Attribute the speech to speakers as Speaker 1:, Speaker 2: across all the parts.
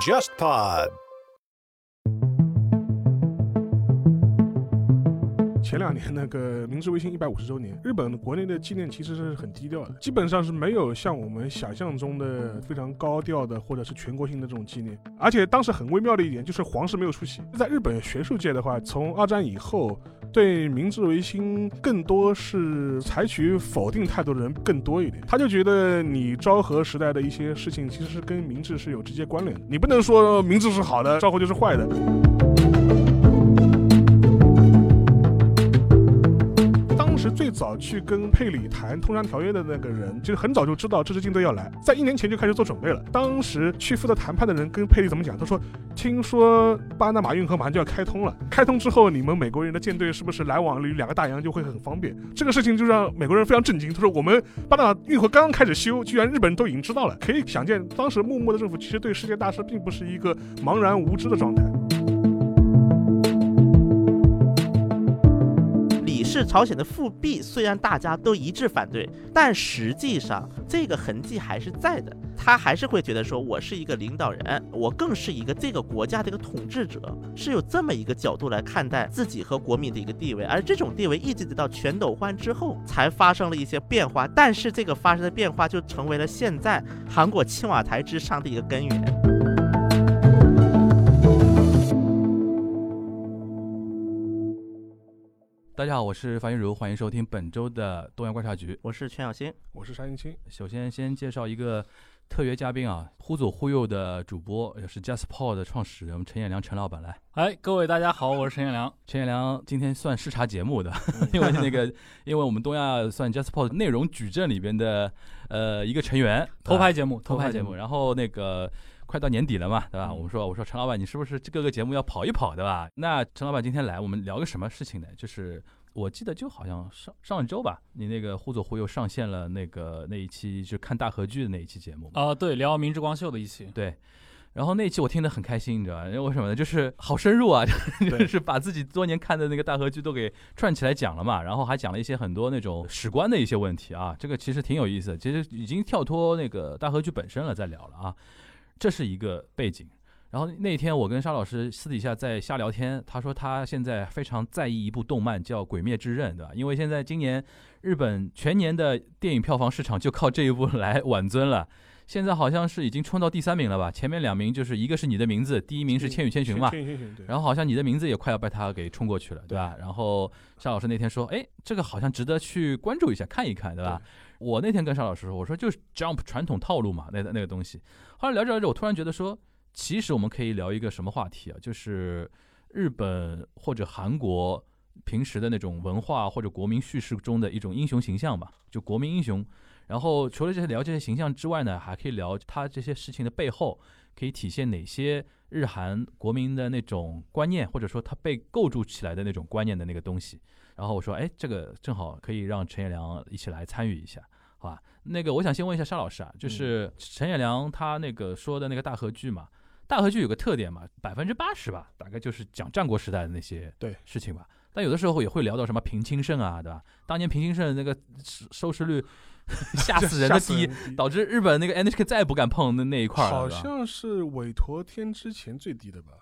Speaker 1: JustPod。
Speaker 2: 前两年那个明治维新一百五十周年，日本国内的纪念其实是很低调的，基本上是没有像我们想象中的非常高调的或者是全国性的这种纪念。而且当时很微妙的一点就是皇室没有出席。在日本学术界的话，从二战以后，对明治维新更多是采取否定态度的人更多一点。他就觉得你昭和时代的一些事情其实是跟明治是有直接关联的，你不能说明治是好的，昭和就是坏的。当时最早去跟佩里谈通商条约的那个人，其实很早就知道这支军队要来，在一年前就开始做准备了。当时去负责谈判的人跟佩里怎么讲？他说：“听说巴拿马运河马上就要开通了，开通之后，你们美国人的舰队是不是来往于两个大洋就会很方便？”这个事情就让美国人非常震惊。他说：“我们巴拿马运河刚刚开始修，居然日本人都已经知道了。”可以想见，当时幕末的政府其实对世界大事并不是一个茫然无知的状态。
Speaker 3: 李氏朝鲜的复辟，虽然大家都一致反对，但实际上这个痕迹还是在的。他还是会觉得说，我是一个领导人，我更是一个这个国家的一个统治者，是有这么一个角度来看待自己和国民的一个地位。而这种地位一直得到全斗焕之后才发生了一些变化，但是这个发生的变化就成为了现在韩国青瓦台之上的一个根源。
Speaker 4: 大家好，我是樊云茹，欢迎收听本周的东阳观察局。
Speaker 3: 我是全小新，
Speaker 2: 我是沙燕青，
Speaker 4: 首先先介绍一个特约嘉宾啊，忽左忽右的主播，也是 JustPod 的创始人陈彦良陈老板来。
Speaker 5: 哎，各位大家好，我是陈彦 良。
Speaker 4: 陈彦良今天算视察节目的，
Speaker 5: 嗯
Speaker 4: 因为那个，因为我们东亚算 JustPod 内容矩阵里边的呃一个成员，啊
Speaker 5: 偷拍节目，
Speaker 4: 偷拍节
Speaker 5: 节
Speaker 4: 目，。然后那个快到年底了嘛，对吧？
Speaker 5: 嗯
Speaker 4: 我们说，我说陈老板，你是不是各个节目要跑一跑，对吧？那陈老板今天来，我们聊个什么事情呢？就是我记得就好像上上周吧，你那个忽左忽右上线了那个那一期就看大合剧的那一期节目嘛，
Speaker 5: 啊、对，聊《明治光秀》的一期。
Speaker 4: 对。然后那一期我听得很开心，你知道吧？因为为什么呢？就是好深入啊， 就是把自己多年看的那个大合剧都给串起来讲了嘛，然后还讲了一些很多那种史观的一些问题啊，这个其实挺有意思的，其实已经跳脱那个大合剧本身了，在聊了啊，这是一个背景。然后那天我跟沙老师私底下在瞎聊天，他说他现在非常在意一部动漫叫《鬼灭之刃》，对吧？因为现在今年日本全年的电影票房市场就靠这一部来挽尊了。现在好像是已经冲到第三名了吧？前面两名就是一个是你的名字，第一名是《千与千寻》嘛，
Speaker 2: 千与千寻，对。
Speaker 4: 然后好像你的名字也快要被他给冲过去了，对吧？然后沙老师那天说，哎，这个好像值得去关注一下，看一看，对吧？我那天跟沙老师说，我说就是 Jump 传统套路嘛，那那个东西。后来聊着聊着，我突然觉得说，其实我们可以聊一个什么话题啊？就是日本或者韩国平时的那种文化或者国民叙事中的一种英雄形象吧，就国民英雄。然后除了这些聊这些形象之外呢，还可以聊他这些事情的背后可以体现哪些日韩国民的那种观念，或者说他被构筑起来的那种观念的那个东西。然后我说，哎，这个正好可以让陈彦良一起来参与一下，好吧？那个我想先问一下沙老师啊，就是陈彦良他那个说的那个大合剧嘛，大合剧有个特点嘛，百分之八十吧，大概就是讲战国时代的那些
Speaker 2: 对
Speaker 4: 事情吧。但有的时候也会聊到什么平清盛啊，对吧？当年平清盛那个收收视率 吓死人的低，
Speaker 2: 低
Speaker 4: 导致日本那个 NHK 再也不敢碰那那一块儿了。
Speaker 2: 好
Speaker 4: 对吧
Speaker 2: 像是委托天之前最低的吧？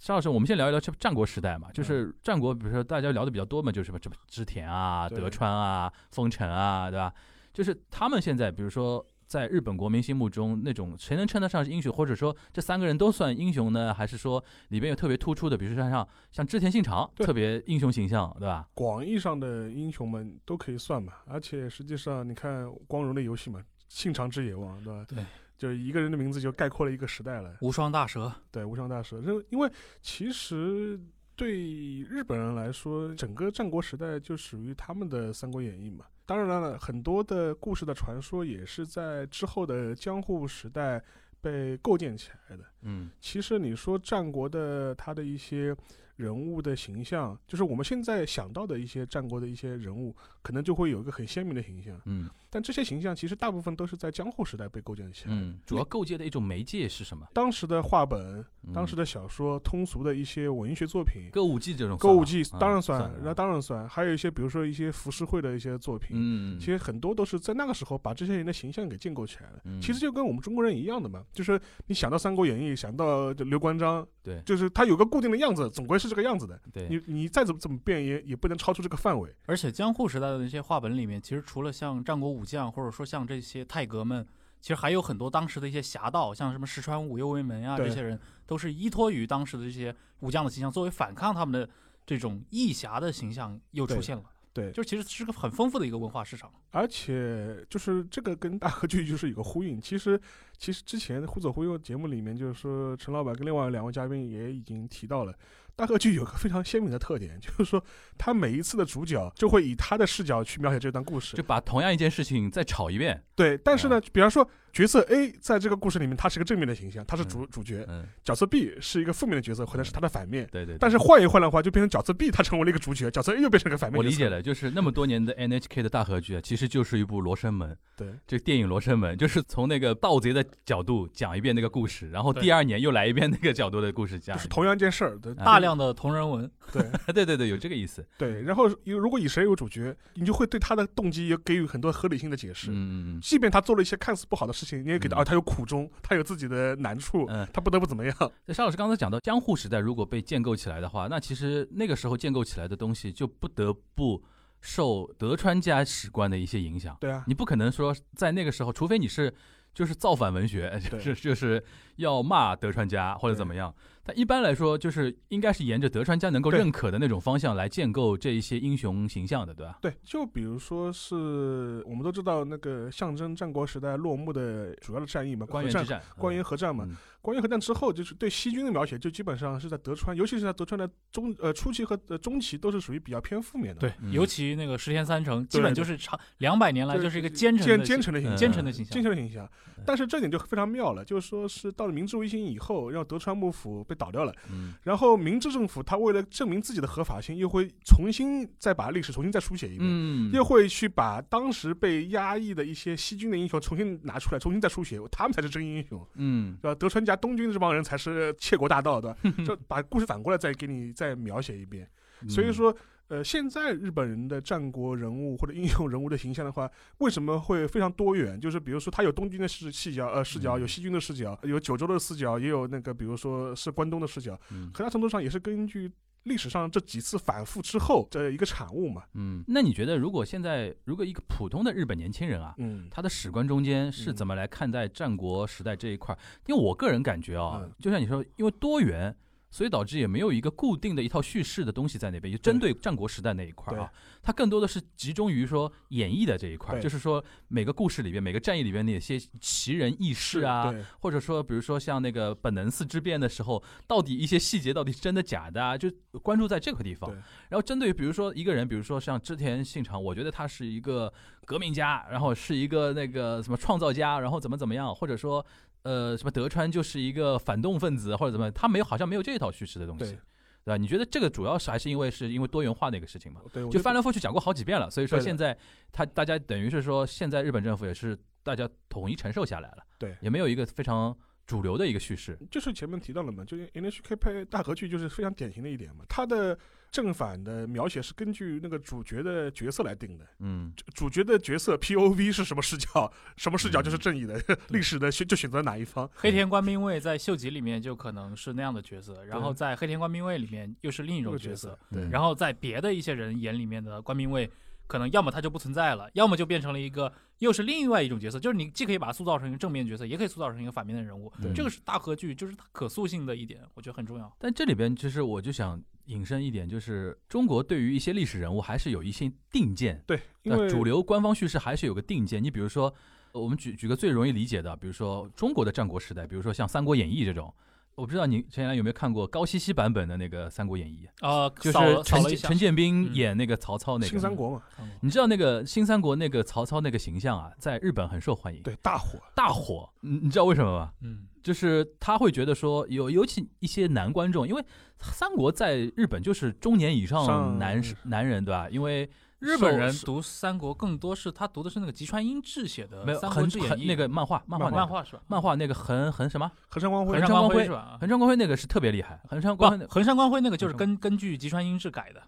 Speaker 4: 沙老师，我们先聊一聊这战国时代嘛，
Speaker 2: 嗯
Speaker 4: 就是战国，比如说大家聊的比较多嘛，就是什么什么织田啊、
Speaker 2: 对
Speaker 4: 德川啊、丰臣啊，对吧？就是他们现在，比如说在日本国民心目中，那种谁能称得上是英雄，或者说这三个人都算英雄呢？还是说里边有特别突出的，比如说像像织田信长
Speaker 2: 对
Speaker 4: 特别英雄形象，对吧？
Speaker 2: 广义上的英雄们都可以算嘛，而且实际上你看《光荣的游戏》嘛，《信长之野望》对吧？
Speaker 5: 对，
Speaker 2: 就是一个人的名字就概括了一个时代了。
Speaker 5: 无双大蛇，
Speaker 2: 对，无双大蛇，因为因为其实对日本人来说，整个战国时代就属于他们的《三国演义》嘛。当然了，很多的故事的传说也是在之后的江户时代被构建起来的。
Speaker 4: 嗯，
Speaker 2: 其实你说战国的它的一些人物的形象，就是我们现在想到的一些战国的一些人物，可能就会有一个很鲜明的形象。
Speaker 4: 嗯
Speaker 2: 但这些形象其实大部分都是在江户时代被构建起来的。
Speaker 4: 嗯，主要构建的一种媒介是什么？
Speaker 2: 当时的画本、
Speaker 4: 嗯
Speaker 2: 当时的小说、通俗的一些文学作品、
Speaker 4: 歌舞伎这种算
Speaker 2: 歌
Speaker 4: 吗，
Speaker 2: 舞伎
Speaker 4: 啊
Speaker 2: 当然算，那、
Speaker 4: 了
Speaker 2: 当然算，还有一些比如说一些浮世绘的一些作品，
Speaker 4: 嗯，
Speaker 2: 其实很多都是在那个时候把这些人的形象给建构起来了。
Speaker 4: 嗯
Speaker 2: 其实就跟我们中国人一样的嘛，就是你想到《三国演义》，想到这刘关张，
Speaker 4: 对
Speaker 2: 就是他有个固定的样子，总归是这个样子的。
Speaker 4: 对，
Speaker 2: 你你再怎么怎么变也也不能超出这个范围。
Speaker 5: 而且江户时代的那些画本里面，其实除了像战国武将，或者说像这些太阁们，其实还有很多当时的一些侠盗，像什么石川五右卫门呀、啊
Speaker 2: 对
Speaker 5: 这些人，都是依托于当时的这些武将的形象，作为反抗他们的这种义侠的形象又出现了。
Speaker 2: 对
Speaker 5: 就其实是个很丰富的一个文化市场。
Speaker 2: 而且就是这个跟大河 剧就是有个呼应。其实，其实之前《忽左忽右》节目里面，就是说陈老板跟另外两位嘉宾也已经提到了，大河剧有个非常鲜明的特点， 就是说他每一次的主角就会以他的视角去描写这段故
Speaker 4: 就啊
Speaker 2: 事。
Speaker 4: 把同样一件事情再炒一遍，
Speaker 2: 对，但是呢，比方说角色 A 在这个故事里面，他是个正面的形象，他是主、主角；
Speaker 4: 嗯，
Speaker 2: 角色 B 是一个负面的角色，或者是他的反面。
Speaker 4: 对对。对
Speaker 2: 但是换一换的话，就变成角色 B 他成为了一个主角，角色 A 又变成了个反面
Speaker 4: 我
Speaker 2: 角色。
Speaker 4: 理解了，就是那么多年的 NHK 的大合剧啊，其实就是一部《罗生门》，
Speaker 2: 对，
Speaker 4: 这个电影《罗生门》就是从那个盗贼的角度讲一遍那个故事，然后
Speaker 5: 对
Speaker 4: 第二年又来一遍那个角度的故事讲
Speaker 2: 就
Speaker 4: 一
Speaker 2: 是
Speaker 4: 遍，
Speaker 2: 同样一件事儿，对
Speaker 4: 啊
Speaker 5: 大量的同人文，
Speaker 2: 对。
Speaker 4: 对对对，有这个意思。
Speaker 2: 对，然后有如果以谁为主角，你就会对他的动机也给予很多合理性的解释。
Speaker 4: 嗯嗯
Speaker 2: 即便他做了一些看似不好的事情，你也给他、
Speaker 4: 嗯
Speaker 2: 啊，他有苦衷，他有自己的难处，
Speaker 4: 嗯
Speaker 2: 他不得不怎么样。
Speaker 4: 那沙老师刚才讲到江户时代如果被建构起来的话，那其实那个时候建构起来的东西就不得不受德川家史观的一些影响。
Speaker 2: 对啊，
Speaker 4: 你不可能说在那个时候，除非你是就是造反文学，
Speaker 2: 对
Speaker 4: 就是就是要骂德川家或者怎么样。但一般来说，就是应该是沿着德川家能够
Speaker 2: 对
Speaker 4: 认可的那种方向来建构这一些英雄形象的，对吧？
Speaker 2: 对，就比如说是我们都知道那个象征战国时代落幕的主要的战役嘛，
Speaker 4: 关
Speaker 2: 河
Speaker 4: 原
Speaker 2: 战
Speaker 4: 之。战，
Speaker 2: 关原河战嘛，
Speaker 4: 嗯
Speaker 2: 关原河战之后，就是对西军的描写，就基本上是在德川，尤其是在德川的中呃初期和呃中期，都是属于比较偏负面的，
Speaker 5: 对，
Speaker 4: 嗯
Speaker 5: 尤其那个石田三成，基本就是长两百年来
Speaker 2: 对
Speaker 5: 就是一个奸臣
Speaker 2: 坚
Speaker 5: 的
Speaker 2: 坚诚的形
Speaker 4: 嗯
Speaker 2: 象，
Speaker 5: 奸臣的形象
Speaker 2: 精。神的形象
Speaker 4: 嗯。
Speaker 2: 但是这点就非常妙了，就是说是到了明治维新以后，让德川幕府被倒掉了，
Speaker 4: 嗯，
Speaker 2: 然后明治政府他为了证明自己的合法性，又会重新再把历史重新再书写一遍。
Speaker 4: 嗯，
Speaker 2: 又会去把当时被压抑的一些西军的英雄重新拿出来，重新再书写，他们才是真英雄，
Speaker 4: 嗯，
Speaker 2: 对吧？德川家东军这帮人才是窃国大 盗，对吧？就把故事反过来再给你再描写一遍。所以
Speaker 4: 嗯
Speaker 2: 说，呃，现在日本人的战国人物或者英雄人物的形象的话，为什么会非常多元？就是比如说，他有东军的视视角，呃，视角
Speaker 4: 嗯
Speaker 2: 有西军的视角，有九州的视角，也有那个比如说是关东的视角，
Speaker 4: 嗯
Speaker 2: 很大程度上也是根据。历史上这几次反复之后的一个产物嘛，
Speaker 4: 嗯，那你觉得如果现在如果一个普通的日本年轻人啊，
Speaker 2: 嗯，
Speaker 4: 他的史观中间是
Speaker 2: 嗯
Speaker 4: 怎么来看待战国时代这一块儿？因为我个人感觉啊、
Speaker 2: 嗯
Speaker 4: 就像你说，因为多元，所以导致也没有一个固定的一套叙事的东西在那边，就针对战国时代那一块儿啊，它更多的是集中于说演绎的这一块儿，
Speaker 2: 对
Speaker 4: 就是说每个故事里边、每个战役里边哪些奇人异事啊，
Speaker 2: 对
Speaker 4: 或者说比如说像那个本能寺之变的时候，到底一些细节到底是真的假的啊，就关注在这个地方
Speaker 2: 对。
Speaker 4: 然后针对于比如说一个人，比如说像织田信长，我觉得他是一个革命家，然后是一个那个什么创造家，然后怎么怎么样，或者说呃什么德川就是一个反动分子或者怎么样，他没有好像没有这一套叙事的东西
Speaker 2: 对。
Speaker 4: 对吧？你觉得这个主要是还是因为是因为多元化的一个事情嘛？
Speaker 2: 对，我
Speaker 4: 就
Speaker 2: 觉
Speaker 4: 翻
Speaker 2: 得
Speaker 4: 来覆去讲过好几遍了，所以说
Speaker 2: 对的
Speaker 4: 现在他大家等于是说，现在日本政府也是大家统一承受下来了，
Speaker 2: 对
Speaker 4: 也没有一个非常主流的一个叙事，
Speaker 2: 就是前面提到了嘛，就是 NHK 拍大合剧就是非常典型的一点嘛，它的正反的描写是根据那个主角的角色来定的，
Speaker 4: 嗯，
Speaker 2: 主角的角色 POV 是什么视角，什么视角
Speaker 4: 嗯
Speaker 2: 就是正义的，历史的选就选择哪一方。
Speaker 5: 黑田官兵卫在秀吉里面就可能是那样的角色，然后在黑田官兵卫里面又是另一种角色，
Speaker 4: 对
Speaker 5: 然后在别的一些人眼里面的官兵卫，可能要么他就不存在了，要么就变成了一个又是另外一种角色，就是你既可以把它塑造成一个正面角色，也可以塑造成一个反面的人物，
Speaker 4: 对
Speaker 5: 这个是大合剧，就是它可塑性的一点，我觉得很重要。
Speaker 4: 但这里边其实我就想引申一点，就是中国对于一些历史人物还是有一些定见，
Speaker 2: 对，因
Speaker 4: 那
Speaker 2: 为
Speaker 4: 主流官方叙事还是有个定见。你比如说，呃我们举举个最容易理解的，比如说中国的战国时代，比如说像《三国演义》这种。我不知道你前两有没有看过高希希版本的那个《三国演义》，
Speaker 5: 啊，
Speaker 4: 就
Speaker 5: 扫了
Speaker 4: 是
Speaker 5: 扫
Speaker 4: 陈
Speaker 5: 了一
Speaker 4: 建
Speaker 5: 下
Speaker 4: 陈，建斌
Speaker 5: 嗯
Speaker 4: 演那个曹操那
Speaker 2: 新三
Speaker 4: 个。嗯
Speaker 2: 国嘛，
Speaker 5: 看过
Speaker 4: 你知道那个新三国那个曹操那个形象啊，在日本很受欢迎，
Speaker 2: 对，大火，
Speaker 4: 大火。你你知道为什么吗？
Speaker 5: 嗯，
Speaker 4: 就是他会觉得说有，尤其一些男观众，因为三国在日本就是中年以上
Speaker 2: 上
Speaker 4: 男士男人，对吧？因为
Speaker 5: 日本人
Speaker 4: 受
Speaker 5: 读三国更多是他读的是那个吉川英治写的
Speaker 4: 没有
Speaker 5: 《三国
Speaker 4: 很
Speaker 5: 志演义
Speaker 4: 很》那个漫画，漫画
Speaker 5: 漫
Speaker 4: 那个
Speaker 5: 漫画是吧？
Speaker 4: 漫画那个横横什么
Speaker 2: 和山光辉
Speaker 4: 横
Speaker 5: 横
Speaker 4: 山
Speaker 5: 山光
Speaker 4: 光辉
Speaker 5: 辉是吧？
Speaker 4: 横山光辉那个是特别厉害，横山
Speaker 5: 不
Speaker 4: 光辉那，
Speaker 5: 啊
Speaker 4: 嗯
Speaker 5: 横山光辉那个就是
Speaker 4: 横
Speaker 5: 根根据吉川英治改的。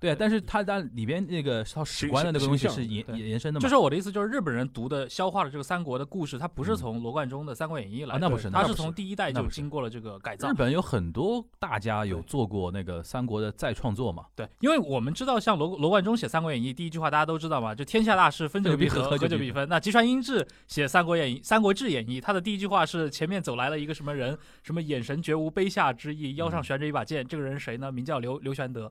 Speaker 4: 对，但是他在里边那个他史官的那个东西
Speaker 2: 形象
Speaker 4: 是延
Speaker 5: 对
Speaker 4: 延伸的嘛，
Speaker 5: 就是我的意思，就是日本人读的消化的这个三国的故事，它不是
Speaker 4: 嗯
Speaker 5: 从罗贯中的《三国演义》来
Speaker 4: 啊那
Speaker 5: 的，
Speaker 4: 不是那
Speaker 5: 它
Speaker 4: 不
Speaker 5: 是
Speaker 4: 是
Speaker 5: 从第一代
Speaker 4: 那
Speaker 5: 就
Speaker 4: 不是
Speaker 5: 经过了这个改造
Speaker 4: 日。本有很多大家有
Speaker 5: 对
Speaker 4: 做过那个三国的再创作嘛，
Speaker 5: 对，因为我们知道，像罗罗贯中写《三国演义》，第一句话大家都知道嘛，就天下大势，分
Speaker 4: 分
Speaker 5: 久
Speaker 4: 久必
Speaker 5: 必
Speaker 4: 合
Speaker 5: 合，
Speaker 4: 合
Speaker 5: 合
Speaker 4: 久
Speaker 5: 久
Speaker 4: 必
Speaker 5: 必分。那吉川英治写《三国演义》《三国志演义》，他的第一句话是前面走来了一个什么人，什么眼神绝无卑下之意，腰
Speaker 4: 嗯
Speaker 5: 上悬着一把剑，这个人是谁呢？名叫刘刘玄德。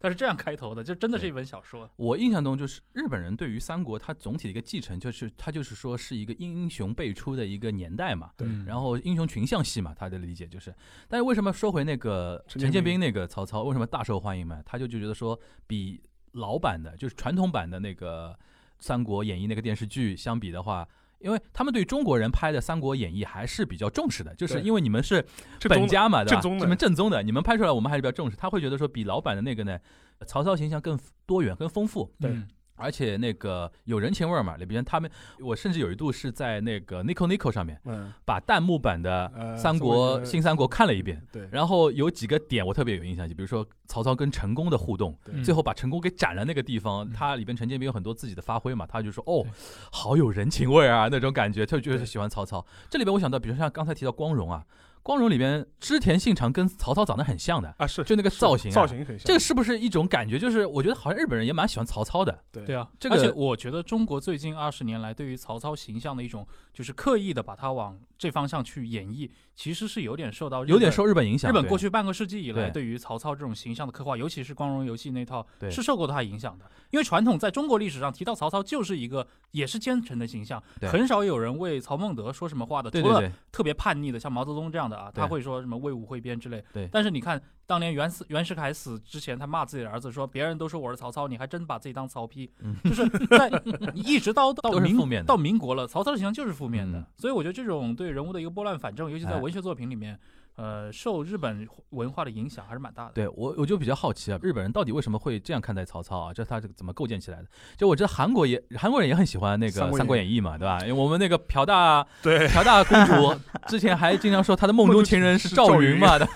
Speaker 5: 他是这样开头的，这真的是
Speaker 4: 对
Speaker 5: 一本小说。
Speaker 4: 我印象中就是日本人对于三国它总体的一个继承，就是它就是说是一个英雄辈出的一个年代嘛，
Speaker 2: 对
Speaker 5: 嗯
Speaker 4: 然后英雄群像戏嘛，他的理解就是。但是为什么说回那个
Speaker 2: 陈
Speaker 4: 陈
Speaker 2: 建
Speaker 4: 建
Speaker 2: 斌
Speaker 4: 斌那个曹操为什么大受欢迎嘛？他就就觉得说比老版的，就是传统版的那个《三国演义》那个电视剧相比的话。因为他们对中国人拍的《三国演义》还是比较重视的，就是
Speaker 2: 对
Speaker 4: 因为你们是
Speaker 2: 这
Speaker 4: 本
Speaker 2: 宗
Speaker 4: 家嘛，对
Speaker 2: 正
Speaker 4: 吧？
Speaker 2: 宗的
Speaker 4: 你们正宗的，你们拍出来我们还是比较重视。他会觉得说比老版的那个呢，曹操形象更多元、更丰富，
Speaker 2: 对
Speaker 5: 嗯
Speaker 4: 而且那个有人情味儿嘛。里边他们，我甚至有一度是在那个 Nico Nico 上面。
Speaker 2: 嗯，
Speaker 4: 把弹幕版的
Speaker 2: 呃
Speaker 4: 《嗯三国》新三国看了一遍，
Speaker 2: 对，
Speaker 4: 然后有几个点我特别有印象，就比如说曹操跟陈宫的互动，
Speaker 2: 嗯
Speaker 4: 最后把陈宫给斩了那个地方，
Speaker 5: 嗯
Speaker 4: 他里边陈建斌有很多自己的发挥嘛，他就说哦
Speaker 5: 对，
Speaker 4: 好有人情味啊那种感觉，他就是
Speaker 2: 对
Speaker 4: 喜欢曹操。这里边我想到，比如像刚才提到光荣啊，光荣里边织田信长跟曹操长得很像的，
Speaker 2: 啊是
Speaker 4: 就那个
Speaker 2: 是
Speaker 4: 造型啊
Speaker 2: 造型很像，
Speaker 4: 这个是不是一种感觉？就是我觉得好像日本人也蛮喜欢曹操的，
Speaker 2: 对
Speaker 5: 对啊，
Speaker 4: 这个
Speaker 5: 而且我觉得中国最近二十年来对于曹操形象的一种，就是刻意的把它往这方向去演绎，其实是有点受到日本
Speaker 4: 有点受日本影响。
Speaker 5: 日本
Speaker 4: 对
Speaker 5: 过去半个世纪以来
Speaker 4: 对
Speaker 5: 对于曹操这种形象的刻画，尤其是光荣游戏那套
Speaker 4: 对，
Speaker 5: 是受过它影响的。因为传统在中国历史上提到曹操就是一个也是奸臣的形象，
Speaker 4: 对
Speaker 5: 很少有人为曹孟德说什么话的，
Speaker 4: 对
Speaker 5: 除
Speaker 4: 对
Speaker 5: 了
Speaker 4: 对，
Speaker 5: 特别叛逆的，像毛泽东这样的啊，
Speaker 4: 对
Speaker 5: 他会说什么“魏武会编”之类。
Speaker 4: 对
Speaker 5: 但是你看，当年袁世袁世凯死之前，他骂自己的儿子说：“别人都说我是曹操，你还真把自己当曹丕。
Speaker 4: 嗯
Speaker 5: 就是在你一直到到
Speaker 4: 都是负面
Speaker 5: 民
Speaker 4: 的
Speaker 5: 到民国了，曹操的形象就是负面的。
Speaker 4: 嗯
Speaker 5: 所以我觉得这种对人物的一个拨乱反正，尤其在
Speaker 4: 哎
Speaker 5: 文学作品里面，呃，受日本文化的影响还是蛮大的。
Speaker 4: 对我我就比较好奇啊，日本人到底为什么会这样看待曹操啊？这是他这个怎么构建起来的？就我知道韩国也韩国人也很喜欢那个
Speaker 2: 三
Speaker 4: 《
Speaker 2: 国
Speaker 4: 三国演义》嘛，对吧？因为我们那个朴大
Speaker 2: 对
Speaker 4: 朴大公主之前还经常说她的梦中情人是赵云嘛的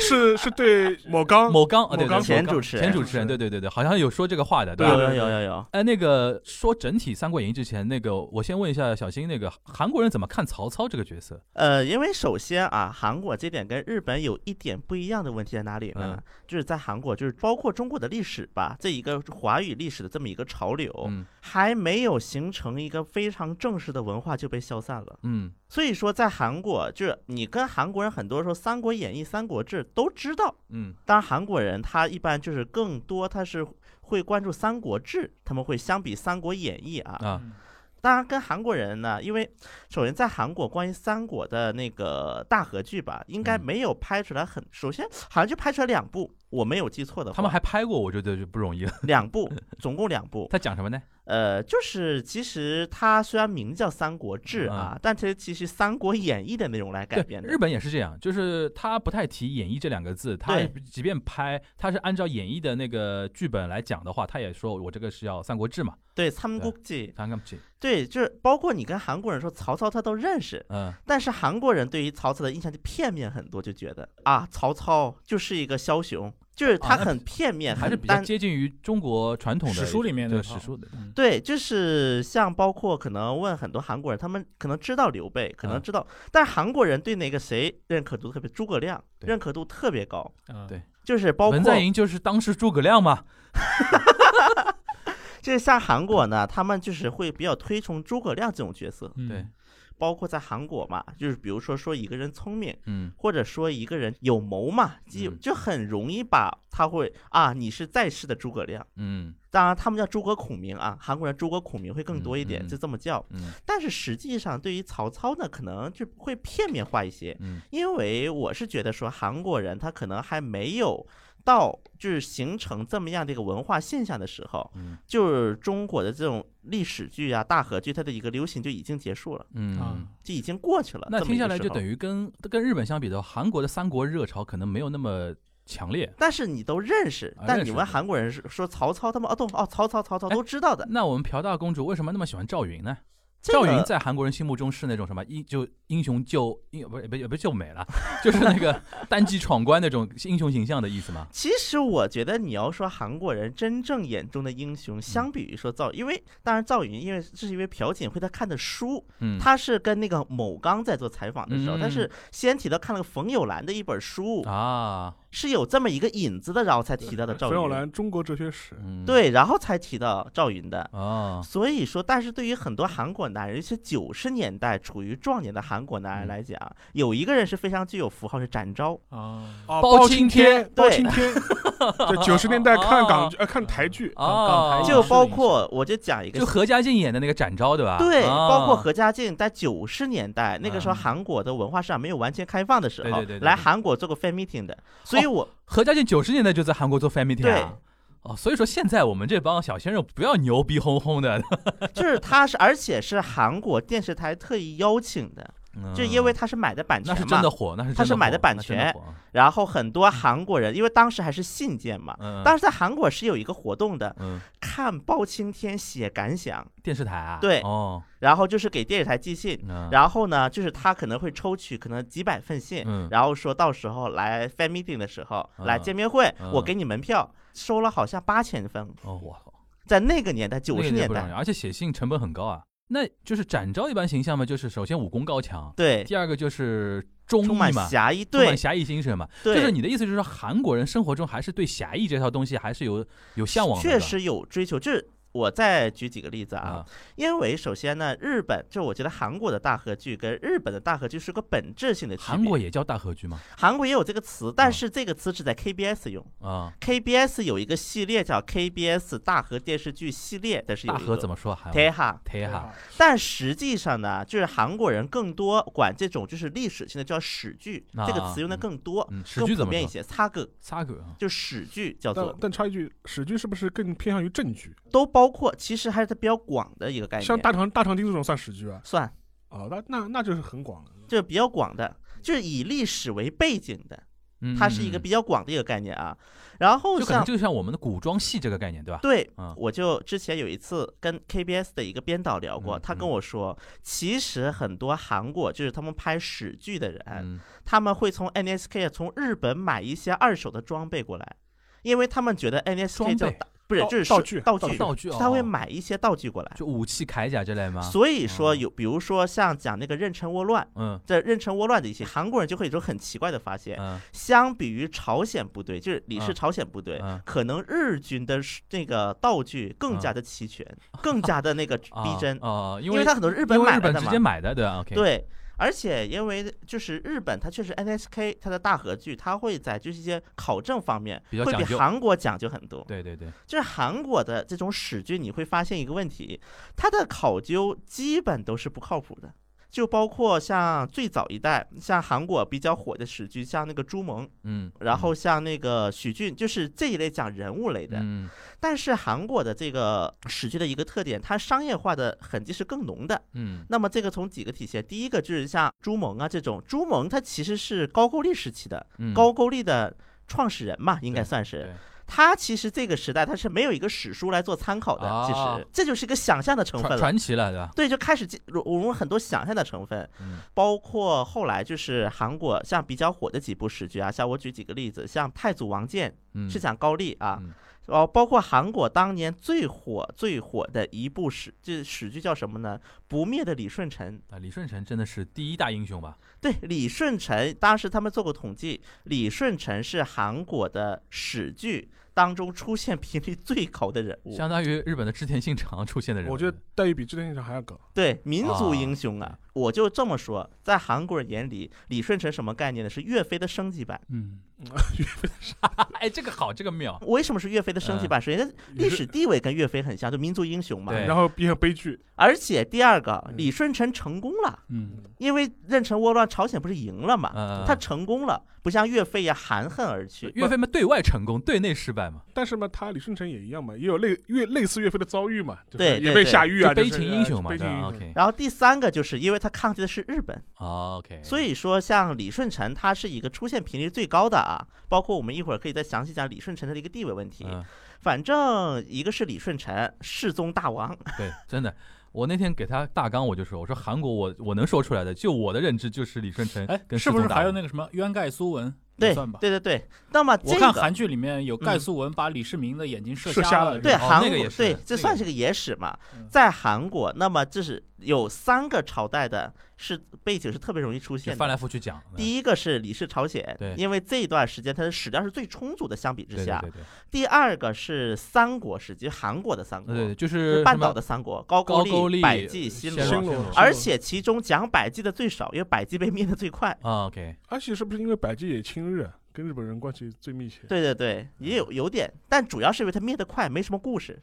Speaker 2: 是是 对某刚
Speaker 4: 某刚啊，
Speaker 2: 某
Speaker 4: 对对
Speaker 2: 刚
Speaker 4: 对
Speaker 3: 前
Speaker 4: 某刚
Speaker 3: 主持人
Speaker 4: 前主持人，对对对对，好像有说这个话的，对
Speaker 2: 对
Speaker 4: 吧？
Speaker 3: 有
Speaker 2: 对
Speaker 3: 有
Speaker 2: 对
Speaker 3: 有有有，
Speaker 4: 哎，那个说整体《三国演义》之前，那个我先问一下小新，那个韩国人怎么看曹操这个角色？
Speaker 3: 呃，因为首先啊，韩国这点跟日本有一点不一样的问题在哪里呢？
Speaker 4: 嗯
Speaker 3: 就是在韩国，就是包括中国的历史吧，这一个华语历史的这么一个潮流，
Speaker 4: 嗯
Speaker 3: 还没有形成一个非常正式的文化就被消散了。
Speaker 4: 嗯，
Speaker 3: 所以说，在韩国，就是你跟韩国人很多时候，《三国演义》《三国志》都知道。
Speaker 4: 嗯，
Speaker 3: 当然，韩国人他一般就是更多，他是会关注《三国志》，他们会相比《三国演义》啊。
Speaker 4: 啊，
Speaker 5: 嗯
Speaker 3: 当然，跟韩国人呢，因为首先在韩国关于三国的那个大合剧吧，应该
Speaker 4: 嗯
Speaker 3: 没有拍出来很。首先，好像就拍出来两部，我没有记错的话，
Speaker 4: 他们还拍过，我觉得就不容易了。
Speaker 3: 两部，总共两部。
Speaker 4: 他讲什么呢？
Speaker 3: 呃，就是其实它虽然名叫《三国志》啊，但其实其实《三国演义》的内容来改
Speaker 4: 嗯对，
Speaker 3: 编的。
Speaker 4: 日本也是这样，就是他不太提“演绎”这两个字，他
Speaker 3: 对
Speaker 4: 即便拍，他是按照演绎的那个剧本来讲的话，他也说我这个是要《三国志》嘛，
Speaker 3: 对他们
Speaker 4: 对
Speaker 3: 估计
Speaker 4: 看看不起，
Speaker 3: 对，就是包括你跟韩国人说曹操，他都认识，
Speaker 4: 嗯，
Speaker 3: 但是韩国人对于曹操的印象就片面很多，就觉得啊，曹操就是一个枭雄，就是
Speaker 4: 啊
Speaker 3: 他
Speaker 4: 那
Speaker 3: 很片面，
Speaker 4: 还是
Speaker 3: 很
Speaker 4: 比较
Speaker 3: 单
Speaker 4: 接近于中国传统的
Speaker 5: 史书里面
Speaker 4: 对
Speaker 5: 那
Speaker 4: 史
Speaker 5: 套
Speaker 4: 书的，
Speaker 5: 嗯
Speaker 3: 对，就是像包括可能问很多韩国人，他们可能知道刘备，可能
Speaker 4: 嗯
Speaker 3: 知道，但是韩国人对那个谁认可度特别，诸葛亮
Speaker 4: 对
Speaker 3: 认可度特别高，
Speaker 5: 嗯
Speaker 4: 对
Speaker 3: 就是包括
Speaker 4: 文在寅就是当时诸葛亮嘛，
Speaker 3: 这像韩国呢，他们就是会比较推崇诸葛亮这种角色，
Speaker 5: 嗯
Speaker 4: 对，
Speaker 3: 包括在韩国嘛，就是比如说说一个人聪明，
Speaker 4: 嗯
Speaker 3: 或者说一个人有谋嘛，就
Speaker 4: 嗯
Speaker 3: 就很容易把他会啊，你是在世的诸葛亮。
Speaker 4: 嗯
Speaker 3: 当然，他们叫诸葛孔明啊，韩国人诸葛孔明会更多一
Speaker 4: 嗯嗯
Speaker 3: 点，
Speaker 4: 嗯
Speaker 3: 就这么叫。
Speaker 4: 嗯
Speaker 3: 但是实际上，对于曹操呢，可能就会片面化一些，
Speaker 4: 嗯
Speaker 3: 因为我是觉得说韩国人他可能还没有到就是形成这么样的一个文化现象的时候，
Speaker 4: 嗯
Speaker 3: 就是中国的这种历史剧啊、大河剧，它的一个流行就已经结束了，
Speaker 4: 嗯
Speaker 5: 啊。
Speaker 3: 就已经过去了。
Speaker 4: 那
Speaker 3: 这么
Speaker 4: 听
Speaker 3: 一
Speaker 4: 下
Speaker 3: 个
Speaker 4: 来
Speaker 3: 时
Speaker 4: 就
Speaker 3: 候
Speaker 4: 等于跟跟日本相比的话，韩国的三国热潮可能没有那么强烈。
Speaker 3: 但是你都认识
Speaker 4: 啊，
Speaker 3: 但
Speaker 4: 认
Speaker 3: 你
Speaker 4: 识
Speaker 3: 问
Speaker 4: 对
Speaker 3: 韩国人是说曹操他们哦，都哦曹操曹操
Speaker 4: 哎
Speaker 3: 都知道的。
Speaker 4: 那我们朴大公主为什么那么喜欢赵云呢？
Speaker 3: 这
Speaker 4: 赵云
Speaker 3: 个
Speaker 4: 在韩国人心目中是那种什么英就英雄救英不是不是不是救美了， 就是那个 单骑闯关那种英雄形象的意思吗？
Speaker 3: 其实我觉得你要说韩国人真正眼中的英雄，
Speaker 4: 嗯
Speaker 3: 相比于说赵，因为当然赵云，因为这是因为朴槿惠他看的书，
Speaker 4: 嗯，
Speaker 3: 他是跟那个某刚在做采访的时候，
Speaker 4: 嗯
Speaker 3: 他是先提到看了个冯友兰的一本书，
Speaker 4: 啊，
Speaker 3: 是有这么一个引子的，然后才提到的赵
Speaker 2: 冯友
Speaker 3: 云，
Speaker 2: 兰《中国哲学史》
Speaker 4: 嗯，
Speaker 3: 对，然后才提到赵云的。
Speaker 4: 啊，
Speaker 3: 所以说，但是对于很多韩国男人，尤其九十年代处于壮年的韩国
Speaker 4: 嗯
Speaker 3: 男人来讲，有一个人是非常具有符号，是展昭。
Speaker 5: 啊，
Speaker 2: 啊包
Speaker 4: 包
Speaker 2: 青
Speaker 4: 青天
Speaker 2: 天，包
Speaker 3: 对
Speaker 2: 青 天，就九十年代看港剧，呃，看台剧，
Speaker 4: 哦，
Speaker 5: 刚才
Speaker 3: 就
Speaker 5: 啊
Speaker 3: 包括我就讲一个
Speaker 4: 就，何家劲演的那个展昭对吧？
Speaker 3: 对，
Speaker 4: 啊
Speaker 3: 包括何家劲在九十年代那个时候
Speaker 4: 嗯
Speaker 3: 韩国的文化市场没有完全开放的时
Speaker 4: 对
Speaker 3: 候
Speaker 4: 对对，对哦
Speaker 3: 来
Speaker 4: 对
Speaker 3: 韩国做过 fan meeting 的，所以我
Speaker 4: 何家劲九十年代就在韩国做 fan meeting 啊。哦，所以说现在我们这帮小鲜肉不要牛逼哄哄的，
Speaker 3: 就是他是，而且是韩国电视台特意邀请的，
Speaker 4: 嗯
Speaker 3: 就因为他是买的版
Speaker 4: 那是
Speaker 3: 权
Speaker 4: 真
Speaker 3: 嘛
Speaker 4: 的，火，那是真
Speaker 3: 他是
Speaker 4: 火
Speaker 3: 买的版
Speaker 4: 那真
Speaker 3: 权
Speaker 4: 火啊
Speaker 3: 然后很多韩国人，因为当时还是信件嘛，
Speaker 4: 嗯，
Speaker 3: 当时在韩国是有一个活动的，
Speaker 4: 嗯，
Speaker 3: 看包青天写感想，
Speaker 4: 电视台啊，
Speaker 3: 对
Speaker 4: 哦，
Speaker 3: 然后就是给电视台寄信，
Speaker 4: 嗯
Speaker 3: 然后呢，就是他可能会抽取可能几百份信，
Speaker 4: 嗯
Speaker 3: 然后说到时候来 fan meeting 的时候
Speaker 4: 嗯
Speaker 3: 来见面会，
Speaker 4: 嗯
Speaker 3: 我给你门票，收了好像八千份，
Speaker 4: 哦，我靠，
Speaker 3: 在那个年代九
Speaker 4: 那
Speaker 3: 十
Speaker 4: 个
Speaker 3: 年
Speaker 4: 不容易
Speaker 3: 代，
Speaker 4: 而且写信成本很高啊。那就是展昭一般形象嘛，就是首先武功高强，
Speaker 3: 对，
Speaker 4: 第二个就是忠
Speaker 3: 充
Speaker 4: 义
Speaker 3: 满
Speaker 4: 嘛，
Speaker 3: 侠义，
Speaker 4: 充满
Speaker 3: 对
Speaker 4: 侠义精神嘛。
Speaker 3: 对，
Speaker 4: 就是你的意思，就是说韩国人生活中还是对侠义这套东西还是有有向往的，
Speaker 3: 确实有追求，就是。我再举几个例子
Speaker 4: 对吧
Speaker 3: 啊
Speaker 4: 啊，，
Speaker 3: 因为首先呢，日本就我觉得韩国的大合剧跟日本的大合剧是个本质性的区别。
Speaker 4: 韩国也叫大合剧嘛，
Speaker 3: 韩国也有这个词，但
Speaker 4: 嗯
Speaker 3: 是这个词只在 KBS 用。
Speaker 4: 啊，
Speaker 3: KBS 有一个系列叫 KBS 大河电视剧系列，但是有
Speaker 4: 大
Speaker 3: 一
Speaker 4: 河
Speaker 3: 个啊
Speaker 4: 怎么说韩
Speaker 3: t
Speaker 4: 文？
Speaker 3: 哈，
Speaker 4: 贴哈，
Speaker 3: 但实际上呢，就是韩国人更多管这种就是历史性的叫史剧，
Speaker 4: 啊
Speaker 3: 这个词用的更多，
Speaker 4: 嗯，史
Speaker 3: 更
Speaker 4: 剧
Speaker 3: 普
Speaker 4: 怎么
Speaker 3: 遍一
Speaker 4: 说？
Speaker 3: 些。擦个
Speaker 4: 撒狗啊，
Speaker 3: 就史剧叫
Speaker 2: 但
Speaker 4: 哦
Speaker 3: 做，
Speaker 2: 但插一句，史剧是不是更偏向于正剧？
Speaker 3: 都包括，其实还是比较广的一个概
Speaker 4: 哎
Speaker 2: 像
Speaker 3: 念，
Speaker 2: 大长大长今这种算史剧啊？
Speaker 3: 算
Speaker 2: 哦，那那那就是很广了。
Speaker 3: 就是比较广的，就是以历史为背景的，
Speaker 4: 嗯
Speaker 3: 它是一个
Speaker 4: 嗯
Speaker 3: 比较广的一个概念啊。然后
Speaker 4: 嗯就可能
Speaker 3: 像
Speaker 4: 就像我们的古装戏这个概念，对吧？
Speaker 3: 对
Speaker 4: 嗯，
Speaker 3: 我就之前有一次跟 KBS 的一个编导聊过，
Speaker 4: 嗯
Speaker 3: 他
Speaker 4: 嗯
Speaker 3: 跟我说，其实很多韩国就是他们拍史剧的人，
Speaker 4: 嗯，
Speaker 3: 他们会从 NHK 从日本买一些二手的装备过来，因为他们觉得 NHK 叫
Speaker 4: 装备
Speaker 3: 打不是
Speaker 2: 道
Speaker 3: 就是
Speaker 2: 道具
Speaker 3: 道
Speaker 2: 道
Speaker 3: 具
Speaker 4: 道具哦
Speaker 3: 他会买一些道具过来。
Speaker 4: 就武器铠甲之类吗？
Speaker 3: 所以说
Speaker 4: 哦
Speaker 3: 有，比如说像讲那个妊娠倭乱，
Speaker 4: 嗯
Speaker 3: 在妊娠倭乱的一些韩国人就会有一种很奇怪的发现，
Speaker 4: 嗯
Speaker 3: 相比于朝鲜部队，就是李氏
Speaker 4: 嗯
Speaker 3: 朝鲜部队，
Speaker 4: 嗯
Speaker 3: 可能日军的是那个道具更加的齐全，更加的 那个逼真，
Speaker 4: 啊，啊嗯因
Speaker 3: 因为
Speaker 4: 为
Speaker 3: 它很多日
Speaker 4: 因
Speaker 3: 本
Speaker 4: 为
Speaker 3: 买
Speaker 4: 日
Speaker 3: 来
Speaker 4: 本
Speaker 3: 的
Speaker 4: 直
Speaker 3: 嘛
Speaker 4: 接，买的，对吧？OK，，
Speaker 3: 对。而且，因为就是日本，它确实 NHK 它的大合剧，它会在就是一些考证方面
Speaker 4: 比较
Speaker 3: 会比
Speaker 4: 讲究
Speaker 3: 韩国讲究很多。
Speaker 4: 对对对，
Speaker 3: 就是韩国的这种史剧，你会发现一个问题，它的考究基本都是不靠谱的。就包括像最早一代，像韩国比较火的史剧，像那个朱蒙，
Speaker 4: 嗯，
Speaker 3: 然后像那个许俊，就是这一类讲人物类的。
Speaker 4: 嗯
Speaker 3: 但是韩国的这个史剧的一个特点，它商业化的痕迹是更浓的。
Speaker 4: 嗯
Speaker 3: 那么这个从几个体现，第一个就是像朱蒙啊这种，朱蒙他其实是高句丽时期的
Speaker 4: 嗯，
Speaker 3: 高句丽的创始人嘛，应该
Speaker 4: 对
Speaker 3: 算
Speaker 4: 对
Speaker 3: 是。他其实这个时代他是没有一个史书来做参考的，其
Speaker 4: 啊
Speaker 3: 实这就是一个想象的成
Speaker 4: 传
Speaker 3: 分了。
Speaker 4: 传奇了，对吧？
Speaker 3: 对，就开始进融融入很多想象的成分，
Speaker 4: 嗯
Speaker 3: 包括后来就是韩国像比较火的几部史剧啊，像我举几个例子，像《太祖王建》
Speaker 4: 嗯，
Speaker 3: 是讲高丽啊
Speaker 4: 嗯，
Speaker 3: 哦，包括韩国当年最火最火的一部史，这史剧叫什么呢？不灭的李舜臣。
Speaker 4: 啊，李舜臣真的是第一大英雄吧？
Speaker 3: 对，李舜臣当时他们做过统计，李舜臣是韩国的史剧当中出现频率最高的人物，
Speaker 4: 相当于日本的织田信长出现的人物。
Speaker 2: 我觉得待遇比之前现场还要高。
Speaker 3: 对，民族英雄
Speaker 4: 啊
Speaker 3: 啊！我就这么说，在韩国人眼里，李舜臣什么概念呢？是岳飞的升级版。
Speaker 4: 嗯， 哎，这个好，这个妙。
Speaker 3: 为什么是岳飞的升级版？首先，历史地位跟岳飞很像，就民族英雄嘛。
Speaker 4: 嗯对
Speaker 2: 然后变成悲剧，
Speaker 3: 而且第二个，
Speaker 2: 嗯
Speaker 3: 李舜臣成功了，
Speaker 4: 嗯
Speaker 3: 因为壬辰倭乱，朝鲜不是赢了嘛？
Speaker 4: 呃，
Speaker 3: 他成功了，不像岳飞呀含恨而去。
Speaker 4: 岳飞嘛，对外成功，对内失败嘛，
Speaker 2: 但是嘛，他李舜臣也一样嘛，也有类越类似岳飞的遭遇嘛，就是
Speaker 3: 对
Speaker 2: 也
Speaker 3: 对
Speaker 2: 被
Speaker 3: 对
Speaker 2: 下狱啊，
Speaker 4: 就悲
Speaker 2: 就是
Speaker 4: 情英雄嘛。
Speaker 3: 呃
Speaker 2: 悲情英
Speaker 4: 对吧
Speaker 2: 雄。
Speaker 4: OK
Speaker 3: 然后第三个就是因为他抗拒的是日本，
Speaker 4: 啊 OK，
Speaker 3: 所以说，像李舜臣，他是一个出现频率最高的啊，包括我们一会儿可以再详细讲李舜臣的一个地位问题。
Speaker 4: 嗯，
Speaker 3: 反正一个是李舜臣，世宗大王，
Speaker 4: 对，真的。我那天给他大纲，我就说，我说韩国我我能说出来的，就我的认知就是李舜臣
Speaker 5: 哎，
Speaker 4: 跟
Speaker 5: 是不是还有
Speaker 4: 那
Speaker 5: 那个什么渊盖苏文？也
Speaker 3: 对
Speaker 5: 算吧。
Speaker 3: 对对对。那么这
Speaker 5: 我看
Speaker 3: 个嗯
Speaker 5: 韩剧里面有盖苏文把李世民的眼睛射
Speaker 2: 射瞎
Speaker 5: 瞎
Speaker 2: 了
Speaker 3: 对
Speaker 4: 哦
Speaker 3: 韩
Speaker 4: 那个
Speaker 3: 国
Speaker 4: 也是
Speaker 3: 对
Speaker 4: 那，
Speaker 3: 这
Speaker 5: 个
Speaker 3: 算是个野史嘛
Speaker 5: 嗯，
Speaker 3: 在韩国，那么这是有三个朝代的是背景是特别容易出现
Speaker 4: 翻
Speaker 3: 的。
Speaker 4: 来覆去讲？一
Speaker 3: 第一个是李氏朝鲜
Speaker 4: 对，
Speaker 3: 因为这一段时间它的史料是最充足的，相比之
Speaker 4: 对
Speaker 3: 下
Speaker 4: 对。对对
Speaker 3: 第二个是三国时期，韩国的三国
Speaker 4: 对，对，
Speaker 3: 就
Speaker 4: 就
Speaker 3: 是是半
Speaker 4: 什
Speaker 3: 岛
Speaker 4: 么
Speaker 3: 的三国，高
Speaker 4: 高句丽、
Speaker 3: 百济、新
Speaker 4: 暹
Speaker 2: 暹
Speaker 3: 罗。
Speaker 2: 罗
Speaker 4: 罗
Speaker 3: 而且其中讲百济的最少，因为百济被灭的最快。
Speaker 4: 啊 OK，
Speaker 2: 而且是不是因为百济也亲日，啊，跟日本人关系最密切？
Speaker 3: 对对对，也有有点，但主要是因为它灭得快，没什么故事。
Speaker 4: 嗯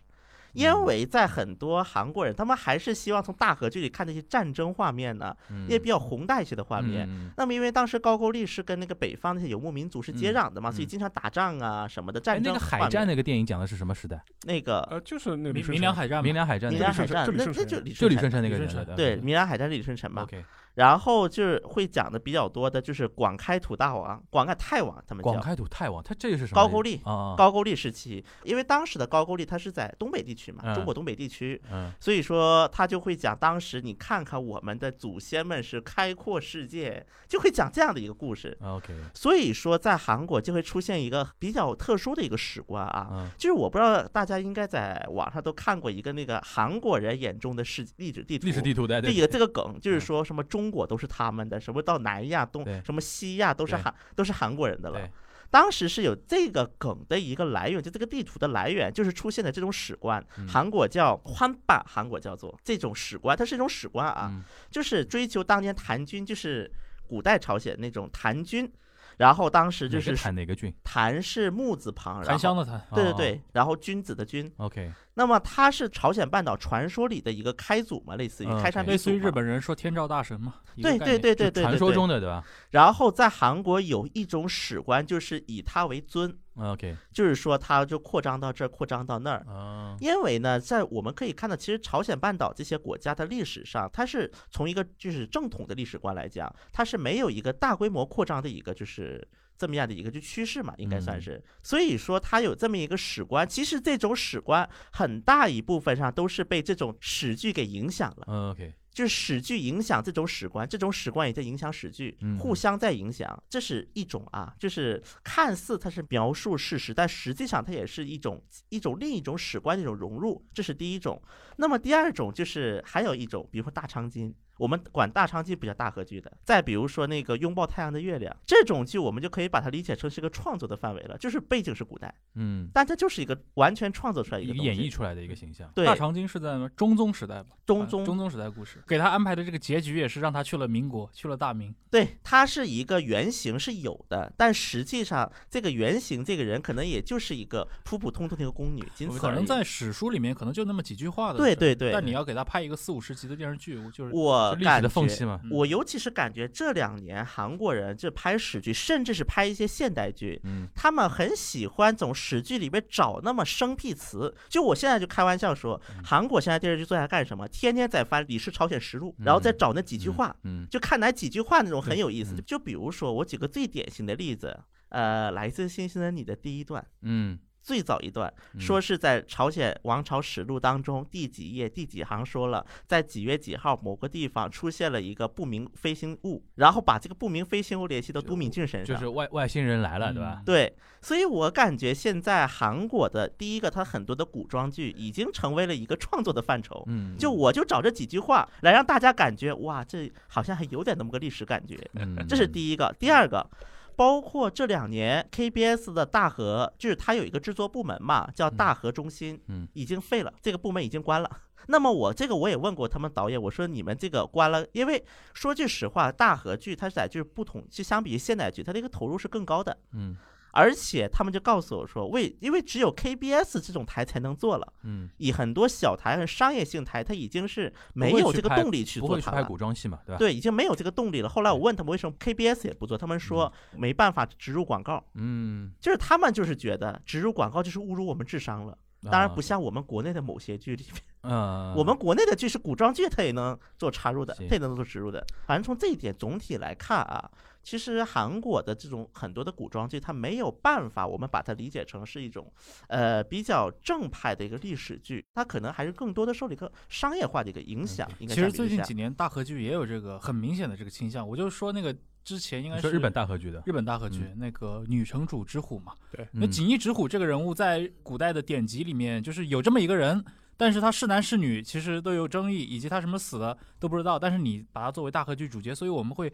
Speaker 3: 因为在很多韩国人，他们还是希望从大合剧里看那些战争画面呢，
Speaker 4: 嗯
Speaker 3: 也比较宏大一些的画面。
Speaker 4: 嗯
Speaker 3: 那么，因为当时高句丽是跟那个北方那些游牧民族是接
Speaker 4: 嗯
Speaker 3: 壤的嘛，所以
Speaker 4: 嗯
Speaker 3: 经常打仗啊什么的
Speaker 4: 哎，
Speaker 3: 战
Speaker 4: 那
Speaker 3: 争
Speaker 4: 个
Speaker 3: 画面。
Speaker 4: 海战那个电影讲的是什么时代？
Speaker 3: 那个
Speaker 2: 呃，就是那个李
Speaker 5: 明
Speaker 2: 舜
Speaker 5: 明
Speaker 2: 臣
Speaker 5: 良海战嘛
Speaker 4: 明良海战，
Speaker 3: 明
Speaker 2: 良
Speaker 3: 良海
Speaker 4: 对
Speaker 2: 这
Speaker 3: 战，
Speaker 2: 李
Speaker 3: 那
Speaker 2: 舜
Speaker 3: 那
Speaker 2: 臣
Speaker 3: 就
Speaker 2: 呀
Speaker 3: 李
Speaker 4: 就
Speaker 3: 舜
Speaker 4: 李
Speaker 3: 臣
Speaker 4: 舜臣那个
Speaker 5: 李
Speaker 4: 人
Speaker 5: 舜
Speaker 4: 了
Speaker 5: 臣
Speaker 3: 对，明良海战是李舜臣嘛。
Speaker 4: OK，
Speaker 3: 然后就是会讲的比较多的就是广开土大王、广开太王，他们
Speaker 4: 广
Speaker 3: 叫。
Speaker 4: 开土太王，他这个是什么？
Speaker 3: 高句丽
Speaker 4: 啊，啊，
Speaker 3: 高句丽时期，因为当时的高句丽它是在东北地区嘛，
Speaker 4: 嗯
Speaker 3: 中国东北地区，
Speaker 4: 嗯，
Speaker 3: 所以说他就会讲当时你看看我们的祖先们是开阔世界，就会讲这样的一个故事。
Speaker 4: 啊 OK，嗯
Speaker 3: 所以说在韩国就会出现一个比较特殊的一个史观啊，
Speaker 4: 嗯，
Speaker 3: 就是我不知道大家应该在网上都看过一个那个韩国人眼中的世历史地图。
Speaker 4: 历史地图的
Speaker 3: 这
Speaker 4: 哎对
Speaker 3: 个这个梗就是
Speaker 4: 嗯
Speaker 3: 说什么中国都是他们的，什么到南亚东
Speaker 4: 对
Speaker 3: 什么西亚都是
Speaker 4: 对
Speaker 3: 韩都是韩国人的了
Speaker 4: 对。
Speaker 3: 当时是有这个梗的一个来源，就这个地图的来源就是出现的这种史观，
Speaker 4: 嗯
Speaker 3: 韩国叫欢霸，韩国叫做这种史观，它是一种史观啊，
Speaker 4: 嗯
Speaker 3: 就是追求当年谭军，就是古代朝鲜那种谭军，然后当时就
Speaker 4: 哪
Speaker 3: 是
Speaker 4: 个坦哪个郡
Speaker 3: 谭是木字旁，
Speaker 5: 檀
Speaker 3: 然
Speaker 5: 香
Speaker 3: 后
Speaker 5: 的檀，
Speaker 3: 对对
Speaker 4: 哦
Speaker 3: 对，然后君子的君，
Speaker 4: ，OK，
Speaker 3: 那么它是朝鲜半岛传说里的一个开祖嘛，类似于
Speaker 4: 嗯
Speaker 3: 开山
Speaker 4: 对
Speaker 3: 鼻
Speaker 5: 类似
Speaker 3: 祖
Speaker 5: 于
Speaker 3: 嘛，
Speaker 5: 日本人说天照大神嘛。一个
Speaker 3: 对
Speaker 5: 概
Speaker 3: 对
Speaker 5: 念，
Speaker 3: 对对
Speaker 4: 就
Speaker 3: 对，
Speaker 4: 传
Speaker 3: 对
Speaker 4: 说
Speaker 3: 对
Speaker 4: 中的对吧
Speaker 3: 然后在韩国有一种史观，就是以他为尊，
Speaker 4: 嗯？OK，
Speaker 3: 就是说他就扩张到这儿，扩张到那儿。
Speaker 4: 啊，
Speaker 3: 因为呢，在我们可以看到，其实朝鲜半岛这些国家的历史上，它是从一个就是正统的历史观来讲，它是没有一个大规模扩张的一个就是这么样的一个就趋势嘛，应该算
Speaker 4: 嗯
Speaker 3: 是。所以说，它有这么一个史观，其实这种史观很大一部分上都是被这种史剧给影响了。
Speaker 4: 嗯 OK，
Speaker 3: 就是史剧影响这种史观，这种史观也在影响史剧
Speaker 4: 嗯，
Speaker 3: 互相在影响，这是一种啊，就是看似它是描述事实，但实际上它也是一种一种另一种史观的一种融入，这是第一种。那么第二种就是还有一种，比如说大长今。我们管大长今不叫大合剧的，再比如说那个拥抱太阳的月亮这种剧，我们就可以把它理解成是个创作的范围了，就是背景是古代，
Speaker 4: 嗯，
Speaker 3: 但它就是一个完全创作出来一个东
Speaker 4: 演
Speaker 3: 西
Speaker 4: 绎出来的一个形象，
Speaker 3: 对
Speaker 5: 大长今是在中宗时代吧？
Speaker 3: 中
Speaker 5: 啊
Speaker 3: 宗
Speaker 5: 中宗时代故事，给他安排的这个结局也是让他去了民国，去了大明。
Speaker 3: 对，它是一个原型是有的，但实际上这个原型这个人可能也就是一个普普通通的一个宫女，仅此
Speaker 5: 可
Speaker 3: 而
Speaker 5: 能
Speaker 3: 已。
Speaker 5: 在史书里面可能就那么几句话的事儿，
Speaker 3: 对对对
Speaker 5: 但你要给他拍一个四五十集的电视剧，我就是
Speaker 3: 我
Speaker 4: 历史
Speaker 3: 呃感
Speaker 4: 的缝
Speaker 3: 觉，
Speaker 4: 隙嘛，
Speaker 5: 嗯
Speaker 3: 我尤其是感觉这两年韩国人这拍史剧，甚至是拍一些现代剧，
Speaker 4: 嗯，
Speaker 3: 他们很喜欢从史剧里面找那么生僻词。就我现在就开玩笑说，韩国现在电视剧作家干什么？天天在翻《李氏朝鲜实录》，然后再找那几句话，
Speaker 4: 嗯，
Speaker 3: 就看哪几句话那种很有意思。
Speaker 4: 嗯
Speaker 3: 就比如说，我举个最典型的例子，呃，来自星星的你的第一段，
Speaker 4: 嗯
Speaker 3: 最早一段，说是在《朝鲜王朝史录》当中第几页第几行说了，在几月几号某个地方出现了一个不明飞行物，然后把这个不明飞行物联系到都敏俊身上，
Speaker 4: 就是外外星人来了，对吧？
Speaker 3: 对，所以我感觉现在韩国的第一个，它很多的古装剧已经成为了一个创作的范畴。
Speaker 4: 嗯，
Speaker 3: 就我就找这几句话来让大家感觉，哇，这好像还有点那么个历史感觉。
Speaker 4: 嗯，
Speaker 3: 呃这是第一个，第二个。包括这两年 KBS 的大河，就是它有一个制作部门嘛，叫大河中心，
Speaker 4: 嗯
Speaker 3: 已经废了，这个部门已经关了。 那么我这个我也问过他们导演，我说你们这个关了，因为说句实话，大河剧它在就是不同，就相比于现代剧，它的一个投入是更高的，
Speaker 4: 嗯
Speaker 3: 而且他们就告诉我说，为因为只有 KBS 这种台才能做了，
Speaker 4: 嗯，
Speaker 3: 以很多小台和商业性台，它已经是没
Speaker 4: 不会
Speaker 3: 有
Speaker 4: 去
Speaker 3: 这个
Speaker 4: 拍
Speaker 3: 动力去
Speaker 4: 不
Speaker 3: 做
Speaker 4: 会去
Speaker 3: 它
Speaker 4: 拍
Speaker 3: 了。
Speaker 4: 古装戏嘛，对吧？
Speaker 3: 对，已经没有这个动力了。后来我问他们为什么 KBS 也不做，他们说
Speaker 5: 嗯
Speaker 3: 没办法植入广告，
Speaker 4: 嗯，
Speaker 3: 就是他们就是觉得植入广告就是侮辱我们智商了。
Speaker 5: 啊
Speaker 3: 当然不像我们国内的某些剧里面，
Speaker 4: 啊，嗯，
Speaker 3: 我们国内的剧是古装剧，它也能做插入的，
Speaker 4: 行
Speaker 3: 它也能做植入的。反正从这一点总体来看啊，其实韩国的这种很多的古装剧，它没有办法，我们把它理解成是一种呃比较正派的一个历史剧，它可能还是更多的受了一个商业化的一个影响。应该
Speaker 5: 嗯其实
Speaker 3: 相比
Speaker 5: 最
Speaker 3: 之
Speaker 5: 近
Speaker 3: 下
Speaker 5: 几年大合剧也有这个很明显的这个倾向，我就说那个之前应该
Speaker 4: 你
Speaker 5: 是
Speaker 4: 说日本大嗯合剧的，
Speaker 5: 日本大合剧、那个女城主之虎嘛，那
Speaker 4: 嗯
Speaker 5: 锦衣之虎这个人物在古代的典籍里面，就是有这么一个人，但是他是男是女其实都有争议，以及他什么死的都不知道。但是你把他作为大合剧主角，所以我们会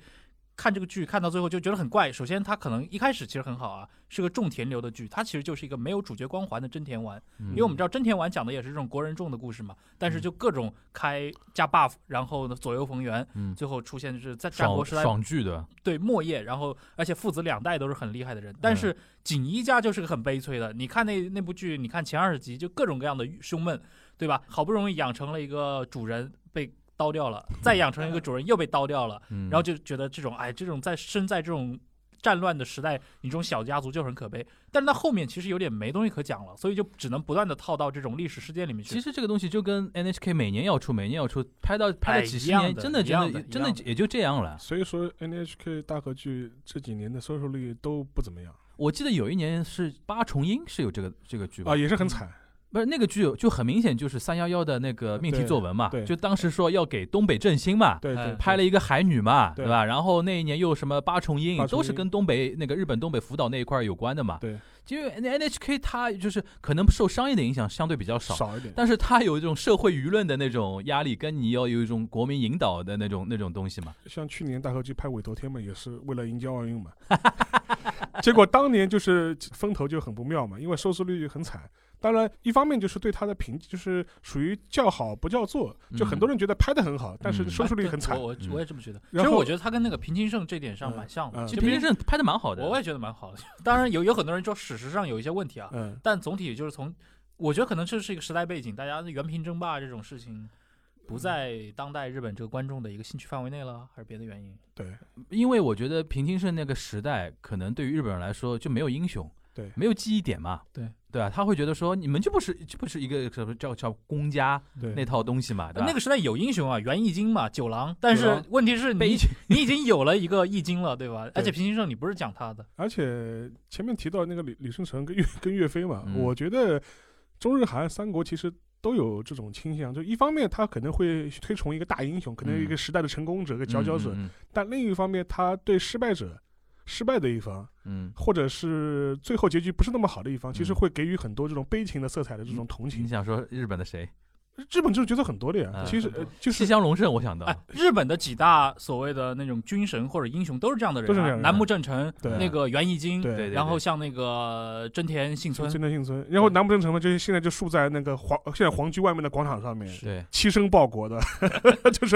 Speaker 5: 看这个剧看到最后就觉得很怪。首先，他可能一开始其实很好啊，是个种田流的剧，它其实就是一个没有主角光环的真田丸，
Speaker 4: 嗯
Speaker 5: 因为我们知道真田丸讲的也是这种国人众的故事嘛，但是就各种开加 buff，然后呢左右逢源，
Speaker 4: 嗯
Speaker 5: 最后出现就是在战国
Speaker 4: 爽
Speaker 5: 时代
Speaker 4: 爽剧对吧？
Speaker 5: 对莫叶，然后而且父子两代都是很厉害的人，
Speaker 2: 嗯
Speaker 5: 但是锦衣家就是个很悲催的。你看那那部剧，你看前二十集就各种各样的胸闷，对吧？好不容易养成了一个主人被刀掉了，再养成一个主人又被刀 掉了，
Speaker 4: 嗯，
Speaker 5: 然后就觉得这种哎，这种在身在这种战乱的时代，你这种小家族就很可悲。但是到后面其实有点没东西可讲了，所以就只能不断的套到这种历史事件里面
Speaker 4: 其
Speaker 5: 去。
Speaker 4: 实这个东西就跟 NHK 每年要出，每年要出，拍到拍
Speaker 5: 哎
Speaker 4: 了几
Speaker 5: 一
Speaker 4: 十
Speaker 5: 样
Speaker 4: 年，
Speaker 5: 的
Speaker 4: 真的
Speaker 5: 一
Speaker 4: 真
Speaker 5: 样
Speaker 4: 的
Speaker 5: 的
Speaker 4: 真
Speaker 5: 一
Speaker 4: 的
Speaker 5: 样的
Speaker 4: 也就这样了。
Speaker 2: 所以说 NHK 大合剧这几年的收视率都不怎么样
Speaker 4: 我记得有一年是八重樱是有这个这个剧吧嗯
Speaker 2: 啊，？也是很惨。
Speaker 4: 不是那个剧就很明显就是三幺幺的那个命题
Speaker 2: 对
Speaker 4: 作文嘛，
Speaker 2: 对
Speaker 4: 就当时说要给东北振兴嘛，
Speaker 2: 对
Speaker 5: 哎
Speaker 2: 对，
Speaker 4: 拍了一个海女嘛，
Speaker 2: 对
Speaker 4: 对吧？然后那一年又什么八重樱
Speaker 2: 八，重樱
Speaker 4: 都是跟东北那个日本东北福岛那一块儿有关的嘛。
Speaker 2: 对，
Speaker 4: 因为 NHK 它就是可能受商业的影响相对比较少。
Speaker 2: 一点。
Speaker 4: 但是它有一种社会舆论的那种压力，跟你要有一种国民引导的那种那种东西嘛。
Speaker 2: 像去年大合剧拍《委头天》嘛，也是为了迎接奥 运嘛。结果当年就是风头就很不妙嘛，因为收视率很惨。当然，一方面就是对它的评，就是属于叫好不叫座，就很多人觉得拍的很好，但是
Speaker 4: 嗯
Speaker 2: 收视率
Speaker 5: 哎对
Speaker 2: 很惨嗯
Speaker 5: 我。我我也这么觉得。其
Speaker 2: 然
Speaker 5: 实
Speaker 2: 后
Speaker 5: 我觉得他跟那个平清盛这点上
Speaker 2: 嗯
Speaker 5: 蛮像的，
Speaker 2: 嗯
Speaker 5: 就
Speaker 4: 这
Speaker 5: 平
Speaker 4: 平行正拍的蛮好的，
Speaker 5: 我也觉得蛮好的。 当然有有很多人说史实上有一些问题啊，
Speaker 2: 嗯，
Speaker 5: 但总体就是从，我觉得可能这是一个时代背景，大家原平争霸这种事
Speaker 2: 嗯
Speaker 5: 情不在当代日本这个观众的一个兴趣范围内了，还是别的原因？
Speaker 2: 对，
Speaker 4: 因为我觉得平清盛那个时代，可能对于日本人来说就没有英雄，
Speaker 2: 对
Speaker 4: 没有记忆点嘛，
Speaker 5: 对，
Speaker 4: 对啊，他会觉得说你们就不是就不是一个什么叫叫公家
Speaker 2: 对
Speaker 4: 那套东西嘛，对吧？
Speaker 5: 那个时代有英雄啊，袁义经嘛，九郎，但
Speaker 4: 九
Speaker 5: 是
Speaker 4: 郎
Speaker 5: 问题是
Speaker 4: 被
Speaker 5: 你你已经有 了一个义经了，对吧？而且平行胜你不是讲他的，
Speaker 2: 而且前面提到那个李李舜臣跟岳跟岳飞嘛，
Speaker 4: 嗯
Speaker 2: 我觉得中日韩三国其实。都有这种倾向，就一方面他可能会推崇一个大英雄，可能一个时代的成功者、一个佼佼者，
Speaker 4: 嗯
Speaker 2: 但另一方面他对失败者、失败的一方，
Speaker 4: 嗯，嗯
Speaker 2: 或者是最后结局不是那么好的一方，其实
Speaker 4: 嗯
Speaker 2: 会给予很多这种悲情的色彩的这种同
Speaker 4: 嗯你
Speaker 2: 情。
Speaker 4: 想说日本的谁？
Speaker 2: 日本这种角色很多的呀，
Speaker 4: 嗯
Speaker 2: 其实
Speaker 5: 很多
Speaker 2: 呃就
Speaker 4: 西
Speaker 2: 是
Speaker 4: 乡隆盛，我想到
Speaker 2: 啊
Speaker 5: 哎，日本的几大所谓的那种军神或者英雄都是这样的人、啊，
Speaker 2: 都是这样的人
Speaker 5: 楠木正成、
Speaker 2: 对
Speaker 5: 那个袁义经，
Speaker 4: 对
Speaker 2: 对。
Speaker 5: 然后像那个真田幸村，
Speaker 2: 真田幸村，然后南部真城嘛，就是现在就竖在那个皇现在皇居外面的广场上面，
Speaker 4: 对，
Speaker 2: 牺牲报国的， 就是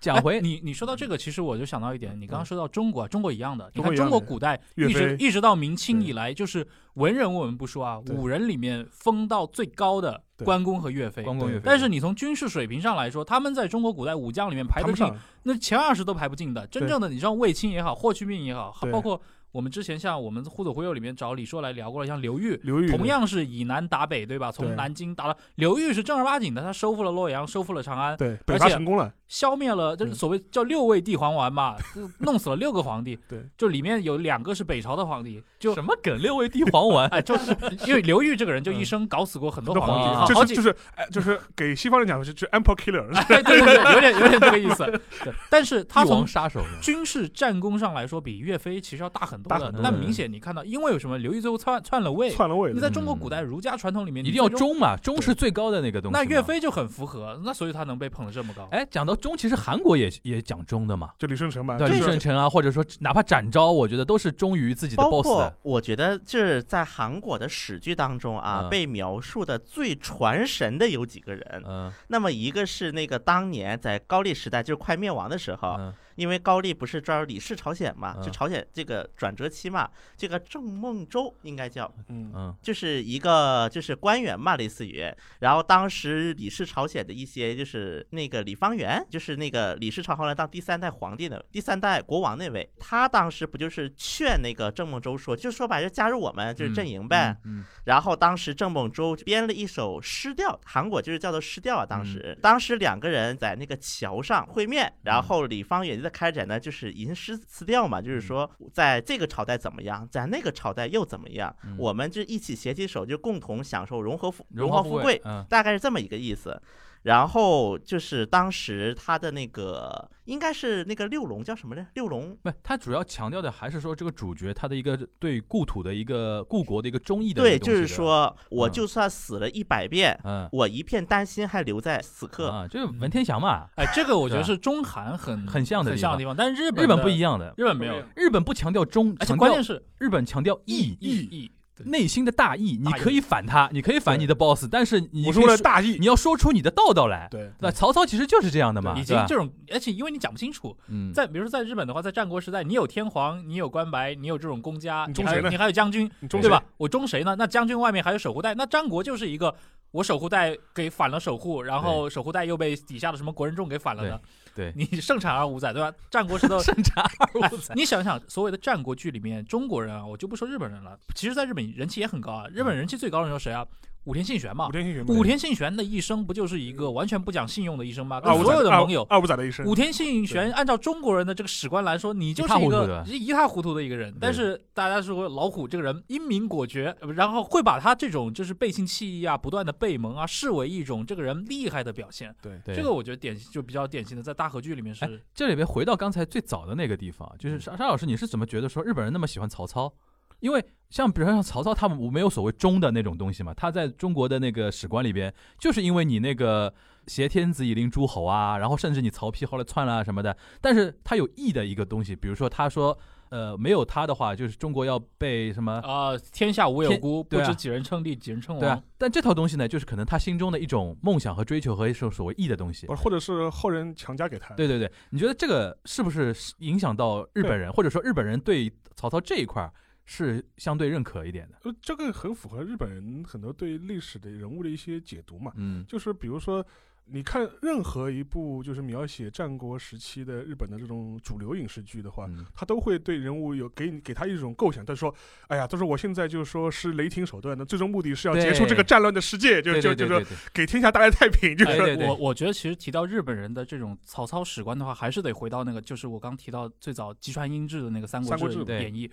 Speaker 4: 讲回
Speaker 5: 哎你，你说到这个，其实我就想到一点，你刚刚说到中国啊，中国一样的，
Speaker 2: 嗯
Speaker 5: 你
Speaker 2: 中国
Speaker 5: 看
Speaker 2: 一
Speaker 5: 中
Speaker 2: 样的
Speaker 5: 国古代
Speaker 2: 岳
Speaker 5: 一直
Speaker 2: 飞
Speaker 5: 一直到明清
Speaker 2: 对
Speaker 5: 以来，就是文人我们不说啊，
Speaker 2: 对
Speaker 5: 武人里面封到最高的
Speaker 2: 对
Speaker 5: 关公和岳飞。
Speaker 4: 关公岳飞，
Speaker 5: 但是你从军事水平上来说，他们在中国古代武将里面排
Speaker 2: 谈
Speaker 5: 得
Speaker 2: 不
Speaker 5: 进，
Speaker 2: 上。
Speaker 5: 那前二十都排不进的。真正的，你像卫青也好，霍去病也好，
Speaker 2: 对
Speaker 5: 包括我们之前像我们《忽左忽右》里面找李硕来聊过了，像刘裕，
Speaker 2: 刘裕
Speaker 5: 同样是以南打北，对吧？
Speaker 2: 对
Speaker 5: 从南京打了，刘裕是正儿八经的，他收复了洛阳，收复了长安，
Speaker 2: 对北
Speaker 5: 而
Speaker 2: 伐
Speaker 5: 且
Speaker 2: 成功了，
Speaker 5: 消灭了，就是
Speaker 2: 嗯
Speaker 5: 所谓叫六位地黄 丸嘛，就弄死了六个皇帝。
Speaker 2: 对，
Speaker 5: 就里面有两个是北朝的 皇帝，就，
Speaker 4: 什么梗？六味地黄丸
Speaker 5: 哎，就是因为刘裕这个人就一生搞死过很多
Speaker 2: 那
Speaker 5: 皇
Speaker 4: 嗯皇
Speaker 5: 帝，
Speaker 4: 帝
Speaker 5: 好
Speaker 2: 就
Speaker 5: 好
Speaker 2: 是
Speaker 5: 几 哎
Speaker 2: 就是哎就是给西方人讲就是就是 emperor killer，
Speaker 5: 对对对，对有点 有点这个意思。对，但是 他
Speaker 4: 帝
Speaker 5: 从
Speaker 4: 王杀手呢
Speaker 5: 军事战功上来说，比岳飞其实要大很多
Speaker 2: 大
Speaker 5: 的
Speaker 2: 很。
Speaker 4: 多
Speaker 5: 但
Speaker 4: 嗯
Speaker 5: 明显你看到，因为有什么刘裕最后篡篡了位，
Speaker 2: 篡了位
Speaker 5: 你
Speaker 2: 了，
Speaker 5: 在中国古代儒家传统里面，
Speaker 4: 嗯一
Speaker 5: 哎你
Speaker 4: 定要
Speaker 5: 最终。
Speaker 4: 忠嘛，忠是最高的那个东西嘛。
Speaker 5: 那岳飞就很符合，那所以他能被捧得这么高。
Speaker 4: 哎，讲到忠，其实韩国也也讲忠的嘛，
Speaker 2: 就李舜臣嘛，
Speaker 4: 对
Speaker 2: 就
Speaker 4: 李
Speaker 2: 是
Speaker 4: 舜臣啊，或者说哪怕展昭，我觉得都是忠于自己的
Speaker 3: 包
Speaker 4: boss
Speaker 3: 括
Speaker 4: 的。
Speaker 3: 我觉得这在韩国的史剧当中啊，
Speaker 4: 嗯
Speaker 3: 被描述的最传神的有几个人。
Speaker 4: 嗯
Speaker 3: 那么一个是那个当年在高丽时代，就是快灭亡的时
Speaker 5: 啊
Speaker 3: 候，
Speaker 4: 嗯
Speaker 3: 因为高丽不是抓李氏朝鲜嘛，就
Speaker 4: 嗯
Speaker 3: 朝鲜这个转折期嘛，这个郑孟周应该叫
Speaker 2: 嗯
Speaker 4: 嗯
Speaker 3: 就是一个就是官员嘛，类似于，然后当时李氏朝鲜的一些就是那个李方元，就是那个李氏朝后来当第三代皇帝的第三代国王那位，他当时不就是劝那个郑孟周说，就说白了加入我们就是阵营
Speaker 5: 哎
Speaker 3: 呗。
Speaker 4: 嗯，
Speaker 3: 然后当时郑孟周编了一首诗调，韩国就是叫做诗调啊。
Speaker 4: 嗯
Speaker 3: 当时、当时两个人在那个桥上会面，然后李方远就在开展呢就是吟诗词调
Speaker 4: 嗯
Speaker 3: 嘛，就是说在这个朝代怎么样，在那个朝代又怎么样，
Speaker 4: 嗯
Speaker 3: 我们就一起携起手，就共同享受荣华富
Speaker 4: 荣
Speaker 3: 华
Speaker 4: 华
Speaker 3: 富
Speaker 4: 富
Speaker 3: 贵，
Speaker 4: 嗯
Speaker 3: 大概是这么一个意思。然后就是当时他的那个应该是那个六龙叫什么呢？六龙
Speaker 4: 不，他主要强调的还是说这个主角他的一个对故土的一个故国的一个忠义的
Speaker 3: 对，
Speaker 4: 一个东
Speaker 3: 就
Speaker 4: 西
Speaker 3: 是，说我
Speaker 4: 嗯
Speaker 3: 就算死了一百遍
Speaker 4: 对，吧
Speaker 3: 我一片丹心还留在此
Speaker 4: 嗯
Speaker 3: 刻。
Speaker 4: 啊，就是文天祥嘛，
Speaker 5: 哎，这个我觉得
Speaker 4: 对啊
Speaker 5: 是中韩很
Speaker 4: 很像的
Speaker 5: 很
Speaker 4: 地
Speaker 5: 像的
Speaker 4: 方
Speaker 5: 地方，但是日本
Speaker 4: 日本不一
Speaker 5: 样，
Speaker 4: 样的，
Speaker 5: 日嗯本没有，
Speaker 4: 日本不强调忠，
Speaker 5: 而且
Speaker 4: 强
Speaker 5: 关
Speaker 4: 调
Speaker 5: 键是
Speaker 4: 日本强调义
Speaker 5: 义义，对
Speaker 4: 内心的大义，你
Speaker 5: 大义
Speaker 4: 可以反他，你可以反你的 boss，但是你
Speaker 2: 我
Speaker 4: 可以
Speaker 2: 说了大义，
Speaker 4: 你要说出你的道道来。
Speaker 2: 对
Speaker 4: 那曹操其实就是这样的嘛，
Speaker 5: 已
Speaker 4: 对
Speaker 5: 经
Speaker 4: 吧？
Speaker 5: 这种，而且因为你讲不清楚，
Speaker 4: 嗯，
Speaker 5: 在比如说在日本的话，在战国时代，你有天皇，你有关白，你有这种公家，
Speaker 2: 你
Speaker 5: 你
Speaker 2: 忠
Speaker 5: 还
Speaker 2: 谁
Speaker 5: 有
Speaker 2: 呢
Speaker 5: 你还有将军，
Speaker 2: 你忠
Speaker 5: 对
Speaker 2: 谁
Speaker 5: 吧？？我忠谁呢？那将军外面还有守护带，那战国就是一个我守护带给反了守护，然后守护带又被底下的什么国人众给反了呢？
Speaker 4: 对对。
Speaker 5: 你盛产二五仔对吧？战国时候
Speaker 4: 甚至
Speaker 5: 哎你想想，所谓的战国剧里面，中国人啊，我就不说日本人了，其实，在日本人气也很高啊。日本人气最高的时候谁啊？武田信玄嘛
Speaker 2: 武。天信玄
Speaker 5: 武田信玄的一生不就是一个完全不讲信用的一生吗？跟
Speaker 4: 啊
Speaker 2: 二五啊
Speaker 5: 所
Speaker 2: 仔
Speaker 5: 有的
Speaker 2: 二
Speaker 5: 盟友，
Speaker 2: 二五仔的一生
Speaker 5: 武，田信玄按照中国人的这个史观来说，你就
Speaker 4: 一塌
Speaker 5: 是一
Speaker 4: 糊涂
Speaker 5: 个
Speaker 4: 的
Speaker 5: 一塌糊涂的一个人。但是大家说老虎这个人英明果决，呃然后会把他这种就是背信弃义啊、不断的背盟啊，视为一种这个人厉害的表现。
Speaker 2: 对
Speaker 4: 对
Speaker 5: 这个我觉得典型就比较典型的，在大和剧里面
Speaker 4: 哎
Speaker 5: 是，
Speaker 4: 这里边回到刚才最早的那个地方，啊就是沙沙老师，你是怎么觉得说日本人那么喜欢曹操？因为像比如说像曹操，他们没有所谓忠的那种东西嘛，他在中国的那个史观里边，就是因为你那个挟天子以令诸侯啊，然后甚至你曹丕后来篡了啊什么的，但是他有义的一个东西，比如说他说，呃，没有他的话，就是中国要被什么
Speaker 5: 啊，天下无有
Speaker 4: 天
Speaker 5: 孤，不
Speaker 4: 对啊
Speaker 5: 知几人称帝，几人称
Speaker 4: 对啊
Speaker 5: 王。，
Speaker 4: 但这套东西呢，就是可能他心中的一种梦想和追求和一种所谓义的东西。
Speaker 2: 或者是后人强加给他，
Speaker 4: 对对对，你觉得这个是不是影响到日本人，或者说日本人对曹操这一块儿是相对认可一点的？
Speaker 2: 呃，这个很符合日本人很多对历史的人物的一些解读嘛。
Speaker 4: 嗯
Speaker 2: 就是比如说，你看任何一部就是描写战国时期的日本的这种主流影视剧的话，
Speaker 4: 嗯
Speaker 2: 他都会对人物有给你给他一种构想，他说：“哎呀，他说我现在就是说是雷霆手段的，最终目的是要结束这个
Speaker 4: 对
Speaker 2: 战乱的世界，就
Speaker 4: 嗯对
Speaker 2: 就
Speaker 4: 对
Speaker 2: 就
Speaker 4: 对
Speaker 2: 说
Speaker 4: 对对，
Speaker 2: 给天下带来太平。” 就是
Speaker 4: 哎
Speaker 2: 说
Speaker 4: 对对
Speaker 5: 我我觉得其实提到日本人的这种曹操史观的话，还是得回到那个，就是我刚提到最早吉川英治的那个《三
Speaker 2: 三
Speaker 5: 国
Speaker 2: 国
Speaker 5: 志
Speaker 2: 志》
Speaker 4: 对
Speaker 5: 演绎，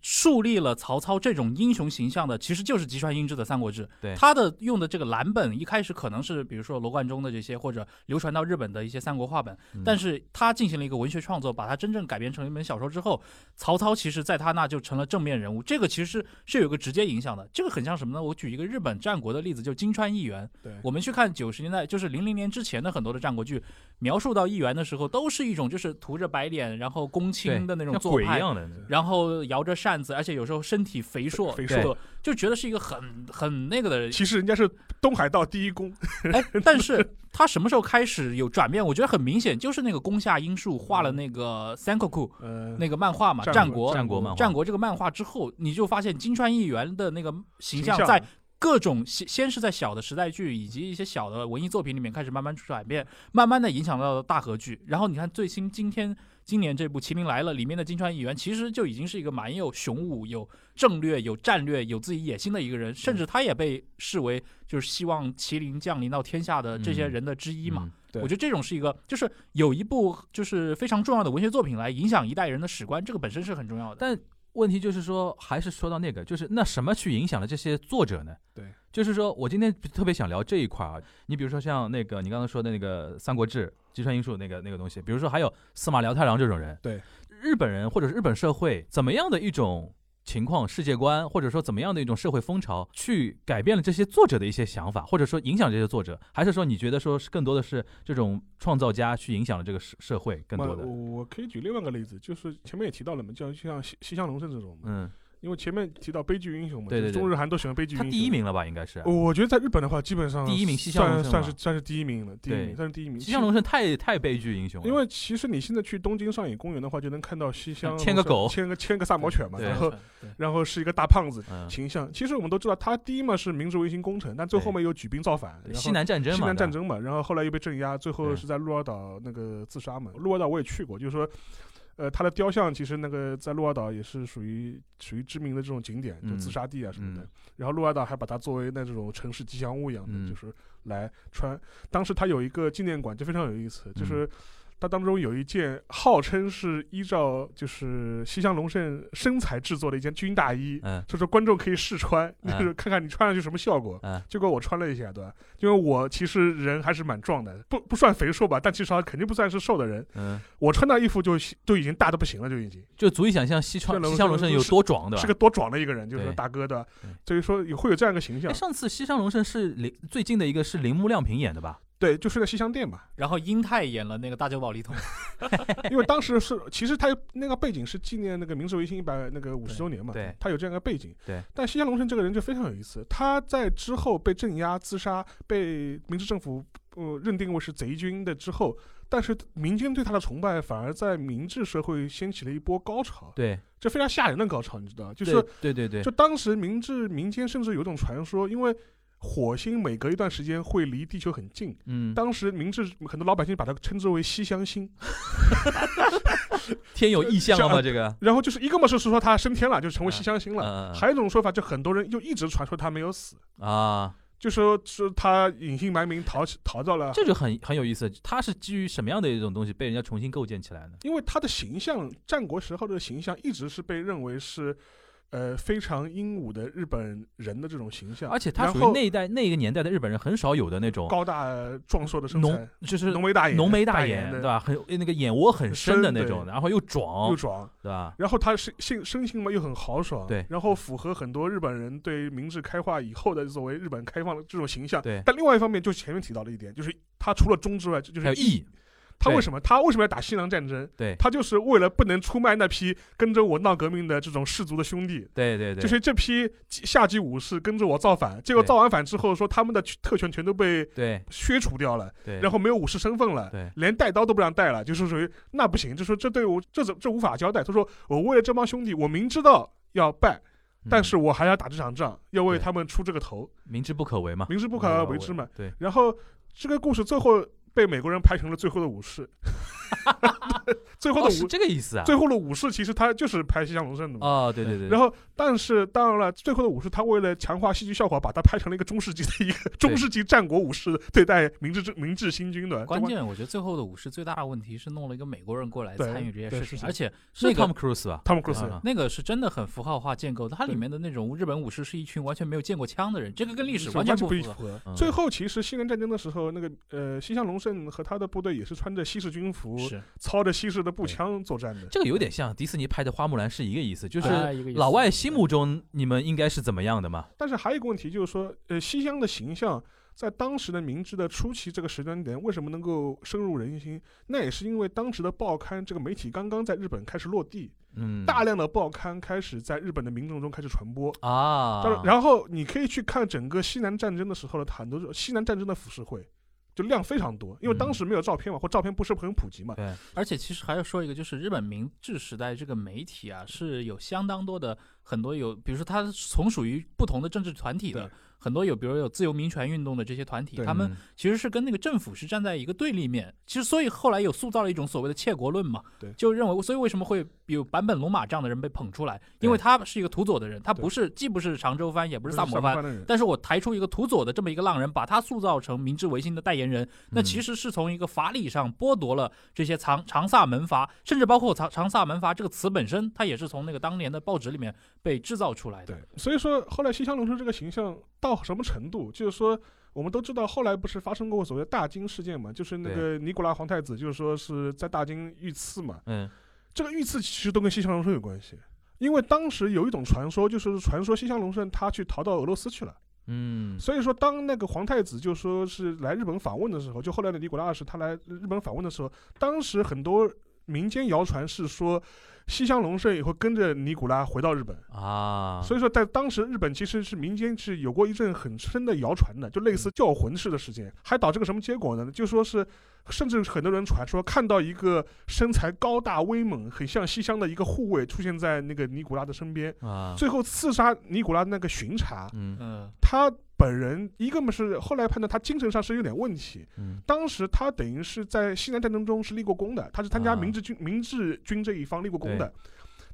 Speaker 5: 树立了曹操这种英雄形象的，其实就是吉川英治的《三国志》。
Speaker 4: 对
Speaker 5: 他的用的这个蓝本，一开始可能是比如说罗贯中的这些，或者流传到日本的一些三国话本，
Speaker 4: 嗯
Speaker 5: 但是他进行了一个文学创作，把它真正改编成一本小说之后，曹操其实在他那就成了正面人物，这个其实是有一个直接影响的。这个很像什么呢？我举一个日本战国的例子，就金川议员。
Speaker 2: 对
Speaker 5: 我们去看九十年代，就是零零年之前的很多的战国剧，描述到议员的时候，都是一种就是涂着白脸，然后公
Speaker 4: 对
Speaker 5: 卿的那种
Speaker 4: 像
Speaker 5: 做
Speaker 4: 鬼一
Speaker 5: 派。
Speaker 4: 样的那种，
Speaker 5: 然后摇着扇子，而且有时候身体肥硕，
Speaker 2: 肥
Speaker 4: 硕
Speaker 5: 对，就觉得是一个很很那个的人。
Speaker 2: 其实人家是东海道第一公，
Speaker 5: 哎，但是他什么时候开始有转变？我觉得很明显，就是那个宫下英树画了那个《Senkoku》
Speaker 2: 呃，
Speaker 5: 那个漫画嘛，
Speaker 2: 战
Speaker 5: 国
Speaker 2: 国
Speaker 4: 战国漫画
Speaker 5: 战国这个漫画之后，你就发现金川议员的那个形象
Speaker 2: 形象
Speaker 5: 在各种先先是在小的时代剧以及一些小的文艺作品里面开始慢慢转变，慢慢的影响到了大河剧。然后你看最新今天今年这部《麒麟来了》里面的金川议员，其实就已经是一个蛮有雄武、有战略、有战略、有自己野心的一个人，甚至他也被视为就是希望麒麟降临到天下的这些人的之一嘛。
Speaker 4: 嗯
Speaker 2: 对
Speaker 5: 我觉得这种是一个，就是有一部就是非常重要的文学作品来影响一代人的史观，这个本身是很重要的。
Speaker 4: 但问题就是说，还是说到那个，就是那什么去影响了这些作者呢？
Speaker 2: 对，
Speaker 4: 就是说我今天特别想聊这一块啊。你比如说像那个你刚才说的那个《三国志》吉川英树那个那个东西，比如说还有司马辽太郎这种人，
Speaker 2: 对，
Speaker 4: 日本人或者是日本社会怎么样的一种情况、世界观，或者说怎么样的一种社会风潮，去改变了这些作者的一些想法，或者说影响这些作者，还是说你觉得说是更多的是这种创造家去影响了这个社社会更多
Speaker 2: 那
Speaker 4: 的
Speaker 2: 我？我可以举另外一个例子，就是前面也提到了嘛，就像西西乡隆盛这种嘛，
Speaker 4: 嗯，
Speaker 2: 因为前面提到悲剧英雄嘛，
Speaker 4: 对对
Speaker 2: 就
Speaker 4: 对
Speaker 2: 是中日韩都喜欢悲剧英
Speaker 4: 他
Speaker 2: 雄。
Speaker 4: 第一，名了吧？应该是。
Speaker 2: 我觉得在日本的话，基本上
Speaker 4: 第一名西乡隆
Speaker 2: 算算
Speaker 4: 盛嘛
Speaker 2: 是算是第一名了，第一
Speaker 4: 对
Speaker 2: 名算是第一名。
Speaker 4: 吉祥龙胜太太悲剧英雄了，
Speaker 2: 因为其实你现在去东京上野公园的话，就能看到西乡
Speaker 4: 嗯牵个
Speaker 2: 隆盛
Speaker 4: 狗
Speaker 2: 牵个牵个萨摩犬嘛，
Speaker 4: 对
Speaker 2: 然后
Speaker 5: 对
Speaker 2: 然后是一个大胖子
Speaker 4: 嗯，
Speaker 2: 形象。其实我们都知道，他第一嘛是明治维新工程，但最后面又举兵造反，然后
Speaker 4: 西南战争嘛，
Speaker 2: 西南
Speaker 4: 对
Speaker 2: 战
Speaker 4: 吧，
Speaker 2: 争嘛，然后后来又被镇压，最后
Speaker 4: 对
Speaker 2: 是在鹿儿岛那个自杀嘛。鹿儿岛我也去过，就是说，呃，他的雕像其实那个在鹿儿岛也是属于属于知名的这种景点，就
Speaker 4: 嗯
Speaker 2: 自杀地啊什么的。
Speaker 4: 嗯
Speaker 2: 然后鹿儿岛还把它作为那种城市吉祥物一样的，
Speaker 4: 嗯
Speaker 2: 就是来穿。当时他有一个纪念馆，就非常有意
Speaker 4: 嗯
Speaker 2: 思，就是。它当中有一件号称是依照就是西乡隆盛身材制作的一件军大衣，
Speaker 4: 嗯
Speaker 2: 就说观众可以试穿，就
Speaker 4: 嗯
Speaker 2: 是看看你穿上去什么效果。
Speaker 4: 嗯
Speaker 2: 结果我穿了一下，对吧？因为我其实人还是蛮壮的，不不算肥瘦吧，但其实肯定不算是瘦的人。
Speaker 4: 嗯，
Speaker 2: 我穿到衣服就都已经大的不行了，就已经
Speaker 4: 就足以想象西川
Speaker 2: 这龙
Speaker 4: 西乡隆盛有多壮，对
Speaker 2: 是
Speaker 4: 吧
Speaker 2: 个？多壮的一个人，就是说
Speaker 4: 对
Speaker 2: 大哥的
Speaker 4: 对，
Speaker 2: 所以说也会有这样一个形象
Speaker 4: 哎，。上次西乡隆盛是铃最近的一个是铃木亮平演的吧？
Speaker 2: 对，就是在西厢店嘛，
Speaker 5: 然后英泰演了那个大久保利通，
Speaker 2: 因为当时是其实他那个背景是纪念那个明治维新一百那个五十周年嘛，
Speaker 4: 对
Speaker 2: 他有这样一个背景。
Speaker 4: 对，
Speaker 2: 但西乡隆盛这个人就非常有意思，他在之后被镇压、自杀，被明治政府呃认定为是贼军的之后，但是民间对他的崇拜反而在明治社会掀起了一波高潮，
Speaker 4: 对，
Speaker 2: 这非常吓人的高潮，你知道？就
Speaker 4: 就是对对对
Speaker 2: 就，当时明治民间甚至有一种传说，因为火星每隔一段时间会离地球很近，
Speaker 4: 嗯，
Speaker 2: 当时明治很多老百姓把它称之为西乡星。
Speaker 4: 天有异象了吗？
Speaker 2: 像
Speaker 4: 这个，
Speaker 2: 然后就是一个嘛是说他升天了，就成为西乡星了；
Speaker 4: 嗯
Speaker 2: 还有一种说法，就很多人就一直传说他没有死，
Speaker 4: 啊，
Speaker 2: 就说说他隐姓埋名逃逃到了，
Speaker 4: 这就很很有意思，它是基于什么样的一种东西被人家重新构建起来呢？
Speaker 2: 因为他的形象，战国时候的形象一直是被认为是，呃非常英武的日本人的这种形象，
Speaker 4: 而且它
Speaker 2: 啊然
Speaker 4: 属
Speaker 2: 后
Speaker 4: 于那一代那个年代的日本人很少有的那种
Speaker 2: 高大壮硕的身
Speaker 4: 浓
Speaker 2: 材，，
Speaker 4: 就是
Speaker 2: 浓眉大眼，
Speaker 4: 浓眉大
Speaker 2: 眼
Speaker 4: 眼，
Speaker 2: 的
Speaker 4: 对吧？很哦那个眼窝很深的那
Speaker 2: 深
Speaker 4: 种，
Speaker 2: 对
Speaker 4: 然后又
Speaker 2: 又
Speaker 4: 壮，
Speaker 2: 壮，
Speaker 4: 对吧？
Speaker 2: 然后他是性生性嘛又很豪爽，
Speaker 4: 对
Speaker 2: 然后符合很多日本人对明治开化以后的所谓日本开放的这种形象。
Speaker 4: 对
Speaker 2: 但另外一方面，就前面提到的一点，就是他除了忠之外，就就
Speaker 4: 还有
Speaker 2: 是
Speaker 4: 义，
Speaker 2: 他
Speaker 4: 对
Speaker 2: 为什么他为什么要打西南战争？
Speaker 4: 对
Speaker 2: 他就是为了不能出卖那批跟着我闹革命的这种氏族的兄弟。
Speaker 4: 对对对，
Speaker 2: 就是这批下级武士跟着我造反，结果
Speaker 4: 对
Speaker 2: 造完反之后，说他们的特权全都被
Speaker 4: 对
Speaker 2: 削除掉了，
Speaker 4: 对，
Speaker 2: 然后没有武士身份了，
Speaker 4: 对
Speaker 2: 连带刀都不让带了，就是属于那不行，就说这对我这怎这无法交代。他说我为了这帮兄弟，我明知道要败，但
Speaker 4: 嗯
Speaker 2: 是我还要打这场仗，要为
Speaker 4: 对啊
Speaker 2: 他们出这个头，
Speaker 4: 明知不可为嘛，
Speaker 2: 明知不可而为之嘛。
Speaker 4: 对，
Speaker 2: 然后这个故事最后被美国人拍成了《最后的武士》， 最后的
Speaker 4: 哦，
Speaker 2: 武、
Speaker 4: 是这个意思啊。
Speaker 2: 最后的武士其实他就是拍《西乡隆盛》的嘛。
Speaker 4: 哦，对对对，
Speaker 2: 然
Speaker 4: 后
Speaker 2: 后，但是当然了，最后的武士他为了强化戏剧效果，把它拍成了一个中世纪的一个中世纪战国武士对待明治明治新军的
Speaker 5: 关键我觉得最后的武士最大的问题是弄了一个美国人过来
Speaker 2: 对
Speaker 5: 参与这些
Speaker 2: 对
Speaker 5: 事
Speaker 2: 是
Speaker 5: 情，
Speaker 2: 的
Speaker 5: 而且
Speaker 4: 是
Speaker 5: 那个
Speaker 4: Tom Cruise 吧？
Speaker 2: 汤姆克鲁斯
Speaker 4: 啊
Speaker 5: 那个是真的很符号化建构的，它里
Speaker 2: 对
Speaker 5: 面的那种日本武士是一群完全没有见过枪的人，这个跟历史
Speaker 2: 是
Speaker 5: 完
Speaker 2: 全
Speaker 5: 全不
Speaker 2: 一符
Speaker 5: 符合。
Speaker 2: 合。
Speaker 4: 嗯
Speaker 2: 最后，其实西南战争的时候，那个呃，西乡隆盛和他的部队也是穿着西式军服，
Speaker 5: 是，
Speaker 2: 操着西式的步枪作战的。
Speaker 4: 这个有点像迪士尼拍的《花木兰》是一个意思，就是
Speaker 5: 哎一个意思
Speaker 4: 老外心目中你们应该是怎么样的嘛？
Speaker 2: 但是还有一个问题就是说，呃，西乡的形象在当时的明治的初期这个时间点，为什么能够深入人心？那也是因为当时的报刊这个媒体刚刚在日本开始落地，
Speaker 4: 嗯，
Speaker 2: 大量的报刊开始在日本的民众中开始传播。
Speaker 4: 啊，
Speaker 2: 当然，然后你可以去看整个西南战争的时候的很多西南战争的浮世绘，就量非常多，因为当时
Speaker 5: 嗯
Speaker 2: 没有照片嘛，或照片不是很普及嘛。
Speaker 4: 对，
Speaker 5: 而且其实还要说一个，就是日本明治时代这个媒体啊，是有相当多的很多有，比如说它从属于不同的政治团体的
Speaker 2: 对，
Speaker 5: 很多有比如有自由民权运动的这些团体，
Speaker 2: 对
Speaker 5: 他们
Speaker 4: 嗯
Speaker 5: 其实是跟那个政府是站在一个对立面。其实所以后来有塑造了一种所谓的窃国论嘛，
Speaker 2: 对
Speaker 5: 就认为所以为什么会有坂本龙马这样的人被捧出来，
Speaker 4: 对
Speaker 5: 因为他是一个土佐的人，他
Speaker 2: 对
Speaker 5: 不是既不是常州藩，也不
Speaker 2: 不
Speaker 5: 是萨摩藩。
Speaker 2: 藩的人，
Speaker 5: 但是我抬出一个土佐的这么一个浪人，把他塑造成明治维新的代言人，那
Speaker 2: 嗯
Speaker 5: 其实是从一个法理上剥夺了这些长长萨门阀，甚至包括长长萨门阀这个词本身，它也是从那个当年的报纸里面被制造出来的。
Speaker 2: 对，所以说后来西乡隆盛这个形象到什么程度，就是说我们都知道，后来不是发生过所谓的大金事件嘛，就是那个尼古拉皇太子，就是说是在大金遇刺嘛，
Speaker 4: 嗯
Speaker 2: 这个遇刺其实都跟西乡隆盛有关系。因为当时有一种传说，就是传说西乡隆盛他去逃到俄罗斯去了，
Speaker 4: 嗯
Speaker 2: 所以说当那个皇太子就说是来日本访问的时候，就后来的尼古拉二世他来日本访问的时候，当时很多民间谣传是说西乡隆盛也会跟着尼古拉回到日本，
Speaker 4: 啊，
Speaker 2: 所以说，在当时日本其实是民间是有过一阵很深的谣传的，就类似叫魂式的事件，还导致个什么结果呢？就说是，甚至很多人传说看到一个身材高大威猛、很像西乡的一个护卫出现在那个尼古拉的身边，
Speaker 4: 啊，
Speaker 2: 最后刺杀尼古拉那个巡查，
Speaker 4: 嗯
Speaker 5: 嗯，
Speaker 2: 他本人一个嘛是后来判断他精神上是有点问题，
Speaker 4: 嗯
Speaker 2: 当时他等于是在西南战争中是立过功的，他是参加
Speaker 4: 啊
Speaker 2: 明治军、明治军这一方立过功的。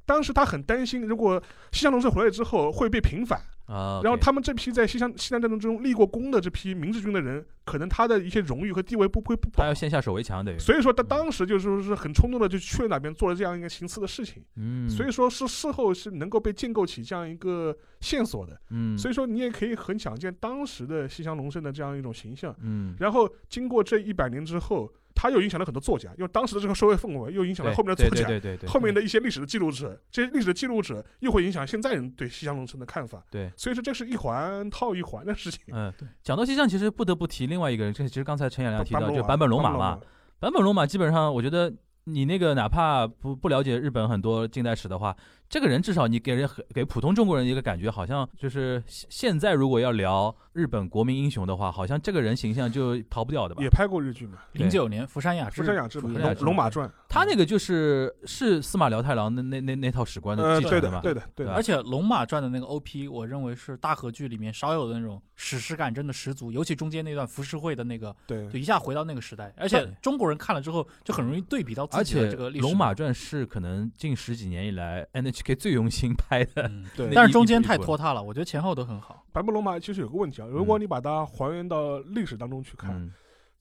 Speaker 2: 当时他很担心，如果西乡隆盛回来之后会被平反，
Speaker 4: 啊，
Speaker 2: 然后
Speaker 4: OK
Speaker 2: 他们这批在西乡西南战争中立过功的这批明治军的人，可能他的一些荣誉和地位不会不
Speaker 4: 他
Speaker 2: 保
Speaker 4: 要。先下手为强，等于，
Speaker 2: 所以说他当时就是说是很冲动的就去了那边做了这样一个行刺的事情，
Speaker 4: 嗯，
Speaker 2: 所以说是事后是能够被建构起这样一个线索的。
Speaker 4: 嗯，
Speaker 2: 所
Speaker 4: 以
Speaker 2: 以说你也可以很想见当时的西乡隆盛的这样一种形象。
Speaker 4: 嗯，
Speaker 2: 然后经过这一百年之后，他又影响了很多作家，因为当时的这个社会氛围又影响了
Speaker 4: 对
Speaker 2: 后面的
Speaker 4: 对
Speaker 2: 作家，
Speaker 4: 对对对对，嗯
Speaker 2: 后面的一些历史的记录者，这些历史的记录者又会影响现在人对西乡隆盛的看法。
Speaker 4: 对
Speaker 2: 所以说这是一环套一环的事情。
Speaker 4: 嗯，讲到西乡，其实不得不提另外一个人，这其实 刚才陈远良提到，就
Speaker 2: 版
Speaker 4: 坂本龙马嘛
Speaker 2: 嘛，，
Speaker 4: 坂本龙马基本上，我觉得你那个哪怕不不了解日本很多近代史的话，这个人至少你给人很给普通中国人一个感觉，好像就是现现在如果要聊日本国民英雄的话，好像这个人形象就逃不掉的吧
Speaker 2: 也。拍过日剧嘛，
Speaker 5: 零九年福山雅治，
Speaker 2: 福山雅治嘛，《
Speaker 5: 啊福山
Speaker 4: 雅
Speaker 2: 龙
Speaker 4: 治
Speaker 2: 龙马传》
Speaker 4: 他那个就是是司马辽太郎那那那那套史官
Speaker 2: 呃，
Speaker 4: 的继
Speaker 2: 对
Speaker 4: 承的
Speaker 2: 的，
Speaker 4: 嘛，
Speaker 2: 对的，对
Speaker 4: 对
Speaker 2: 的
Speaker 4: 吧。
Speaker 5: 而且《龙马传》的那个 OP，我认为是大和剧里面少有的那种史诗感，真的十足。尤其中间那段浮世绘的那个，
Speaker 2: 对
Speaker 5: 就一下回到那个时代。而且
Speaker 4: 对
Speaker 5: 中国人看了之后，就很容易对比到自
Speaker 4: 而
Speaker 5: 己
Speaker 4: 且
Speaker 5: 的
Speaker 4: 《
Speaker 5: 这个历史。
Speaker 4: 龙马传》是可能近十几年以来 NHK 最用心拍的，
Speaker 5: 嗯，
Speaker 2: 对
Speaker 5: 但
Speaker 4: 一
Speaker 5: 是中
Speaker 4: 一
Speaker 5: 间
Speaker 4: 步一
Speaker 5: 太
Speaker 4: 步
Speaker 5: 拖沓了，我觉得前后都很好。
Speaker 2: 坂本龙马其实有个问题啊，如果你把它还原到历史当中去看，
Speaker 4: 嗯，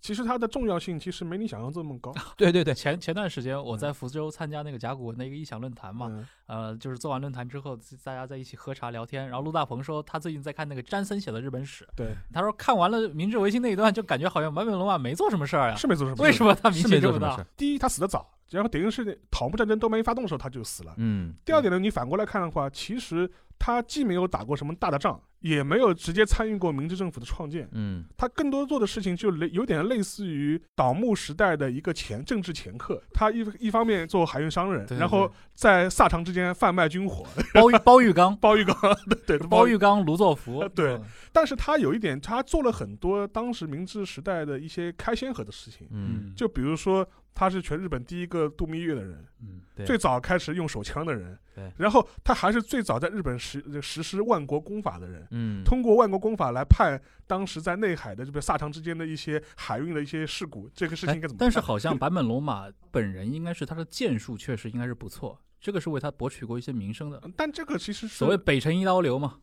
Speaker 2: 其实它的重要性其实没你想象这么高。
Speaker 4: 对对嗯对，
Speaker 5: 前前段时间我在福州参加那个甲骨文的一个臆想论坛嘛，
Speaker 2: 嗯
Speaker 5: 呃，就是做完论坛之后，自大家在一起喝茶聊天，然后陆大鹏说他最近在看那个詹森写的日本史，
Speaker 2: 对，
Speaker 5: 他说看完了明治维新那一段，就感觉好像坂本龙马没做什么事儿呀，
Speaker 2: 是没做什么事。
Speaker 5: 为什么他名
Speaker 4: 嗯是
Speaker 5: 气
Speaker 4: 没
Speaker 5: 这
Speaker 4: 做
Speaker 5: 么
Speaker 4: 什么事
Speaker 5: 大？
Speaker 4: 儿，
Speaker 2: 第一，他死得早，然后等于是讨幕战争都没发动的时候他就死了。
Speaker 4: 嗯，
Speaker 2: 第二点呢，你反过来看的话，其实他既没有打过什么大的仗，也没有直接参与过明治政府的创建，
Speaker 4: 嗯，
Speaker 2: 他更多做的事情就类有点类似于倒幕时代的一个前政治前客。他一一方面做海运商人，
Speaker 5: 对对
Speaker 2: 然后在萨长之间贩卖军火，，
Speaker 5: 包玉包玉刚
Speaker 2: 包玉刚， 对对，
Speaker 5: 包
Speaker 2: 玉。，
Speaker 5: 玉刚、卢作孚
Speaker 2: 对
Speaker 5: 嗯，
Speaker 2: 但是他有一点，他做了很多当时明治时代的一些开先河的事情，
Speaker 4: 嗯，
Speaker 2: 就比如说他是全日本第一个度蜜月的人，
Speaker 5: 嗯
Speaker 4: 对
Speaker 2: 最早开始用手枪的人，
Speaker 4: 对
Speaker 2: 然后他还是最早在日本实呃实施万国公法的人，
Speaker 4: 嗯，
Speaker 2: 通过万国公法来判当时在内海的这个萨长之间的一些海运的一些事故，这个事情应该怎么办？
Speaker 5: 哎但是 好像坂本龙马本人应该是他的剑术确实应该是不错，这个是为他博取过一些名声的。
Speaker 2: 嗯，但这个其实是
Speaker 5: 所谓北辰一刀 流嘛，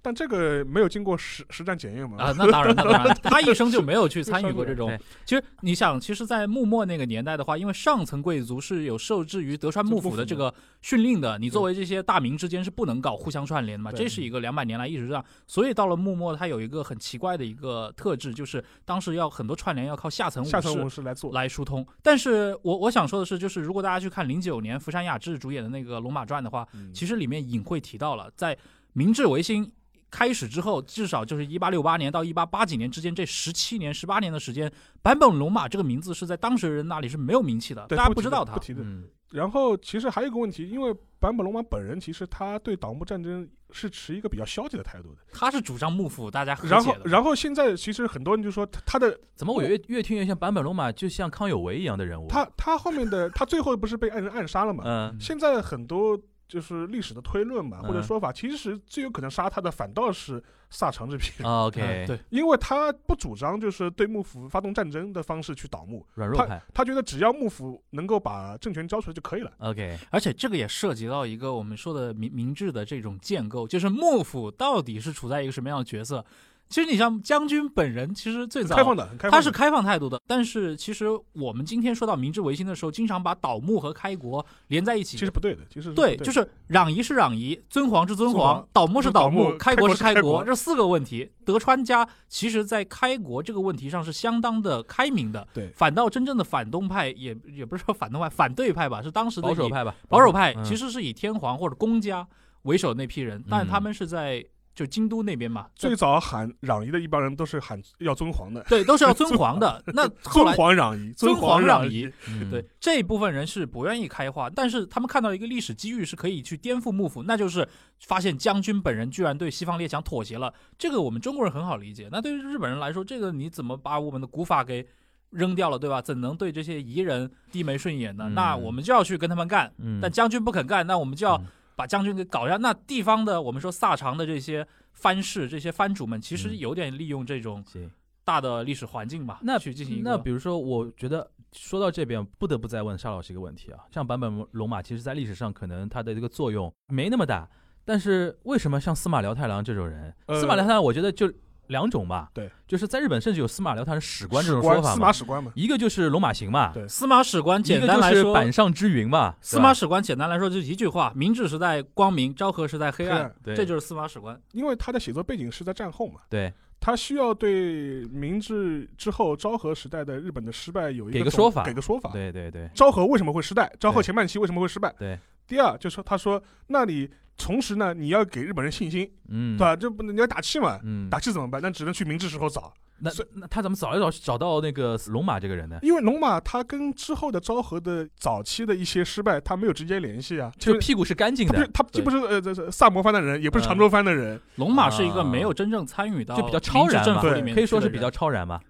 Speaker 2: 但这个没有经过实实战检验嘛？
Speaker 5: 啊，那当然，那当 然，他一生就没有去参与过这种
Speaker 4: 对。
Speaker 5: 其实你想，其实，在幕末那个年代的话，因为上层贵族是有受制于德川幕府的这个训令的，你作为这些大明之间是不能搞互相串联的嘛，
Speaker 2: 对
Speaker 5: 这是一个两百年来一直这样。所以到了幕末，它有一个很奇怪的一个特质，就是当时要很多串联要靠下层武
Speaker 2: 下层
Speaker 5: 士
Speaker 2: 武士来做，
Speaker 5: 来疏通。但是我我想说的是，就是如果大家去看零九年福山雅治主演的那个《龙马传》的话，
Speaker 2: 嗯
Speaker 5: 其实里面隐晦提到了，在明治维新开始之后，至少就是一八六八年到一八八几年之间这十七年、十八年的时间，坂本龙马这个名字是在当时人那里是没有名气的，
Speaker 2: 对
Speaker 5: 大家
Speaker 2: 不
Speaker 5: 不
Speaker 2: 提
Speaker 5: 知
Speaker 2: 的
Speaker 5: 道他
Speaker 2: 不。提的。
Speaker 4: 嗯
Speaker 2: 然后其实还有一个问题，因为坂本龙马本人其实他对倒幕战争是持一个比较消极的态度的。
Speaker 5: 他是主张幕府大家和
Speaker 2: 然
Speaker 5: 解
Speaker 2: 后
Speaker 5: 的，，
Speaker 2: 然后现在其实很多人就说他他的
Speaker 4: 怎么我越越听越像坂本龙马，就像康有为一样的人物？
Speaker 2: 他他后面的他最后不是被爱人暗杀了嘛？
Speaker 4: 嗯
Speaker 2: 现在很多就是历史的推论吧，
Speaker 4: 嗯
Speaker 2: 或者说法，其实最有可能杀他的反倒是萨长这批人，
Speaker 4: 啊
Speaker 5: 嗯
Speaker 4: ，OK，
Speaker 5: 对，
Speaker 2: 因为他不主张就是对幕府发动战争的方式去倒幕，
Speaker 4: 软弱派
Speaker 2: 他觉得只要幕府能够把政权交出来就可以了。
Speaker 4: ，OK，
Speaker 5: 而且这个也涉及到一个我们说的明明治的这种建构，就是幕府到底是处在一个什么样的角色？其实你像将军本人，其实最早
Speaker 2: 开放的，很开放的
Speaker 5: 他是开放态度的，但是其实我们今天说到明治维新的时候，经常把倒幕和开国连在一起。
Speaker 2: 其实不对的，其实是
Speaker 5: 对，
Speaker 2: 不的
Speaker 5: 就是攘夷是攘夷，尊皇是尊
Speaker 2: 尊
Speaker 5: 皇
Speaker 2: 皇，
Speaker 5: 倒幕是倒
Speaker 2: 倒
Speaker 5: 幕
Speaker 2: 幕，
Speaker 5: 开国是
Speaker 2: 开国是开
Speaker 5: 国，
Speaker 2: 国
Speaker 5: 这四个问题，德川家其实在开国这个问题上是相当的开明的。
Speaker 2: 对
Speaker 5: 反倒真正的反动派也也不是说反动派，反对派吧，是当时的
Speaker 4: 保守
Speaker 5: 以
Speaker 4: 派吧，
Speaker 5: 保守派
Speaker 4: 嗯
Speaker 5: 其实是以天皇或者公家为首的那批人，但是他们是在就京都那边嘛，在
Speaker 2: 最早喊攘夷的一帮人都是喊要尊皇的，
Speaker 5: 对都是要尊皇的。那后
Speaker 2: 尊
Speaker 5: 来
Speaker 2: 皇攘夷，
Speaker 5: 尊
Speaker 2: 皇
Speaker 5: 皇攘
Speaker 2: 夷。
Speaker 5: 夷，
Speaker 4: 嗯
Speaker 5: 对，这一部分人是不愿意开化，但是他们看到了一个历史机遇，是可以去颠覆幕府，那就是发现将军本人居然对西方列强妥协了。这个我们中国人很好理解，那对于日本人来说，这个你怎么把我们的古法给扔掉了，对吧？怎能对这些夷人低眉顺眼呢？
Speaker 4: 嗯
Speaker 5: 那我们就要去跟他们干，
Speaker 4: 嗯，
Speaker 5: 但将军不肯干，那我们就要
Speaker 4: 嗯
Speaker 5: 把将军给搞下。那地方的我们说萨长的这些藩士、这些藩主们，其实
Speaker 4: 嗯
Speaker 5: 有点利用这种
Speaker 4: 行。
Speaker 5: 大的历史环境吧，
Speaker 4: 那
Speaker 5: 去进行一
Speaker 4: 那
Speaker 5: 个
Speaker 4: 比如说，我觉得说到这边，不得不再问沙老师一个问题啊，像坂本龙马，其实在历史上可能它的这个作用没那么大，但是为什么像司马辽太郎这种人，
Speaker 2: 呃
Speaker 4: 司马辽太郎我觉得就两种吧，
Speaker 2: 对，
Speaker 4: 就是在日本甚至有司马辽太郎史官这
Speaker 2: 史
Speaker 4: 种说
Speaker 2: 官
Speaker 4: 法
Speaker 2: 司马
Speaker 4: 嘛，
Speaker 2: 史官嘛，
Speaker 4: 一个就是龙马行嘛，
Speaker 2: 对
Speaker 5: 司马史官
Speaker 4: 一
Speaker 5: 简
Speaker 4: 个
Speaker 5: 单
Speaker 4: 就
Speaker 5: 来
Speaker 4: 是
Speaker 5: 说，
Speaker 4: 板上之云嘛，
Speaker 5: 司马史官简单来说就一句话：明治时代光明，昭和时代黑
Speaker 2: 黑
Speaker 5: 暗
Speaker 2: 暗。，
Speaker 4: 对吧
Speaker 5: 这
Speaker 4: 对
Speaker 5: 就是司马史官。
Speaker 2: 因为他的写作背景是在战后嘛，
Speaker 4: 对，
Speaker 2: 他需要对明治之后昭和时代的日本的失败有一
Speaker 4: 给
Speaker 2: 个
Speaker 4: 个
Speaker 2: 总
Speaker 4: 说法
Speaker 2: 给个说法。
Speaker 4: 对对对，
Speaker 2: 昭和为什么会失败？昭和
Speaker 4: 对
Speaker 2: 前半期为什么会失败？
Speaker 4: 对。
Speaker 2: 第二就是说他说，那你同时呢，你要给日本人信心，
Speaker 4: 嗯
Speaker 2: 对，吧？这不能你要打气嘛，
Speaker 4: 嗯，
Speaker 2: 打气怎么办？那只能去明治时候找，
Speaker 4: 那
Speaker 2: 所
Speaker 4: 那他怎么找一找找到那个龙马这个人呢？
Speaker 2: 因为龙马他跟之后的昭和的早期的一些失败，他没有直接联系啊。其
Speaker 4: 就
Speaker 2: 实
Speaker 4: 屁股是干净
Speaker 2: 他不
Speaker 4: 的
Speaker 2: 是，他既不是呃这这萨摩藩的人，也不是
Speaker 4: 嗯
Speaker 2: 长州藩的人，
Speaker 5: 龙马是一个没有真正参与到
Speaker 4: 啊就比较超然
Speaker 5: 明治政
Speaker 4: 嘛
Speaker 5: 府
Speaker 2: 对
Speaker 5: 里面，
Speaker 4: 可以说是比较。超然嘛，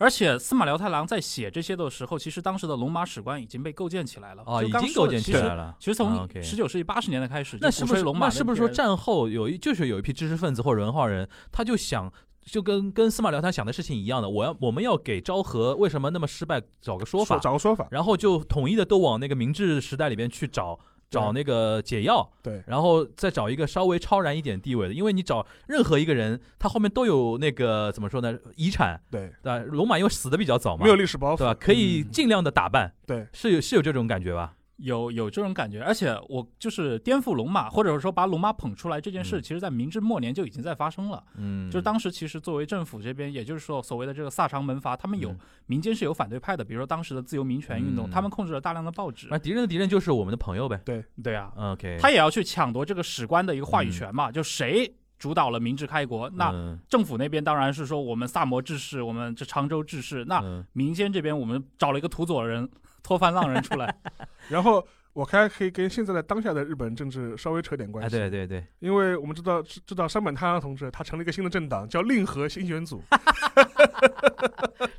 Speaker 5: 而且司马辽太郎在写这些的时候，其实当时的龙马史官已经被构建起来了，
Speaker 4: 哦，
Speaker 5: 就
Speaker 4: 已
Speaker 5: 刚
Speaker 4: 经
Speaker 5: 说
Speaker 4: 构
Speaker 5: 的
Speaker 4: 建
Speaker 5: 其
Speaker 4: 起
Speaker 5: 实
Speaker 4: 来了。
Speaker 5: 其实
Speaker 4: 啊
Speaker 5: 从
Speaker 4: ，OK
Speaker 5: 十九世纪八十年代开始，
Speaker 4: 那
Speaker 5: 就是鼓
Speaker 4: 不
Speaker 5: 吹
Speaker 4: 是
Speaker 5: 龙马
Speaker 4: 那
Speaker 5: 的
Speaker 4: 是不
Speaker 5: 那
Speaker 4: 是说
Speaker 5: 些人
Speaker 4: 战后有一就是有一批知识分子或者文化人，他就想就跟跟司马辽他想的事情一样的，我要我们要给昭和为什么那么失败找个说法，
Speaker 2: 找个说法。
Speaker 4: 然后就统一的都往那个明治时代里边去找。找那个解药，
Speaker 2: 对
Speaker 4: 然后再找一个稍微超然一点地位的，因为你找任何一个人，他后面都有那个怎么说呢，遗产，
Speaker 2: 对，
Speaker 4: 对吧？龙马因为死的比较早嘛，
Speaker 2: 没有历史包
Speaker 4: 对
Speaker 2: 袱
Speaker 4: 吧？。可以
Speaker 5: 嗯
Speaker 4: 尽量的打扮，
Speaker 2: 对，
Speaker 4: 是有是有这种感觉吧？
Speaker 5: 有有这种感觉，而且我就是颠覆龙马，或者说把龙马捧出来这件事，
Speaker 4: 嗯
Speaker 5: 其实在明治末年就已经在发生了。
Speaker 4: 嗯，
Speaker 5: 就是当时其实作为政府这边，也就是说所谓的这个萨长门阀，他们有
Speaker 4: 嗯
Speaker 5: 民间是有反对派的，比如说当时的自由民权运
Speaker 4: 嗯
Speaker 5: 动，
Speaker 4: 哎
Speaker 5: 他们控制了大量的报纸
Speaker 4: 那。敌人的敌人就是我们的朋友呗。
Speaker 5: 对啊，
Speaker 4: OK，
Speaker 5: 他也要去抢夺这个史官的一个话语权嘛，就谁主导了明治开国，那
Speaker 4: 嗯
Speaker 5: 政府那边当然是说我们萨摩治世，我们这常州治世，那
Speaker 4: 嗯
Speaker 5: 民间这边我们找了一个土佐人。脱藩浪人出来，
Speaker 2: 然后我还可以跟现在的当下的日本政治稍微扯点关
Speaker 4: 哎，
Speaker 2: 系，
Speaker 4: 对对对，
Speaker 2: 因为我们知道知知道山本太郎同志他成立一个新的政党叫令和新选 组，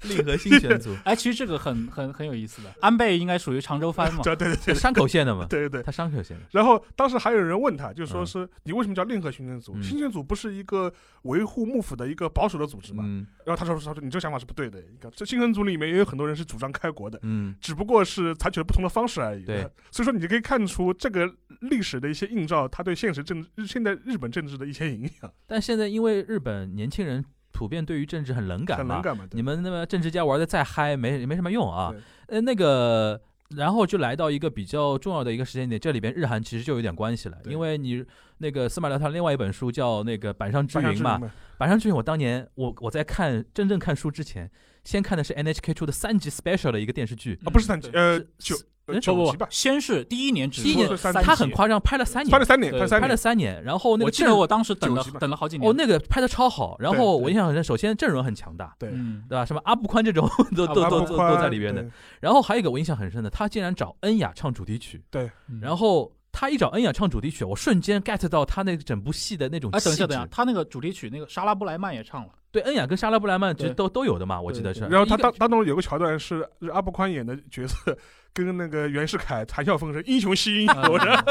Speaker 4: 令和新 选组
Speaker 5: 哎，其实这个很很很有意思的。安倍应该属于常州藩嘛，
Speaker 2: 对对对对
Speaker 4: 山口县的嘛，
Speaker 2: 对对对。
Speaker 4: 他山口县的，
Speaker 2: 然后当时还有人问他，就说
Speaker 4: 嗯
Speaker 2: 是你为什么叫令和新选组？
Speaker 4: 嗯
Speaker 2: 新选组不是一个维护幕府的一个保守的组织嘛？
Speaker 4: 嗯
Speaker 2: 然后他说他说你这个想法是不对的，你看这新选组里面也有很多人是主张开国的。
Speaker 4: 嗯，
Speaker 2: 只不过是采取了不同的方式而已。
Speaker 4: 对，
Speaker 2: 所以说你就可以看出这个历史的一些映照，它对现实政治、现在日本政治的一些影响，
Speaker 4: 但现在因为日本年轻人普遍对于政治很冷感
Speaker 2: 很
Speaker 4: 嘛
Speaker 2: 能，干嘛？对
Speaker 4: 你们那么政治家玩的再嗨没没什么用啊
Speaker 2: 对。
Speaker 4: 呃，那个。然后就来到一个比较重要的一个时间点，这里边日韩其实就有点关系了，
Speaker 2: 对
Speaker 4: 因为你那个司马辽太郎另外一本书叫那个《板上之
Speaker 2: 板上
Speaker 4: 云》
Speaker 2: 之
Speaker 4: 嘛
Speaker 2: 云，嘛，
Speaker 4: 《板上之云》，我当年我我在看真正看书之前，先看的是 NHK 出的三集 special 的一个电视剧，
Speaker 2: 啊，不是三级，
Speaker 5: 对
Speaker 2: 呃
Speaker 4: 是，
Speaker 2: 九
Speaker 4: 是
Speaker 2: 呃
Speaker 4: 哎
Speaker 2: 九级吧，
Speaker 5: 先是第一年只
Speaker 4: 第一
Speaker 5: 出
Speaker 4: 年
Speaker 5: 了三
Speaker 4: 他很
Speaker 5: 集，
Speaker 4: 夸张，拍了三年
Speaker 2: 拍了，三年，
Speaker 5: 对
Speaker 2: 拍了三
Speaker 4: 拍了
Speaker 2: 年，
Speaker 4: 三年，然后那
Speaker 5: 我
Speaker 4: 个
Speaker 5: 记
Speaker 4: 阵
Speaker 5: 得
Speaker 4: 容
Speaker 5: 我当时等了
Speaker 2: 九集吧
Speaker 5: 等了好几年。
Speaker 4: 哦，那个拍的超好，然
Speaker 2: 对
Speaker 4: 后我印象很深。首先阵容很强大，
Speaker 2: 对
Speaker 5: 嗯，
Speaker 4: 对吧？什么阿布宽这种 都都
Speaker 2: 阿
Speaker 4: 都
Speaker 2: 布
Speaker 4: 都
Speaker 2: 宽
Speaker 4: 都在里边的。。然后还有一个我印象很深的，他竟然找恩雅唱主题曲，
Speaker 5: 嗯
Speaker 4: 然后他一找恩雅唱主题曲，我瞬间 get 到他那整部戏的那种
Speaker 5: 哎，等一
Speaker 4: 气质
Speaker 5: 下，等一下，。他那个主题曲那个莎拉布莱曼也唱了，
Speaker 4: 对，恩雅跟莎拉布莱曼其实
Speaker 5: 对
Speaker 4: 都都有的嘛，我记得
Speaker 5: 对
Speaker 4: 是。
Speaker 5: 对
Speaker 2: 然后他
Speaker 4: 一个
Speaker 2: 当当中有个桥段是是阿布宽演的角色跟那个袁世凯谈笑风生，英雄惜英
Speaker 4: 啊
Speaker 2: 雄，
Speaker 5: 啊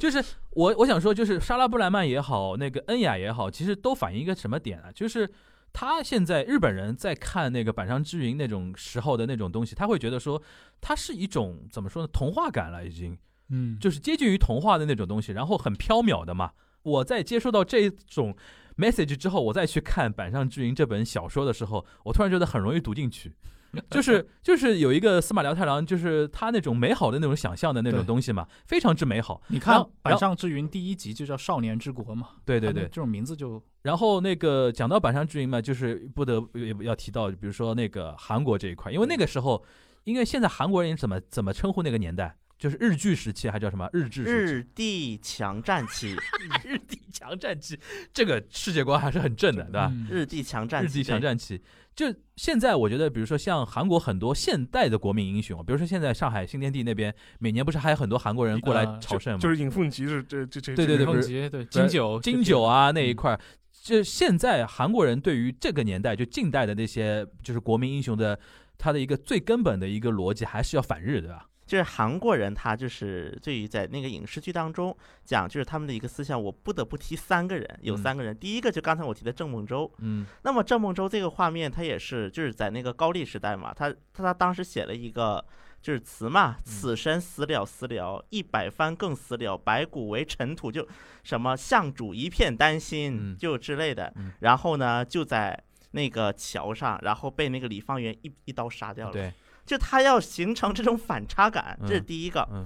Speaker 4: 就是我我想说，就是莎拉布莱曼也好，那个恩雅也好，其实都反映一个什么点啊？就是他现在日本人在看那个板上之云那种时候的那种东西，他会觉得说，它是一种怎么说呢？童话感了，已经
Speaker 5: 嗯，
Speaker 4: 就是接近于童话的那种东西，然后很缥缈的嘛。我在接受到这种 message 之后，我再去看板上之云这本小说的时候，我突然觉得很容易读进去。就是就是有一个司马辽太郎，就是他那种美好的那种想象的那种
Speaker 5: 对
Speaker 4: 东西嘛，非常之美好。
Speaker 5: 你
Speaker 4: 然
Speaker 5: 看
Speaker 4: 后
Speaker 5: 《
Speaker 4: 然
Speaker 5: 板
Speaker 4: 后
Speaker 5: 上之云》第一集就叫《少年之国》嘛，
Speaker 4: 对对
Speaker 5: 他们
Speaker 4: 对，
Speaker 5: 这种名字就
Speaker 4: 然后那个讲到板上之云嘛，就是不得不也要提到，比如说那个韩国这一块，因为那个时候，因为现在韩国人怎么怎么称呼那个年代，就是日据时期还叫什么日治时期，
Speaker 3: 日帝强战 期，
Speaker 4: 日帝强战期，这个世界观还是很正的，对吧？
Speaker 5: 嗯
Speaker 3: 日帝强战
Speaker 4: 日
Speaker 3: 期，
Speaker 4: 帝强
Speaker 3: 对
Speaker 4: 战期，就现在我觉得，比如说像韩国很多现代的国民英雄，啊比如说现在上海新天地那边，每年不是还有很多韩国人过来
Speaker 5: 呃
Speaker 4: 朝圣 吗？
Speaker 2: 就是尹凤吉是这这这
Speaker 4: 对对
Speaker 5: 李
Speaker 4: 对
Speaker 5: 凤
Speaker 4: 不是
Speaker 5: 吉对金九
Speaker 4: 金九啊那
Speaker 2: 嗯
Speaker 4: 一块儿，就现在韩国人对于这个年代就近代的那些就是国民英雄的，他的一个最根本的一个逻辑还是要反日，对吧？
Speaker 3: 就是韩国人，他就是对于在那个影视剧当中讲，就是他们的一个思想，我不得不提三个人，有
Speaker 4: 嗯
Speaker 3: 三个人。第一个就刚才我提的郑孟周，
Speaker 4: 嗯
Speaker 3: 那么郑孟周这个画面，他也是就是在那个高丽时代嘛，他他他当时写了一个就是词嘛，
Speaker 4: 嗯
Speaker 3: 此身死了死了，一百番更死了，白骨为尘土，就什么向主一片丹心
Speaker 4: 嗯，
Speaker 3: 就之类的
Speaker 4: 嗯。
Speaker 3: 然后呢，就在那个桥上，然后被那个李方圆一一刀杀掉了。
Speaker 4: 对，
Speaker 3: 就他要形成这种反差感，这是
Speaker 4: 嗯
Speaker 3: 第一个。
Speaker 4: 嗯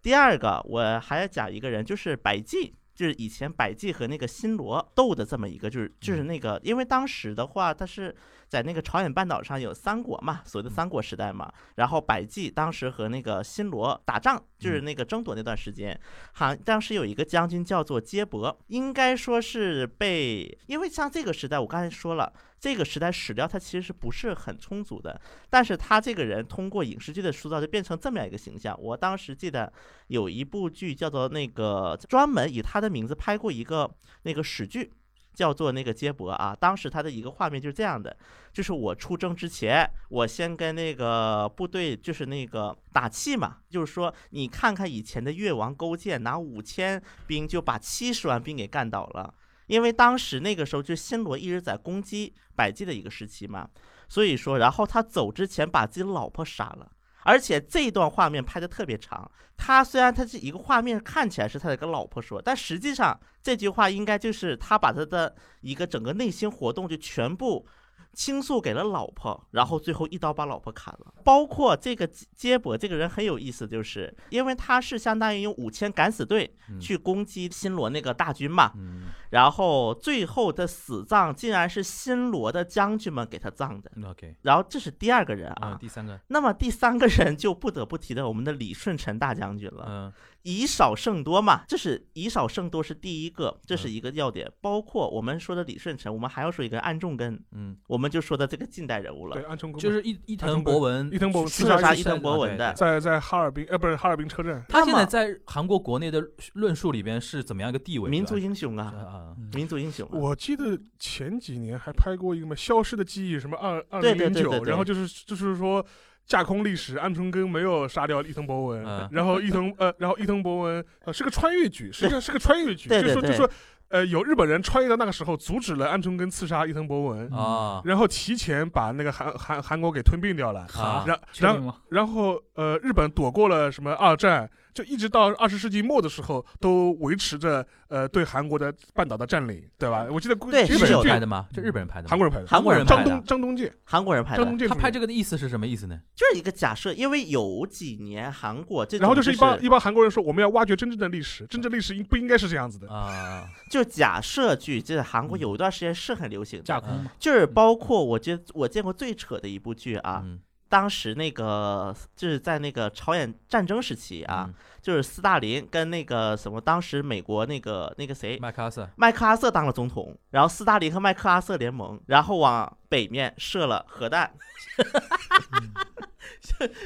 Speaker 3: 第二个，我还要讲一个人，就是百济，就是以前百济和那个新罗斗的这么一个，
Speaker 4: 嗯
Speaker 3: 就是就是那个，因为当时的话，他是在那个朝鲜半岛上有三国嘛，所谓
Speaker 4: 嗯
Speaker 3: 的三国时代嘛。然后百济当时和那个新罗打仗，就是那个争夺那段时间，好，当时有一个将军叫做接伯，应该说是被，因为像这个时代，我刚才说了。这个时代史料它其实是不是很充足的，但是他这个人通过影视剧的塑造，就变成这么样一个形象。我当时记得有一部剧叫做那个，专门以他的名字拍过一个那个史剧，叫做那个接驳啊。当时他的一个画面就是这样的，就是我出征之前，我先跟那个部队就是那个打气嘛，就是说你看看以前的越王勾践拿五千兵就把七十万兵给干倒了。因为当时那个时候，就新罗一直在攻击百济的一个时期嘛，所以说，然后他走之前把自己老婆杀了，而且这段画面拍的特别长。他虽然他这一个画面看起来是他的一个老婆说，但实际上这句话应该就是他把他的一个整个内心活动就全部。倾诉给了老婆，然后最后一刀把老婆砍了。包括这个接接驳这个人很有意思，就是因为他是相当于用五千敢死队
Speaker 4: 嗯
Speaker 3: 去攻击新罗那个大军嘛，
Speaker 4: 嗯，
Speaker 3: 然后最后的死葬竟然是新罗的将军们给他葬的。
Speaker 4: 嗯 OK
Speaker 3: 然后这是第二个人
Speaker 4: 啊，
Speaker 2: 嗯
Speaker 3: 啊，
Speaker 4: 第三个，
Speaker 3: 那么第三个人就不得不提到我们的李舜臣大将军了，
Speaker 4: 嗯
Speaker 3: 以少胜多嘛，这是以少胜多是第一个，这是
Speaker 4: 嗯
Speaker 3: 一个要点。包括我们说的李舜臣，我们还要说一个安重根，
Speaker 4: 嗯，
Speaker 3: 我们就说到这个近代人物了
Speaker 2: 对，，安重工
Speaker 4: 就是伊伊
Speaker 2: 安
Speaker 4: 藤
Speaker 2: 藤
Speaker 4: 博文
Speaker 2: 伊，藤博文
Speaker 3: 刺
Speaker 2: 自杀
Speaker 3: 杀
Speaker 4: 伊
Speaker 3: 伊
Speaker 4: 藤
Speaker 3: 藤博文
Speaker 4: 对
Speaker 3: 的。
Speaker 2: 啊在在哈尔滨，呃，不是哈尔滨车站，
Speaker 4: 他现
Speaker 3: 那
Speaker 4: 在
Speaker 3: 么
Speaker 4: 在韩国国内的论述里边是怎么样一个地位？
Speaker 3: 民族
Speaker 4: 对吧
Speaker 3: 英雄啊，
Speaker 4: 啊，
Speaker 5: 嗯
Speaker 3: 民族英雄、啊。
Speaker 2: 我记得前几年还拍过一个什么《消失的记忆》，什么二二
Speaker 3: 对
Speaker 2: 零零
Speaker 3: 对对对
Speaker 2: 九，
Speaker 3: 对
Speaker 2: 然后就是就是说架空历史，安重根没有杀掉伊藤博文，
Speaker 4: 嗯
Speaker 2: 然后伊藤呃，然后伊藤博文呃是个穿越剧，实际 上是个穿越剧，
Speaker 3: 对
Speaker 2: 就是说
Speaker 3: 对
Speaker 2: 就
Speaker 3: 对
Speaker 2: 说呃有日本人穿越到那个时候，阻止了安重根刺杀伊藤博文，
Speaker 4: 啊啊，
Speaker 2: 然后提前把那个韩韩韩国给吞并掉了。
Speaker 4: 啊
Speaker 2: 然
Speaker 5: 确
Speaker 2: 然
Speaker 5: 定吗？
Speaker 2: 然后呃，日本躲过了什么二战，就一直到二十世纪末的时候，都维持着呃对韩国的半岛的占领，对吧？我记得估
Speaker 3: 对
Speaker 2: 日
Speaker 3: 是
Speaker 4: 日
Speaker 2: 本
Speaker 4: 本
Speaker 3: 有
Speaker 4: 人
Speaker 2: 剧
Speaker 4: 拍的吗？这日本人拍的吗，
Speaker 2: 韩国人拍的，
Speaker 3: 韩国人
Speaker 2: 张
Speaker 3: 拍
Speaker 4: 拍的
Speaker 2: 东张东健，
Speaker 3: 韩国人拍
Speaker 2: 张东
Speaker 3: 的，
Speaker 2: 健
Speaker 4: 他拍这
Speaker 2: 个，
Speaker 4: 个的意思是什么意思呢？
Speaker 3: 就是一个假设，因为有几年韩国这种
Speaker 2: 然后就是
Speaker 3: 是
Speaker 2: 一帮一帮韩国人说，我们要挖掘真正的历史，真正历史应不应该是这样子的？
Speaker 4: 啊，
Speaker 3: 就假设剧，就是韩
Speaker 4: 嗯
Speaker 3: 国有一段时间是很流行
Speaker 5: 架
Speaker 3: 的，
Speaker 5: 空嘛，
Speaker 3: 就是包括我觉得我见过最扯的一部剧啊，
Speaker 4: 嗯
Speaker 3: 当时那个就是在那个朝鲜战争时期啊，，
Speaker 4: 嗯
Speaker 3: 就是斯大林跟那个什么，当时美国那个那个谁
Speaker 4: 嗯麦克阿瑟，
Speaker 3: 麦克阿瑟当了总统，然后斯大林和麦克阿瑟联盟，然后往北面射了核弹，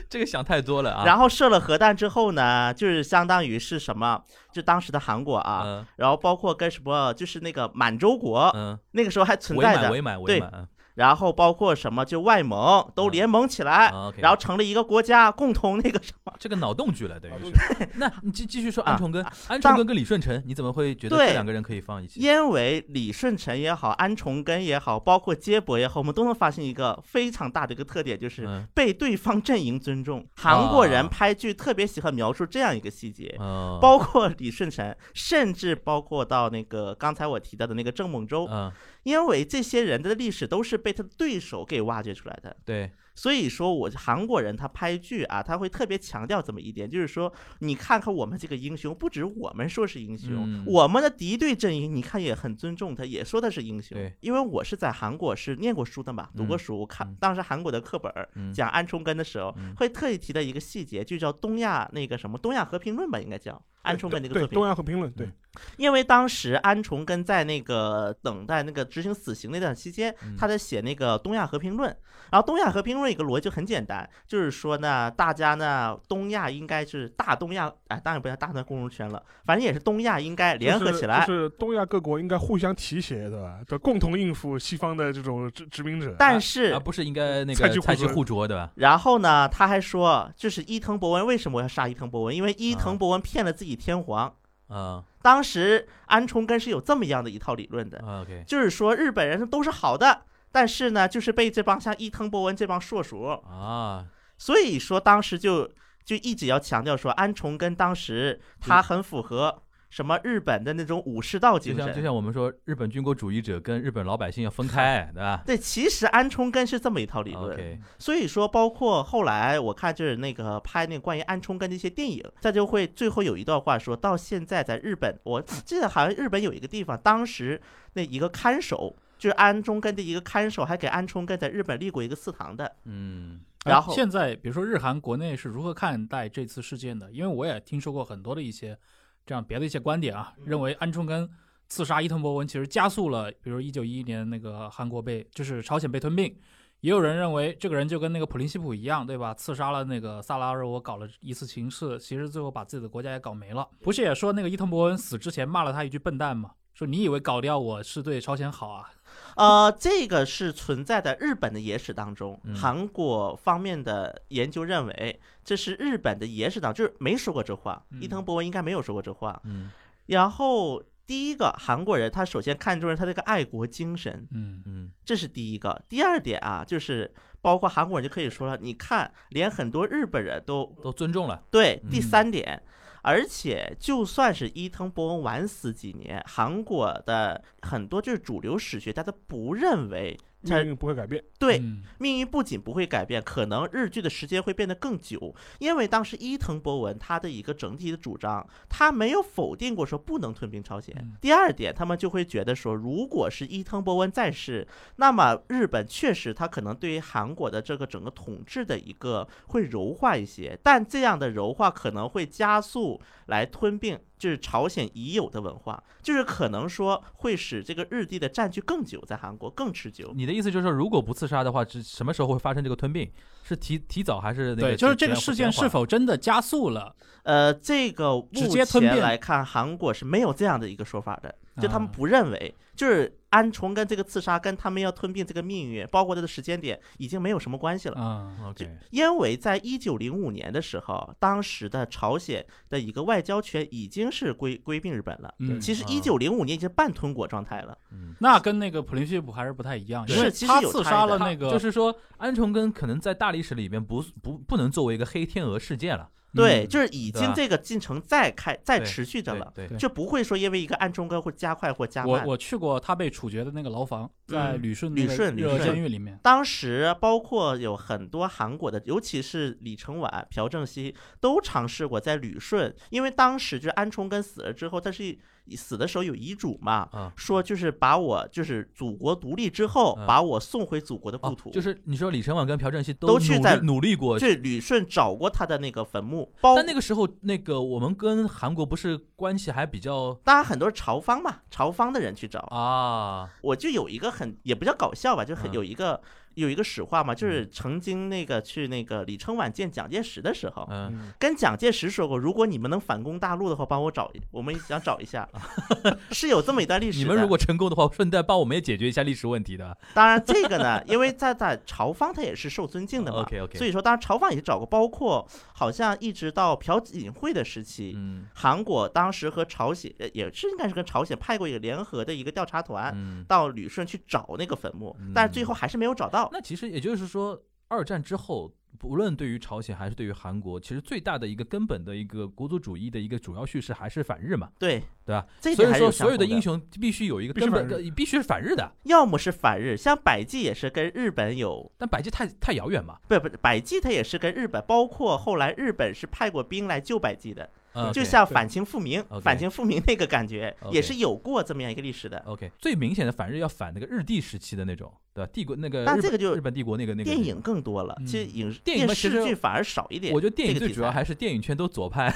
Speaker 4: 这个想太多了啊。
Speaker 3: 然后射了核弹之后呢，就是相当于是什么？就当时的韩国啊，
Speaker 4: 嗯
Speaker 3: 然后包括跟什么，就是那个满洲国，
Speaker 4: 嗯，
Speaker 3: 那个时候还存
Speaker 4: 伪
Speaker 3: 在
Speaker 4: 满
Speaker 3: 的，
Speaker 4: 伪满
Speaker 3: 对
Speaker 4: 伪满
Speaker 3: 然后包括什么，就外蒙都
Speaker 4: 嗯
Speaker 3: 联盟起来，
Speaker 4: 啊，OK。
Speaker 3: 然后成了一个国家，共同那个什 么。
Speaker 4: 这个脑洞剧了，等于
Speaker 2: 脑
Speaker 4: 是。 那你继继续说
Speaker 3: 啊
Speaker 4: 安重根，安重
Speaker 3: 当
Speaker 4: 根跟李舜臣，你怎么会觉得
Speaker 3: 对
Speaker 4: 这两个人可以放一起？
Speaker 3: 因为李舜臣也好，安重根也好，包括接驳也好，我们都能发现一个非常大的一个特点，就是
Speaker 4: 嗯，
Speaker 3: 被对方阵营尊重。韩国
Speaker 4: 啊
Speaker 3: 人拍剧特别喜欢描述这样一个细节，
Speaker 4: 哦
Speaker 3: 包括李舜臣，甚至包括到那个刚才我提到的那个郑孟周，
Speaker 4: 嗯，
Speaker 3: 因为这些人的历史都是被他的对手给挖掘出来的。
Speaker 4: 对，
Speaker 3: 所以说我韩国人他拍剧啊，他会特别强调这么一点，就是说你看看我们这个英雄，不止我们说是英雄，
Speaker 4: 嗯
Speaker 3: 我们的敌对阵营，你看也很尊重他，也说他是英雄
Speaker 4: 对。
Speaker 3: 因为我是在韩国是念过书的嘛，读过
Speaker 4: 嗯
Speaker 3: 书，我看
Speaker 4: 嗯
Speaker 3: 当时韩国的课本儿
Speaker 4: 嗯
Speaker 3: 讲安重根的时候，
Speaker 4: 嗯
Speaker 3: 会特意提到一个细节，就叫东亚那个什么东亚和平论吧，应该叫
Speaker 4: 呃
Speaker 3: 安重根那个
Speaker 2: 对
Speaker 3: 作
Speaker 2: 《东
Speaker 3: 品。嗯
Speaker 2: 亚和平论》对，
Speaker 3: 因为当时安重根在那个等待那个执行死刑那段期间，
Speaker 4: 嗯
Speaker 3: 他在写那个《东亚和平论》，然后《东亚和平论》有一个逻辑很简单，就是说呢，大家呢，东亚应该是大东亚，哎，当然不要大东亚共荣圈了，反正也是东亚应该联合
Speaker 2: 就是
Speaker 3: 起来。
Speaker 2: 就是东亚各国应该互相提携，对吧？对，共同应付西方的这种殖殖民者。
Speaker 3: 但
Speaker 4: 而
Speaker 3: 是，
Speaker 4: 不是应该那
Speaker 2: 菜
Speaker 4: 个
Speaker 2: 鸡互
Speaker 4: 菜鸡
Speaker 2: 啄
Speaker 4: 互啄对吧？
Speaker 3: 然后呢，他还说，就是伊藤博文为什么要杀伊藤博文？因为伊
Speaker 4: 啊
Speaker 3: 藤博文骗了自己天皇。
Speaker 4: 嗯
Speaker 3: 当时安重根是有这么样的一套理论的，
Speaker 4: 啊，OK，
Speaker 3: 就是说日本人都是好的，但是呢，就是被这帮像伊藤博文这帮硕鼠，
Speaker 4: 啊，
Speaker 3: 所以说当时就就一直要强调说安重根当时他很符合什么日本的那种武士道
Speaker 4: 就
Speaker 3: 精
Speaker 4: 像就
Speaker 3: 神。
Speaker 4: 像我们说，日本军国主义者跟日本老百姓要分开，对吧？
Speaker 3: 对，其实安重根是这么一套理论
Speaker 4: 啊 OK，
Speaker 3: 所以说包括后来我看就是那个拍那个关于安重根的一些电影，他就会最后有一段话说到现在在日本，我记得好像日本有一个地方，当时那一个看守就是安重根的一个看守，还给安重根在日本立过一个祠堂的，
Speaker 4: 嗯，
Speaker 5: 哎
Speaker 3: 然后
Speaker 5: 现在比如说日韩国内是如何看待这次事件的？因为我也听说过很多的一些这样别的一些观点啊，认为安重根刺杀伊藤博文其实加速了，比如一九一一年那个韩国被就是朝鲜被吞并。也有人认为这个人就跟那个普林西普一样，对吧？刺杀了那个萨拉热窝，搞了一次情事，其实最后把自己的国家也搞没了。不是也说那个伊藤博文死之前骂了他一句笨蛋吗？说你以为搞掉我是对朝鲜好啊？
Speaker 3: 呃，这个是存在在日本的野史当中
Speaker 4: 嗯，
Speaker 3: 韩国方面的研究认为这是日本的野史当中，就是没说过这话，伊藤
Speaker 5: 嗯
Speaker 3: 博文应该没有说过这话。
Speaker 4: 嗯
Speaker 3: 然后第一个韩国人，他首先看重了他这个爱国精神，
Speaker 5: 嗯
Speaker 4: 嗯
Speaker 3: 这是第一个。第二点啊，就是包括韩国人就可以说了，你看连很多日本人都
Speaker 4: 都尊重了，
Speaker 3: 对。
Speaker 4: 嗯
Speaker 3: 第三点。而且，就算是伊藤博文晚死几年，韩国的很多就是主流史学，大家都不认为他
Speaker 2: 命运不会改变。
Speaker 3: 对
Speaker 5: 嗯
Speaker 3: 命运不仅不会改变，可能日剧的时间会变得更久，因为当时伊藤博文他的一个整体的主张，他没有否定过说不能吞并朝鲜。
Speaker 5: 嗯
Speaker 3: 第二点，他们就会觉得说，如果是伊藤博文在世，那么日本确实他可能对于韩国的这个整个统治的一个会柔化一些，但这样的柔化可能会加速来吞并。就是朝鲜已有的文化，就是可能说会使这个日帝的占据更久，在韩国更持久。
Speaker 4: 你的意思就是说，如果不刺杀的话，是什么时候会发生这个吞并？是提提早还是那个？
Speaker 5: 对，就是这个事件是
Speaker 4: 否？
Speaker 5: 否真的加速了？
Speaker 3: 呃，这个
Speaker 5: 直
Speaker 3: 目
Speaker 5: 接吞
Speaker 3: 前
Speaker 5: 并
Speaker 3: 来看，韩国是没有这样的一个说法的，就他们
Speaker 5: 啊
Speaker 3: 不认为，就是安重跟这个刺杀跟他们要吞并这个命运，包括它的时间点，已经没有什么关系了。
Speaker 5: 啊、
Speaker 3: 就
Speaker 4: OK，
Speaker 3: 因为在一九零五年的时候，当时的朝鲜的一个外交权已经是归归并日本了。
Speaker 5: 嗯，
Speaker 3: 其实
Speaker 4: 啊
Speaker 3: 一九零五年已经半吞国状态了。
Speaker 4: 嗯。
Speaker 5: 那跟那个普林西普还是不太一样，
Speaker 3: 是
Speaker 5: 因为
Speaker 3: 其实
Speaker 5: 他
Speaker 3: 有
Speaker 5: 刺
Speaker 3: 差
Speaker 5: 杀
Speaker 3: 异的
Speaker 5: 了那个，
Speaker 4: 就是说，安重根可能在大历史里面不不不能作为一个黑天鹅事件了，
Speaker 3: 对，
Speaker 5: 嗯
Speaker 3: 就是已
Speaker 4: 对
Speaker 3: 经
Speaker 4: 吧
Speaker 3: 这个进程在开在
Speaker 4: 对
Speaker 3: 持续着
Speaker 4: 对
Speaker 3: 了，
Speaker 4: 对
Speaker 5: 对
Speaker 3: 就不会说因为一个安重跟会加快或加
Speaker 5: 我
Speaker 3: 慢。
Speaker 5: 我去过他被处决的那个牢房，在
Speaker 3: 嗯
Speaker 5: 旅顺
Speaker 3: 旅
Speaker 5: 那个
Speaker 3: 顺旅
Speaker 5: 热
Speaker 3: 顺
Speaker 5: 监狱里面，
Speaker 3: 当时包括有很多韩国的，尤其是李承晚、朴正熙都尝试过在旅顺，因为当时就是安重根死了之后，他是死的时候有遗嘱嘛，
Speaker 4: 啊。
Speaker 3: 说就是把我就是祖国独立之后
Speaker 4: 嗯，
Speaker 3: 把我送回祖国的故
Speaker 4: 哦
Speaker 3: 土，，
Speaker 4: 就是你说李承晚跟朴正熙
Speaker 3: 都去
Speaker 4: 努
Speaker 3: 在
Speaker 4: 力努力过，
Speaker 3: 去旅顺找过他的那个坟墓，包
Speaker 4: 但那个时候那个我们跟韩国不是关系还比较
Speaker 3: 当然很多朝方嘛，朝方的人去找，
Speaker 4: 啊，
Speaker 3: 我就有一个很也不叫搞笑吧，就很
Speaker 4: 嗯
Speaker 3: 有一个有一个史话嘛，就是曾经那个去那个李承晚见蒋介石的时候，
Speaker 4: 嗯，
Speaker 2: 嗯
Speaker 3: 跟蒋介石说过，如果你们能反攻大陆的话，帮我找一，我们想找一下，啊 是有这么一段历史的。
Speaker 4: 你们如果成功的话，顺带帮我们也解决一下历史问题的。
Speaker 3: 当然这个呢，因为在在朝方他也是受尊敬的嘛
Speaker 4: OK，OK
Speaker 3: 所以说当然朝方也是找过，包括好像一直到朴槿惠的时期。
Speaker 4: 嗯
Speaker 3: 韩国当时和朝鲜呃也是应该是跟朝鲜派过一个联合的一个调查团、
Speaker 4: 嗯，
Speaker 3: 到旅顺去找那个坟墓，
Speaker 4: 嗯
Speaker 3: 但是最后还是没有找到。
Speaker 4: 那其实也就是说，二战之后，无论对于朝鲜还是对于韩国，其实最大的一个根本的一个国族主义的一个主要叙事还是反日嘛，
Speaker 3: 对
Speaker 4: 对吧？
Speaker 3: 这一
Speaker 4: 所
Speaker 3: 点
Speaker 4: 以
Speaker 3: 还是
Speaker 4: 说，
Speaker 3: 相
Speaker 4: 所有的
Speaker 3: 同
Speaker 4: 英雄必须有一个
Speaker 2: 必须
Speaker 4: 根本
Speaker 2: 反
Speaker 4: 的，必须是反日的。
Speaker 3: 要么是反日，像百济也是跟日本有，
Speaker 4: 但百济太太遥远嘛，
Speaker 3: 不不，百济它也是跟日本，包括后来日本是派过兵来救百济的，
Speaker 4: 嗯
Speaker 3: 就
Speaker 4: OK
Speaker 3: 像反清复明、
Speaker 4: OK
Speaker 3: 反清复明那个感觉，
Speaker 4: OK
Speaker 3: 也是有过这么样一个历史的。
Speaker 4: OK，最明显的反日要反那个日帝时期的那种，对吧？帝国那呃个日
Speaker 3: 但
Speaker 4: 本
Speaker 3: 这个就
Speaker 4: 日本帝国那个那个
Speaker 3: 电影。更多了，
Speaker 5: 嗯
Speaker 3: 其实影
Speaker 4: 电影嘛其实
Speaker 3: 视剧反而少一点。
Speaker 4: 我觉得电影
Speaker 3: 这个
Speaker 4: 最
Speaker 3: 题
Speaker 4: 主要
Speaker 3: 材嗯
Speaker 4: 还是电影圈都 左派，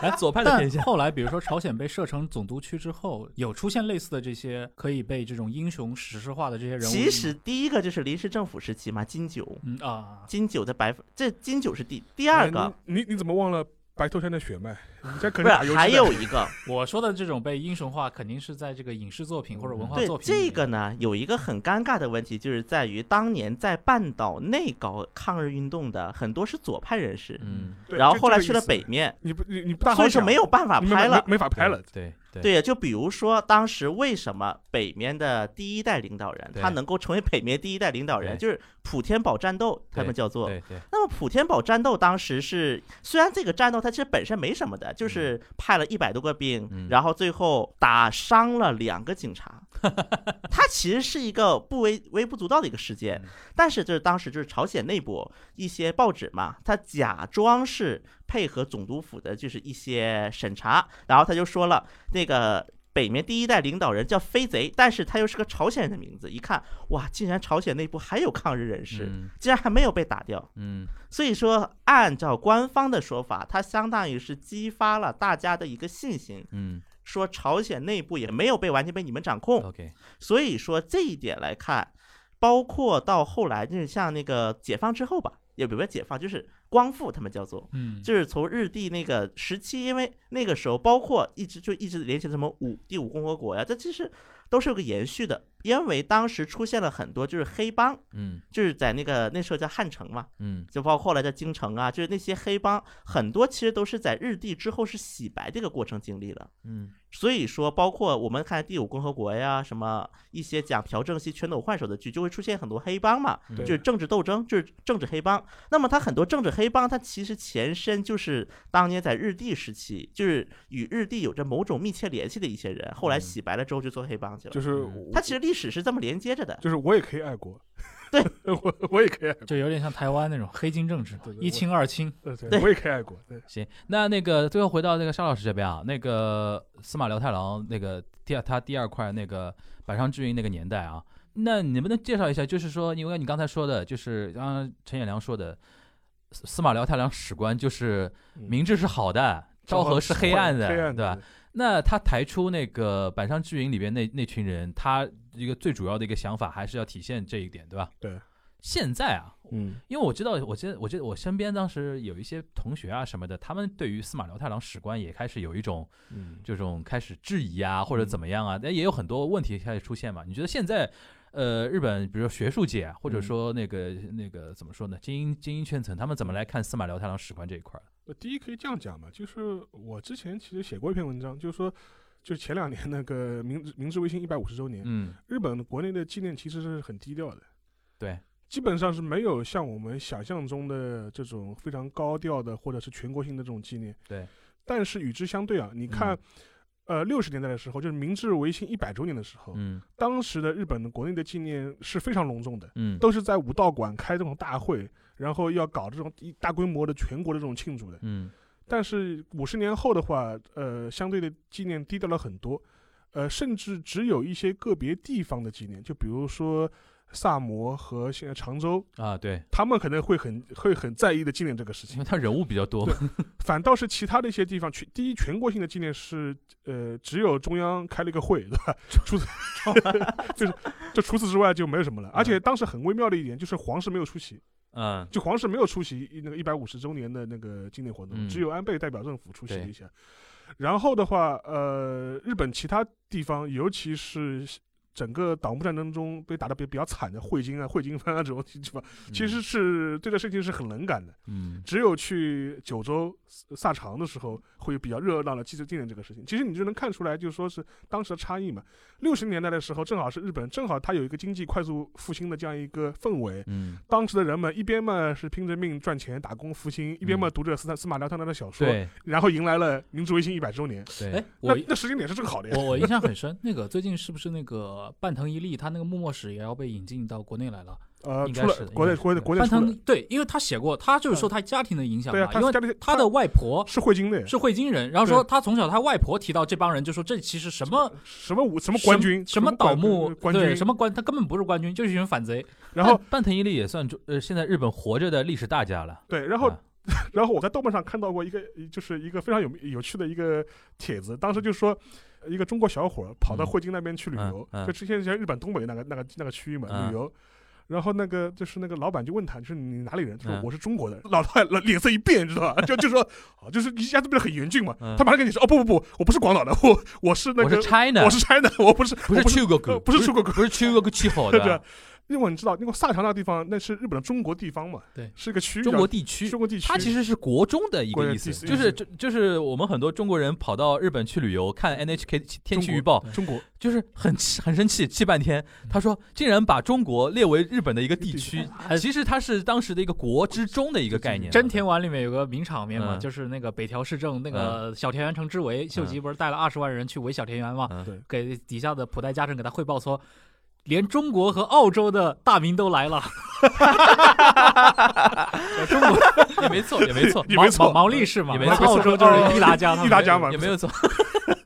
Speaker 4: 还左派的
Speaker 5: 但
Speaker 4: 天下。
Speaker 5: 后来，比如说朝鲜被设成总督区之后，有出现类似的这些可以被这种英雄史诗化的这些人物吗。
Speaker 3: 其实第一个就是临时政府时期嘛，金九，
Speaker 5: 嗯啊，
Speaker 3: 金九的白这金九是第第二个
Speaker 2: 哎，你你你怎么忘了白头山的血脉？你在可
Speaker 3: 不
Speaker 2: 能打游
Speaker 3: 是
Speaker 2: 戏的
Speaker 3: 还有一 个，
Speaker 5: 我说的这种被英雄化，肯定是在这个影视作品或者文化
Speaker 4: 啊
Speaker 3: 对
Speaker 5: 作品里
Speaker 3: 这
Speaker 5: 面。
Speaker 3: 个呢，有一个很尴尬的问题，就是在于当年在半岛内搞抗日运动的很多是左派人士，
Speaker 4: 嗯，
Speaker 2: 对
Speaker 3: 然后
Speaker 2: 就
Speaker 3: 后
Speaker 2: 这
Speaker 3: 来
Speaker 2: 个
Speaker 3: 去了
Speaker 2: 意思
Speaker 3: 北面，
Speaker 2: 你不你你不大好
Speaker 3: 所以说
Speaker 2: 讲
Speaker 3: 没有办法
Speaker 2: 你没
Speaker 3: 拍了。
Speaker 2: 没没法拍了。
Speaker 4: 对对
Speaker 3: 对呀，就比如说当时为什么北面的第一代领导人，
Speaker 4: 对
Speaker 3: 他能够成为北面第一代领导人，
Speaker 4: 对
Speaker 3: 就是普天堡战斗，他们叫做。
Speaker 4: 对对，
Speaker 3: 那么普天堡战斗当时是，虽然这个战斗它其实本身没什么的，就是派了一百多个兵，
Speaker 4: 嗯
Speaker 3: 然后最后打伤了两个警 察，它其实是一个不微微不足道的一个事件
Speaker 4: 嗯。
Speaker 3: 但是就是当时就是朝鲜内部一些报纸嘛，它假装是配合总督府的就是一些审查，然后他就说了那个。北面第一代领导人叫飞贼，但是他又是个朝鲜人的名字。一看，哇，竟然朝鲜内部还有抗日人士，
Speaker 4: 嗯
Speaker 3: 竟然还没有被打掉。
Speaker 4: 嗯
Speaker 3: 所以说，按照官方的说法，它相当于是激发了大家的一个信心，
Speaker 4: 嗯
Speaker 3: 说朝鲜内部也没有被完全被你们掌控。
Speaker 4: ，OK，
Speaker 3: 所以说这一点来看，包括到后来就是像那个解放之后吧，也不是解放，就是光复，他们叫做。
Speaker 5: 嗯，
Speaker 3: 就是从日帝那个时期，因为那个时候包括一直就一直联系什么五第五共和国呀，这其实都是有个延续的，因为当时出现了很多就是黑帮，
Speaker 4: 嗯
Speaker 3: 就是在那个那时候叫汉城嘛，
Speaker 4: 嗯
Speaker 3: 就包括后来的京城啊，就是那些黑帮，很多其实都是在日帝之后是洗白这个过程经历了。
Speaker 4: 嗯
Speaker 3: 所以说，包括我们看第五共和国呀，什么一些讲朴正熙全斗焕手的剧，就会出现很多黑帮嘛，
Speaker 4: 嗯
Speaker 3: 就
Speaker 2: 对
Speaker 3: 是政治斗争，就是政治黑帮。那么它很多政治黑帮，它其实前身就是当年在日帝时期，就是与日帝有着某种密切联系的一些人，后来
Speaker 4: 嗯
Speaker 3: 洗白了之后就做黑帮去了。
Speaker 2: 就是
Speaker 4: 嗯
Speaker 2: 我
Speaker 3: 它其实历史是这么连接着的。
Speaker 2: 就是我也可以爱国，
Speaker 3: 对
Speaker 2: 我我也可以爱国
Speaker 5: 就有点像台湾那种黑金政治
Speaker 2: 对，对
Speaker 5: 一清二清。
Speaker 2: 呃，对，
Speaker 3: 对
Speaker 2: 我也可以爱国。对，
Speaker 4: 行，那那个最后回到那个沙老师这边啊，那个司马辽太郎那个第二他第二块那个百上之云那个年代啊，那你能不能介绍一下？就是说，因为你刚才说的，就是刚刚陈彦良说的，司司马辽太郎史观就是
Speaker 2: 嗯
Speaker 4: 明治是好的，昭和是黑暗的，
Speaker 2: 黑暗
Speaker 4: 对吧
Speaker 2: 的？，
Speaker 4: 那他抬出那个板上之云里边那那群人，他一个最主要的一个想法还是要体现这一点，对吧？
Speaker 2: 对。
Speaker 4: 现在啊，
Speaker 2: 嗯，
Speaker 4: 因为我知道，我记得，我记得我身边当时有一些同学啊什么的，他们对于司马辽太郎史观也开始有一种
Speaker 2: 嗯
Speaker 4: 这种开始质疑啊，或者怎么样啊，但也有很多问题开始出现嘛。你觉得现在，呃，日本比如说学术界啊，或
Speaker 2: 嗯
Speaker 4: 者说那个、那个怎么说呢，精英精英圈层，他们怎么来看司马辽太郎史观这一块儿？
Speaker 2: 呃第一可以这样讲嘛，就是我之前其实写过一篇文章，就是说，就是前两年那个明治明治维新一百五十周年，
Speaker 4: 嗯，
Speaker 2: 日本国内的纪念其实是很低调的，
Speaker 4: 对，
Speaker 2: 基本上是没有像我们想象中的这种非常高调的或者是全国性的这种纪念。
Speaker 4: 对，
Speaker 2: 但是与之相对啊，你看，呃，六十年代的时候，就是明治维新一百周年的时候，
Speaker 4: 嗯
Speaker 2: 当时的日本的国内的纪念是非常隆重的，
Speaker 4: 嗯，
Speaker 2: 都是在武道馆开这种大会，然后要搞这种一大规模的全国的这种庆祝的。
Speaker 4: 嗯
Speaker 2: 但是五十年后的话，呃，相对的纪念低调了很多，呃，甚至只有一些个别地方的纪念，就比如说萨摩和现在常州，
Speaker 4: 啊，对，
Speaker 2: 他们可能会很会很在意的纪念这个事
Speaker 4: 因
Speaker 2: 情
Speaker 4: 为。他人物比较多嘛
Speaker 2: 对，反倒是其他的一些地方，全第一全国性的纪念是，呃，只有中央开了一个会，对 吧？除此 就是就除此之外就没有什么了。而且当时很微妙的一点就是皇室没有出席，
Speaker 4: 嗯，
Speaker 2: 就皇室没有出席一那个一百五十周年的那个纪念活动，
Speaker 4: 嗯
Speaker 2: 只有安倍代表政府出席了
Speaker 4: 对
Speaker 2: 一下。然后的话，呃，日本其他地方，尤其是整个党幕战争中被打得比比较惨的汇金啊、汇金番啊这种地方， 其实是对这事情是很冷感的。
Speaker 4: 嗯，
Speaker 2: 只有去九州呃萨长的时候，会比较热闹的记纪念这个事情。其实你就能看出来，就说是当时的差异嘛。六十年代的时候，正好是日本正好它有一个经济快速复兴的这样一个氛围。
Speaker 4: 嗯，
Speaker 2: 当时的人们一边嘛是拼着命赚钱打工复
Speaker 5: 嗯
Speaker 2: 兴，一边嘛读着司马司马辽太郎的小说，
Speaker 4: 对
Speaker 2: 然后迎来了民族维新一百周年。
Speaker 4: 对
Speaker 5: 哎，，
Speaker 2: 那
Speaker 5: 我
Speaker 2: 那时间点是正好的呀
Speaker 5: 我。我印象很深，那个最近是不是那个半藤一力他那个幕末史也要被引进到国内来了？
Speaker 2: 呃，
Speaker 4: 应该
Speaker 2: 出
Speaker 4: 是
Speaker 2: 了
Speaker 4: 的
Speaker 2: 国内
Speaker 4: 应该是
Speaker 2: 国内
Speaker 4: 的
Speaker 2: 国内
Speaker 5: 半
Speaker 2: 出
Speaker 5: 藤
Speaker 2: 了，
Speaker 5: 对，因为他写过，他就是受他家庭的影响
Speaker 2: 对啊
Speaker 5: 嘛，，
Speaker 2: 他
Speaker 5: 因为
Speaker 2: 家里
Speaker 5: 他的外婆
Speaker 2: 是汇金的呀，
Speaker 5: 是汇金人，然后
Speaker 2: 对
Speaker 5: 说他从小他外婆提到这帮人，就说这其实什么
Speaker 2: 什么武什么官军
Speaker 5: 什么倒幕，
Speaker 2: 官
Speaker 5: 对
Speaker 2: 军
Speaker 5: 什么官，他根本不是官军，就是一群反贼。
Speaker 2: 然后
Speaker 4: 半半藤一力也算中呃现在日本活着的历史大家了，
Speaker 2: 对，然后
Speaker 4: 啊
Speaker 2: 然后我在豆瓣上看到过一个，就是一个非常有有趣的一个帖子，当时就说一个中国小伙儿跑到
Speaker 4: 嗯
Speaker 2: 汇金那边去旅游，
Speaker 4: 嗯嗯
Speaker 2: 就之前在日本东北那个那个那个区域嘛、
Speaker 4: 嗯
Speaker 2: 旅游。然后那个就是那个老板就问他，就是你哪里人？他说
Speaker 4: 嗯
Speaker 2: 我是中国的。老太老脸色一变，你知道吧？就就说，啊，就是一下子变得很严峻嘛。
Speaker 4: 嗯
Speaker 2: 他马上跟你说，哦不不不，我不是广岛的，我我是那
Speaker 4: 我
Speaker 2: 个
Speaker 4: 是 China，
Speaker 2: 我是 China，我不是
Speaker 4: 不
Speaker 2: 我
Speaker 4: 是
Speaker 2: 不是
Speaker 4: 去过
Speaker 2: 呃
Speaker 4: 国，
Speaker 2: 不是去过国
Speaker 4: 不是去过气 候
Speaker 2: 对
Speaker 4: 的
Speaker 2: 啊，因为你知道那个萨长那个地方，那是日本的中国地方嘛，
Speaker 5: 对
Speaker 2: 是一个区域啊，
Speaker 4: 中国地区
Speaker 2: 中。国地区，
Speaker 4: 它其实是国中的一
Speaker 2: 国
Speaker 4: 个
Speaker 2: 的
Speaker 4: 意思
Speaker 2: 意，思
Speaker 4: 就是就就是我们很多中国人跑到日本去旅游，看 NHK 天
Speaker 2: 中
Speaker 4: 气
Speaker 2: 国
Speaker 4: 预报，
Speaker 2: 中国
Speaker 4: 就是很气很生气，气半天。
Speaker 2: 嗯
Speaker 4: 他说，竟然把中国列为日本的一个地区，
Speaker 5: 还
Speaker 4: 其实它是当时的一个国之中的一个概念。啊
Speaker 5: 真田丸里面有个名场面嘛，
Speaker 4: 嗯
Speaker 5: 就是那个北条氏政那个小田园城之围，秀吉不是带了二十万人去围小田园嘛，
Speaker 4: 嗯
Speaker 2: 对
Speaker 5: 给底下的普代家臣给他汇报说。连中国和澳洲的大名都来了，
Speaker 4: 中国也没错，也没错，
Speaker 2: 也没错哦
Speaker 5: 毛毛毛利是嘛，
Speaker 4: 也没
Speaker 5: 然后
Speaker 4: 错
Speaker 5: 澳洲就是伊 达家他们，
Speaker 2: 一大家嘛，
Speaker 4: 也没有错。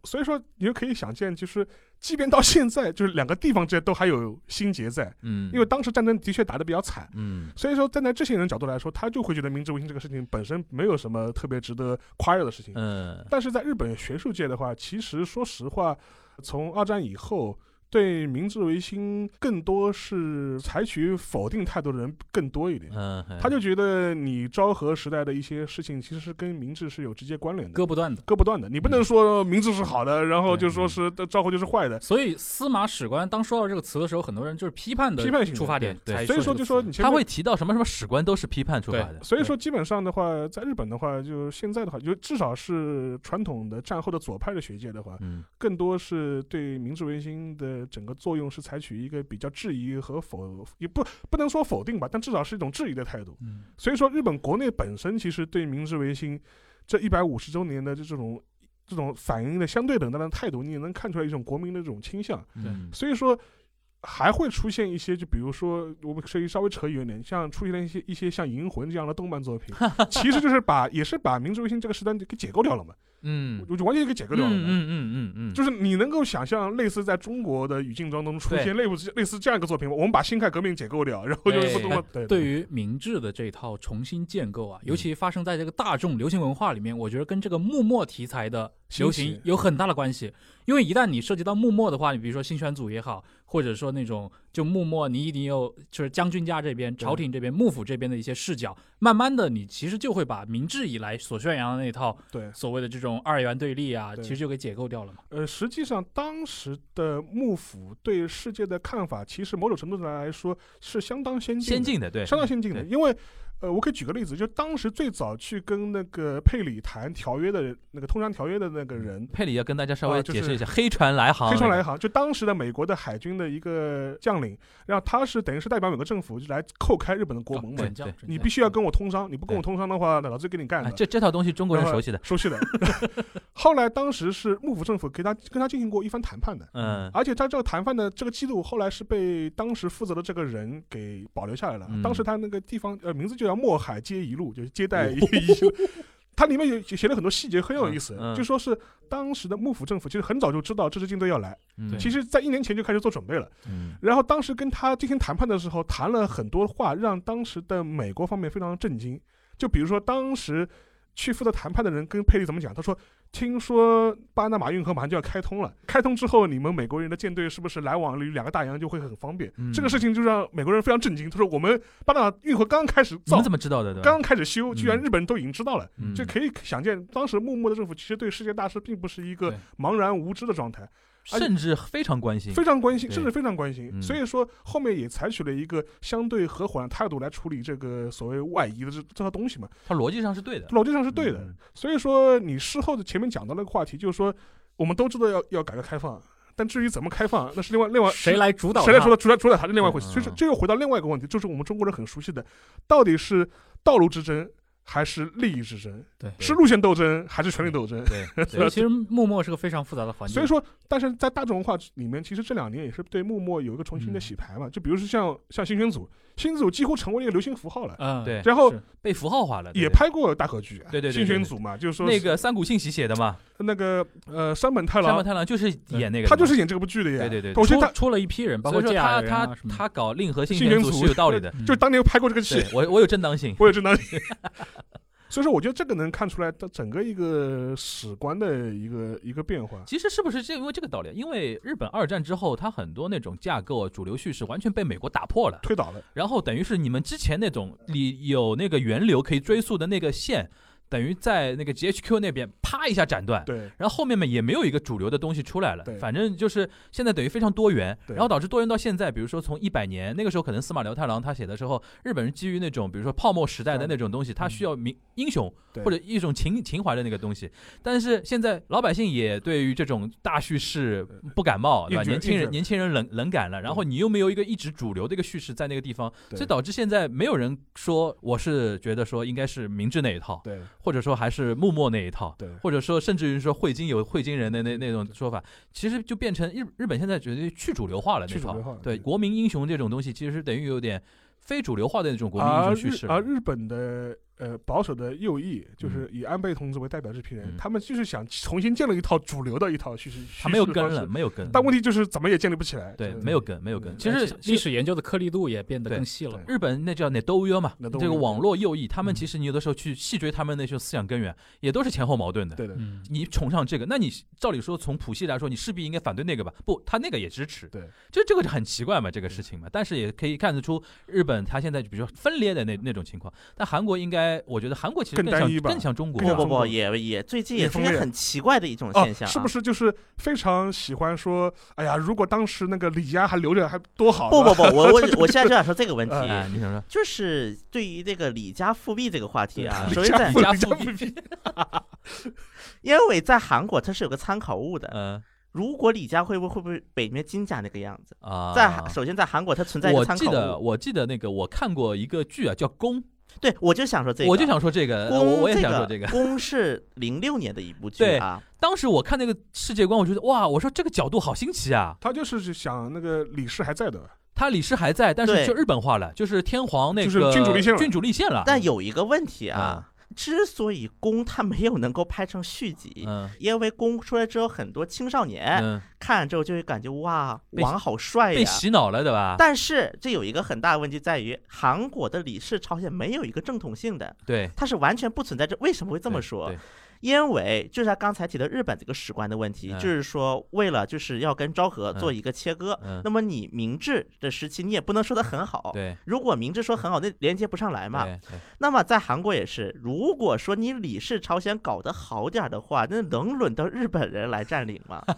Speaker 2: 所以说，你就可以想见，就是即便到现在，就是两个地方之间都还有心结在，
Speaker 4: 嗯，
Speaker 2: 因为当时战争的确打得比较惨。
Speaker 4: 嗯
Speaker 2: 所以说，站在这些人角度来说，他就会觉得明治维新这个事情本身没有什么特别值得夸耀的事情。
Speaker 4: 嗯
Speaker 2: 但是在日本学术界的话，其实说实话，从二战以后，对明治维新更多是采取否定态度的人更多一点。
Speaker 4: 嗯，嗯
Speaker 2: 他就觉得你昭和时代的一些事情，其实是跟明治是有直接关联的。
Speaker 5: 割不断的。
Speaker 2: 割不断的，你不能说明治是好的，然后就说是昭和就是坏的。
Speaker 5: 所以司马史官当说到这个词的时候，很多人就是批判的
Speaker 2: 批判性的
Speaker 5: 出发点
Speaker 4: 对
Speaker 5: 才
Speaker 4: 对
Speaker 5: 这
Speaker 2: 所
Speaker 5: 个
Speaker 2: 以说就
Speaker 5: 词，
Speaker 2: 说你前
Speaker 4: 他
Speaker 2: 面
Speaker 4: 会，提到什么什么史官都是批判出来的。
Speaker 2: 所以说基本上的话，在日本的话，就现在的话，就至少是传统的战后的左派的学界的话，
Speaker 4: 嗯
Speaker 2: 更多是对明治维新的整个作用是采取一个比较质疑和否，也不不能说否定吧，但至少是一种质疑的态度。
Speaker 5: 嗯
Speaker 2: 所以说，日本国内本身其实对明治维新这一百五十周年的这种这种反应的相对冷淡的态度，你也能看出来一种国民的这种倾向。
Speaker 4: 嗯
Speaker 2: 所以说还会出现一些，就比如说我们可以稍微扯远点，像出现了一些一些像《银魂》这样的动漫作 品，其实就是把也是把明治维新这个时代给解构掉了嘛，
Speaker 4: 嗯
Speaker 2: 我就完全给解构
Speaker 4: 嗯
Speaker 2: 掉了嘛。
Speaker 4: 嗯嗯嗯嗯，
Speaker 2: 就是你能够想象，类似在中国的语境当中出
Speaker 4: 对
Speaker 2: 现类似类似这样一个作品吗？我们把辛亥革命解构掉，然后就
Speaker 5: 对
Speaker 2: 不动了。对
Speaker 5: 对于明治的这一套重新建构
Speaker 2: 嗯
Speaker 5: 啊，尤其发生在这个大众流行文化里面，我觉得跟这个幕末题材的流
Speaker 2: 兴
Speaker 5: 行
Speaker 2: 起
Speaker 5: 有很大的关系。因为一旦你涉及到幕末的话，你比如说新选组也好，或者说那种就幕末，你一定有就是将军家这边、朝廷这边、幕府这边的一些视角，慢慢的你其实就会把明治以来所宣扬的那套
Speaker 2: 对，
Speaker 5: 所谓的这种二元对立啊，
Speaker 2: 对
Speaker 5: 其实就给解构掉了嘛。
Speaker 2: 呃，实际上当时的幕府对世界的看法，其实某种程度上来说是相当先进的
Speaker 4: 先进的对，
Speaker 2: 相当先进的，
Speaker 4: 对
Speaker 2: 因为呃，我可以举个例子，就当时最早去跟那个佩里谈条约的那个通商条约的那个人，
Speaker 4: 佩里要跟大家稍
Speaker 2: 啊
Speaker 4: 微
Speaker 2: 就是
Speaker 4: 解释一下，黑船来航，
Speaker 2: 黑船来航，就当时的美国的海军的一个将领，然后他是等于是代表美国政府就来扣开日本的国门嘛
Speaker 4: 哦对，
Speaker 5: 准将
Speaker 4: 对，
Speaker 5: 准
Speaker 2: 你
Speaker 5: 将
Speaker 2: 必须要跟我通商，你不跟我
Speaker 4: 对
Speaker 2: 通商的话，老子给你干
Speaker 4: 哎
Speaker 2: 了。
Speaker 4: 这这套东西中国人熟悉的，
Speaker 2: 熟悉的。 后来当时是幕府政府给他跟他进行过一番谈判的。
Speaker 4: 嗯
Speaker 2: 而且他这个谈判的这个记录，后来是被当时负责的这个人给保留下来了。
Speaker 4: 嗯
Speaker 2: 当时他那个地方呃名字就叫墨海接一路，就是接待一、 它里面有写了很多细节，很有意思。
Speaker 4: 哦嗯嗯
Speaker 2: 就说是当时的幕府政府其实很早就知道这支军队要来，
Speaker 4: 嗯
Speaker 2: 其实在一年前就开始做准备了。
Speaker 4: 嗯
Speaker 2: 然后当时跟他进行谈判的时候，谈了很多话，让当时的美国方面非常震惊。就比如说，当时去负责谈判的人跟佩利怎么讲？他说：“听说巴拿马运河马上就要开通了，开通之后，你们美国人的舰队是不是来往于两个大洋就会很方便？”
Speaker 4: 嗯
Speaker 2: 这个事情就让美国人非常震惊。他说：“我们巴拿马运河刚刚开始
Speaker 4: 你
Speaker 2: 造
Speaker 4: 们，怎么知道的？对吧？
Speaker 2: 刚刚开始修，居然
Speaker 4: 嗯
Speaker 2: 日本人都已经知道了。
Speaker 4: 嗯
Speaker 2: 就可以想见，当时幕末的政府其实对世界大事并不是一个
Speaker 4: 对
Speaker 2: 茫然无知的状态。而且
Speaker 4: 甚至非常关心，
Speaker 2: 非常关心，
Speaker 4: 嗯对
Speaker 2: 甚至非常关心。
Speaker 4: 嗯
Speaker 2: 所以说后面也采取了一个相对和缓的态度来处理这个所谓外移的这这套东西嘛，
Speaker 4: 他逻辑上是对的，
Speaker 2: 逻辑上是对的。
Speaker 4: 嗯
Speaker 2: 所以说你事后的前面讲到那个话题，就是说我们都知道要要改革开放，但至于怎么开放，那是另外另外
Speaker 5: 谁。来主导？
Speaker 2: 谁来说的？主导主导它是另外一回事，
Speaker 4: 对
Speaker 2: 所以说
Speaker 4: 嗯
Speaker 2: 这又回到另外一个问题，就是我们中国人很熟悉的，到底是道路之争还是利益之争？
Speaker 5: 对
Speaker 2: 是路线斗争还是权力斗争？
Speaker 4: 对
Speaker 5: 所以
Speaker 4: 对，
Speaker 5: 其实幕末是个非常复杂的环境。
Speaker 2: 所以说，但是在大众文化里面，其实这两年也是对幕末有一个重
Speaker 4: 嗯
Speaker 2: 新的洗牌嘛。就比如说像像新选组，新选组几乎成为一个流行符号了。
Speaker 5: 嗯，
Speaker 4: 对
Speaker 2: 然后
Speaker 5: 是
Speaker 4: 被符号化了，哎对
Speaker 2: 也
Speaker 4: 对
Speaker 2: 拍过大合剧啊，
Speaker 4: 对对对
Speaker 2: 新
Speaker 4: 对
Speaker 2: 选组嘛，就是说
Speaker 4: 那个三谷幸喜写的嘛，
Speaker 2: 那个呃山本太
Speaker 4: 山
Speaker 2: 郎
Speaker 4: 本，太郎就是演那个的嘛，
Speaker 2: 他就是演这个部剧的呀。
Speaker 4: 对对对
Speaker 2: 我觉
Speaker 5: 出
Speaker 2: 得他
Speaker 5: 出了一批人，包
Speaker 4: 所
Speaker 5: 括
Speaker 4: 以说
Speaker 5: 这
Speaker 4: 他
Speaker 5: 样人
Speaker 4: 他
Speaker 5: 啊什么的。
Speaker 4: 他搞令和性
Speaker 2: 新选
Speaker 4: 组
Speaker 2: 组
Speaker 4: 是有道 理的，
Speaker 2: 就当年拍过这个戏
Speaker 4: 嗯对，我我有正当性，
Speaker 2: 我有正当性。 所以说，我觉得这个能看出来它整个一个史观的一个一个变化。
Speaker 4: 其实是不是是因为这个道理？啊因为日本二战之后，它很多那种架构、啊、主流叙事完全被美国打破了，
Speaker 2: 推倒了，
Speaker 4: 然后等于是你们之前那种里有那个源流可以追溯的那个线，等于在那个 GHQ 那边啪一下斩断。
Speaker 2: 对
Speaker 4: 然后后面嘛也没有一个主流的东西出来了
Speaker 2: 对，
Speaker 4: 反正就是现在等于非常多元，
Speaker 2: 对
Speaker 4: 然后导致多元到现在，比如说从一百年那个时候，可能司马辽太郎他写的时候，日本人基于那种比如说泡沫时代的那种东西，他需要民英雄
Speaker 2: 对
Speaker 4: 或者一种情情怀的那个东西，但是现在老百姓也对于这种大叙事不感冒，对吧？
Speaker 2: 厌倦
Speaker 4: 年轻
Speaker 2: 厌倦
Speaker 4: 人
Speaker 2: 了
Speaker 4: 年轻人冷冷感了，然后你又没有一个一直主流的一个叙事在那个地方，
Speaker 2: 对
Speaker 4: 所以导致现在没有人说我是觉得说应该是明治那一套，
Speaker 2: 对
Speaker 4: 或者说还是幕末那一套，
Speaker 2: 对
Speaker 4: 或者说甚至于说汇金有汇金人的那那那种说法，其实就变成日日本现在觉得去主流化了那
Speaker 2: 去主
Speaker 4: 套
Speaker 2: 流化了，
Speaker 4: 对
Speaker 2: 对
Speaker 4: 国民英雄这种东西，其实是等于有点非主流化的那种国民英
Speaker 2: 而啊
Speaker 4: 雄叙
Speaker 2: 日
Speaker 4: 事了，
Speaker 2: 而日本的呃保守的右翼，就是以安倍同志为代表这批人，
Speaker 4: 嗯
Speaker 2: 他们就是想重新建立一套主流的一套叙事，
Speaker 4: 他没有
Speaker 2: 叙事方
Speaker 4: 根
Speaker 2: 式
Speaker 4: 了，。没有根，
Speaker 2: 但问题就是怎么也建立不起来。
Speaker 4: 对
Speaker 2: 就是
Speaker 4: 没有根，没有根。
Speaker 2: 嗯
Speaker 4: 其
Speaker 5: 而
Speaker 4: 实
Speaker 5: 且历史研究的颗粒度也变得
Speaker 4: 对
Speaker 5: 更细了
Speaker 2: 对。
Speaker 4: 日本那叫 n e d o y 嘛，
Speaker 2: Nedoyo，
Speaker 4: 这个网络右翼，他
Speaker 2: 嗯
Speaker 4: 们其实你有的时候去细追他们那些思想根源，也都是前后矛盾的。
Speaker 2: 对的，
Speaker 5: 嗯，
Speaker 4: 你崇尚这个，那你照理说从谱系来说，你势必应该反对那个吧？不，他那个也支持。
Speaker 2: 对，
Speaker 4: 就这个就很奇怪嘛，这个事情嘛。但是也可以看得出，日本它现在就比如说分裂的那那种情况，但韩国应该，我觉得韩国其实
Speaker 2: 更单
Speaker 4: 像
Speaker 2: 一吧
Speaker 4: 更像中国
Speaker 2: 更
Speaker 4: 吧
Speaker 2: 像
Speaker 3: 不
Speaker 2: 中
Speaker 3: 不
Speaker 2: 国
Speaker 3: 不，也也最近
Speaker 2: 也
Speaker 3: 也是
Speaker 2: 分
Speaker 3: 一
Speaker 2: 裂
Speaker 3: 个很奇怪的一种
Speaker 2: 哦
Speaker 3: 现象、啊，
Speaker 2: 是不？是就是非常喜欢说，哎呀，如果当时那个李家还留着，还多好。
Speaker 3: 不不
Speaker 2: 是吧
Speaker 3: 不，我我我现在就想说这个问题，
Speaker 4: 哎，你想 说
Speaker 3: 就是对于这个李家复辟这个话题啊，
Speaker 4: 嗯
Speaker 3: 首
Speaker 2: 李
Speaker 3: 先
Speaker 2: 家
Speaker 3: 在
Speaker 4: 李
Speaker 2: 复
Speaker 4: 家
Speaker 2: 李
Speaker 4: 复
Speaker 2: 复
Speaker 4: 辟，
Speaker 3: 因为在韩国它是有个参考物的，
Speaker 4: 嗯
Speaker 3: 如果李家会不会会不会北面金家那个样子？
Speaker 4: 啊，
Speaker 3: 在韩首先在韩国它存在一个
Speaker 4: 我
Speaker 3: 参
Speaker 4: 记
Speaker 3: 考
Speaker 4: 得
Speaker 3: 物，
Speaker 4: 我记得那个我看过一个剧啊，叫《宫》，
Speaker 3: 对我就想说这个，
Speaker 4: 我就想说这个，我
Speaker 3: 宫
Speaker 4: 我也
Speaker 3: 这
Speaker 4: 想说
Speaker 3: 个
Speaker 4: 这个。
Speaker 3: 宫是零六年的一部剧
Speaker 4: 对
Speaker 3: 啊，
Speaker 4: 当时我看那个世界观，我觉得哇，我说这个角度好新奇啊！
Speaker 2: 他就是想那个李氏还在的，
Speaker 4: 他李氏还在，但是
Speaker 3: 对
Speaker 4: 就日本化了，就是天皇那个
Speaker 2: 就是君主立宪了
Speaker 4: 君主立宪了。
Speaker 3: 但有一个问题啊，之所以宫它没有能够拍成续集。
Speaker 4: 嗯
Speaker 3: 因为宫出来之后，很多青少年
Speaker 4: 嗯，
Speaker 3: 看了之后就会感觉哇，
Speaker 4: 被
Speaker 3: 王好帅
Speaker 4: 被
Speaker 3: 哎呀！
Speaker 4: 洗脑了，对吧？
Speaker 3: 但是这有一个很大的问题在于，韩国的李氏朝鲜没有一个正统性的，
Speaker 4: 对，
Speaker 3: 它是完全不存在这。为什么会这么
Speaker 4: 对
Speaker 3: 说
Speaker 4: 对？
Speaker 3: 因为就像刚才提的日本这个史观的问题，
Speaker 4: 嗯
Speaker 3: 就是说为了就是要跟昭和做
Speaker 4: 嗯
Speaker 3: 一个切割，
Speaker 4: 嗯
Speaker 3: 那，么你明治的时期你也不能说的很好。
Speaker 4: 对，
Speaker 3: 如果明治说很好，那连接不上来嘛。
Speaker 4: 对对
Speaker 3: 那么啊在韩国也是，如果说你李氏朝鲜搞得好点儿的话，那能轮到日本人来占领吗？啊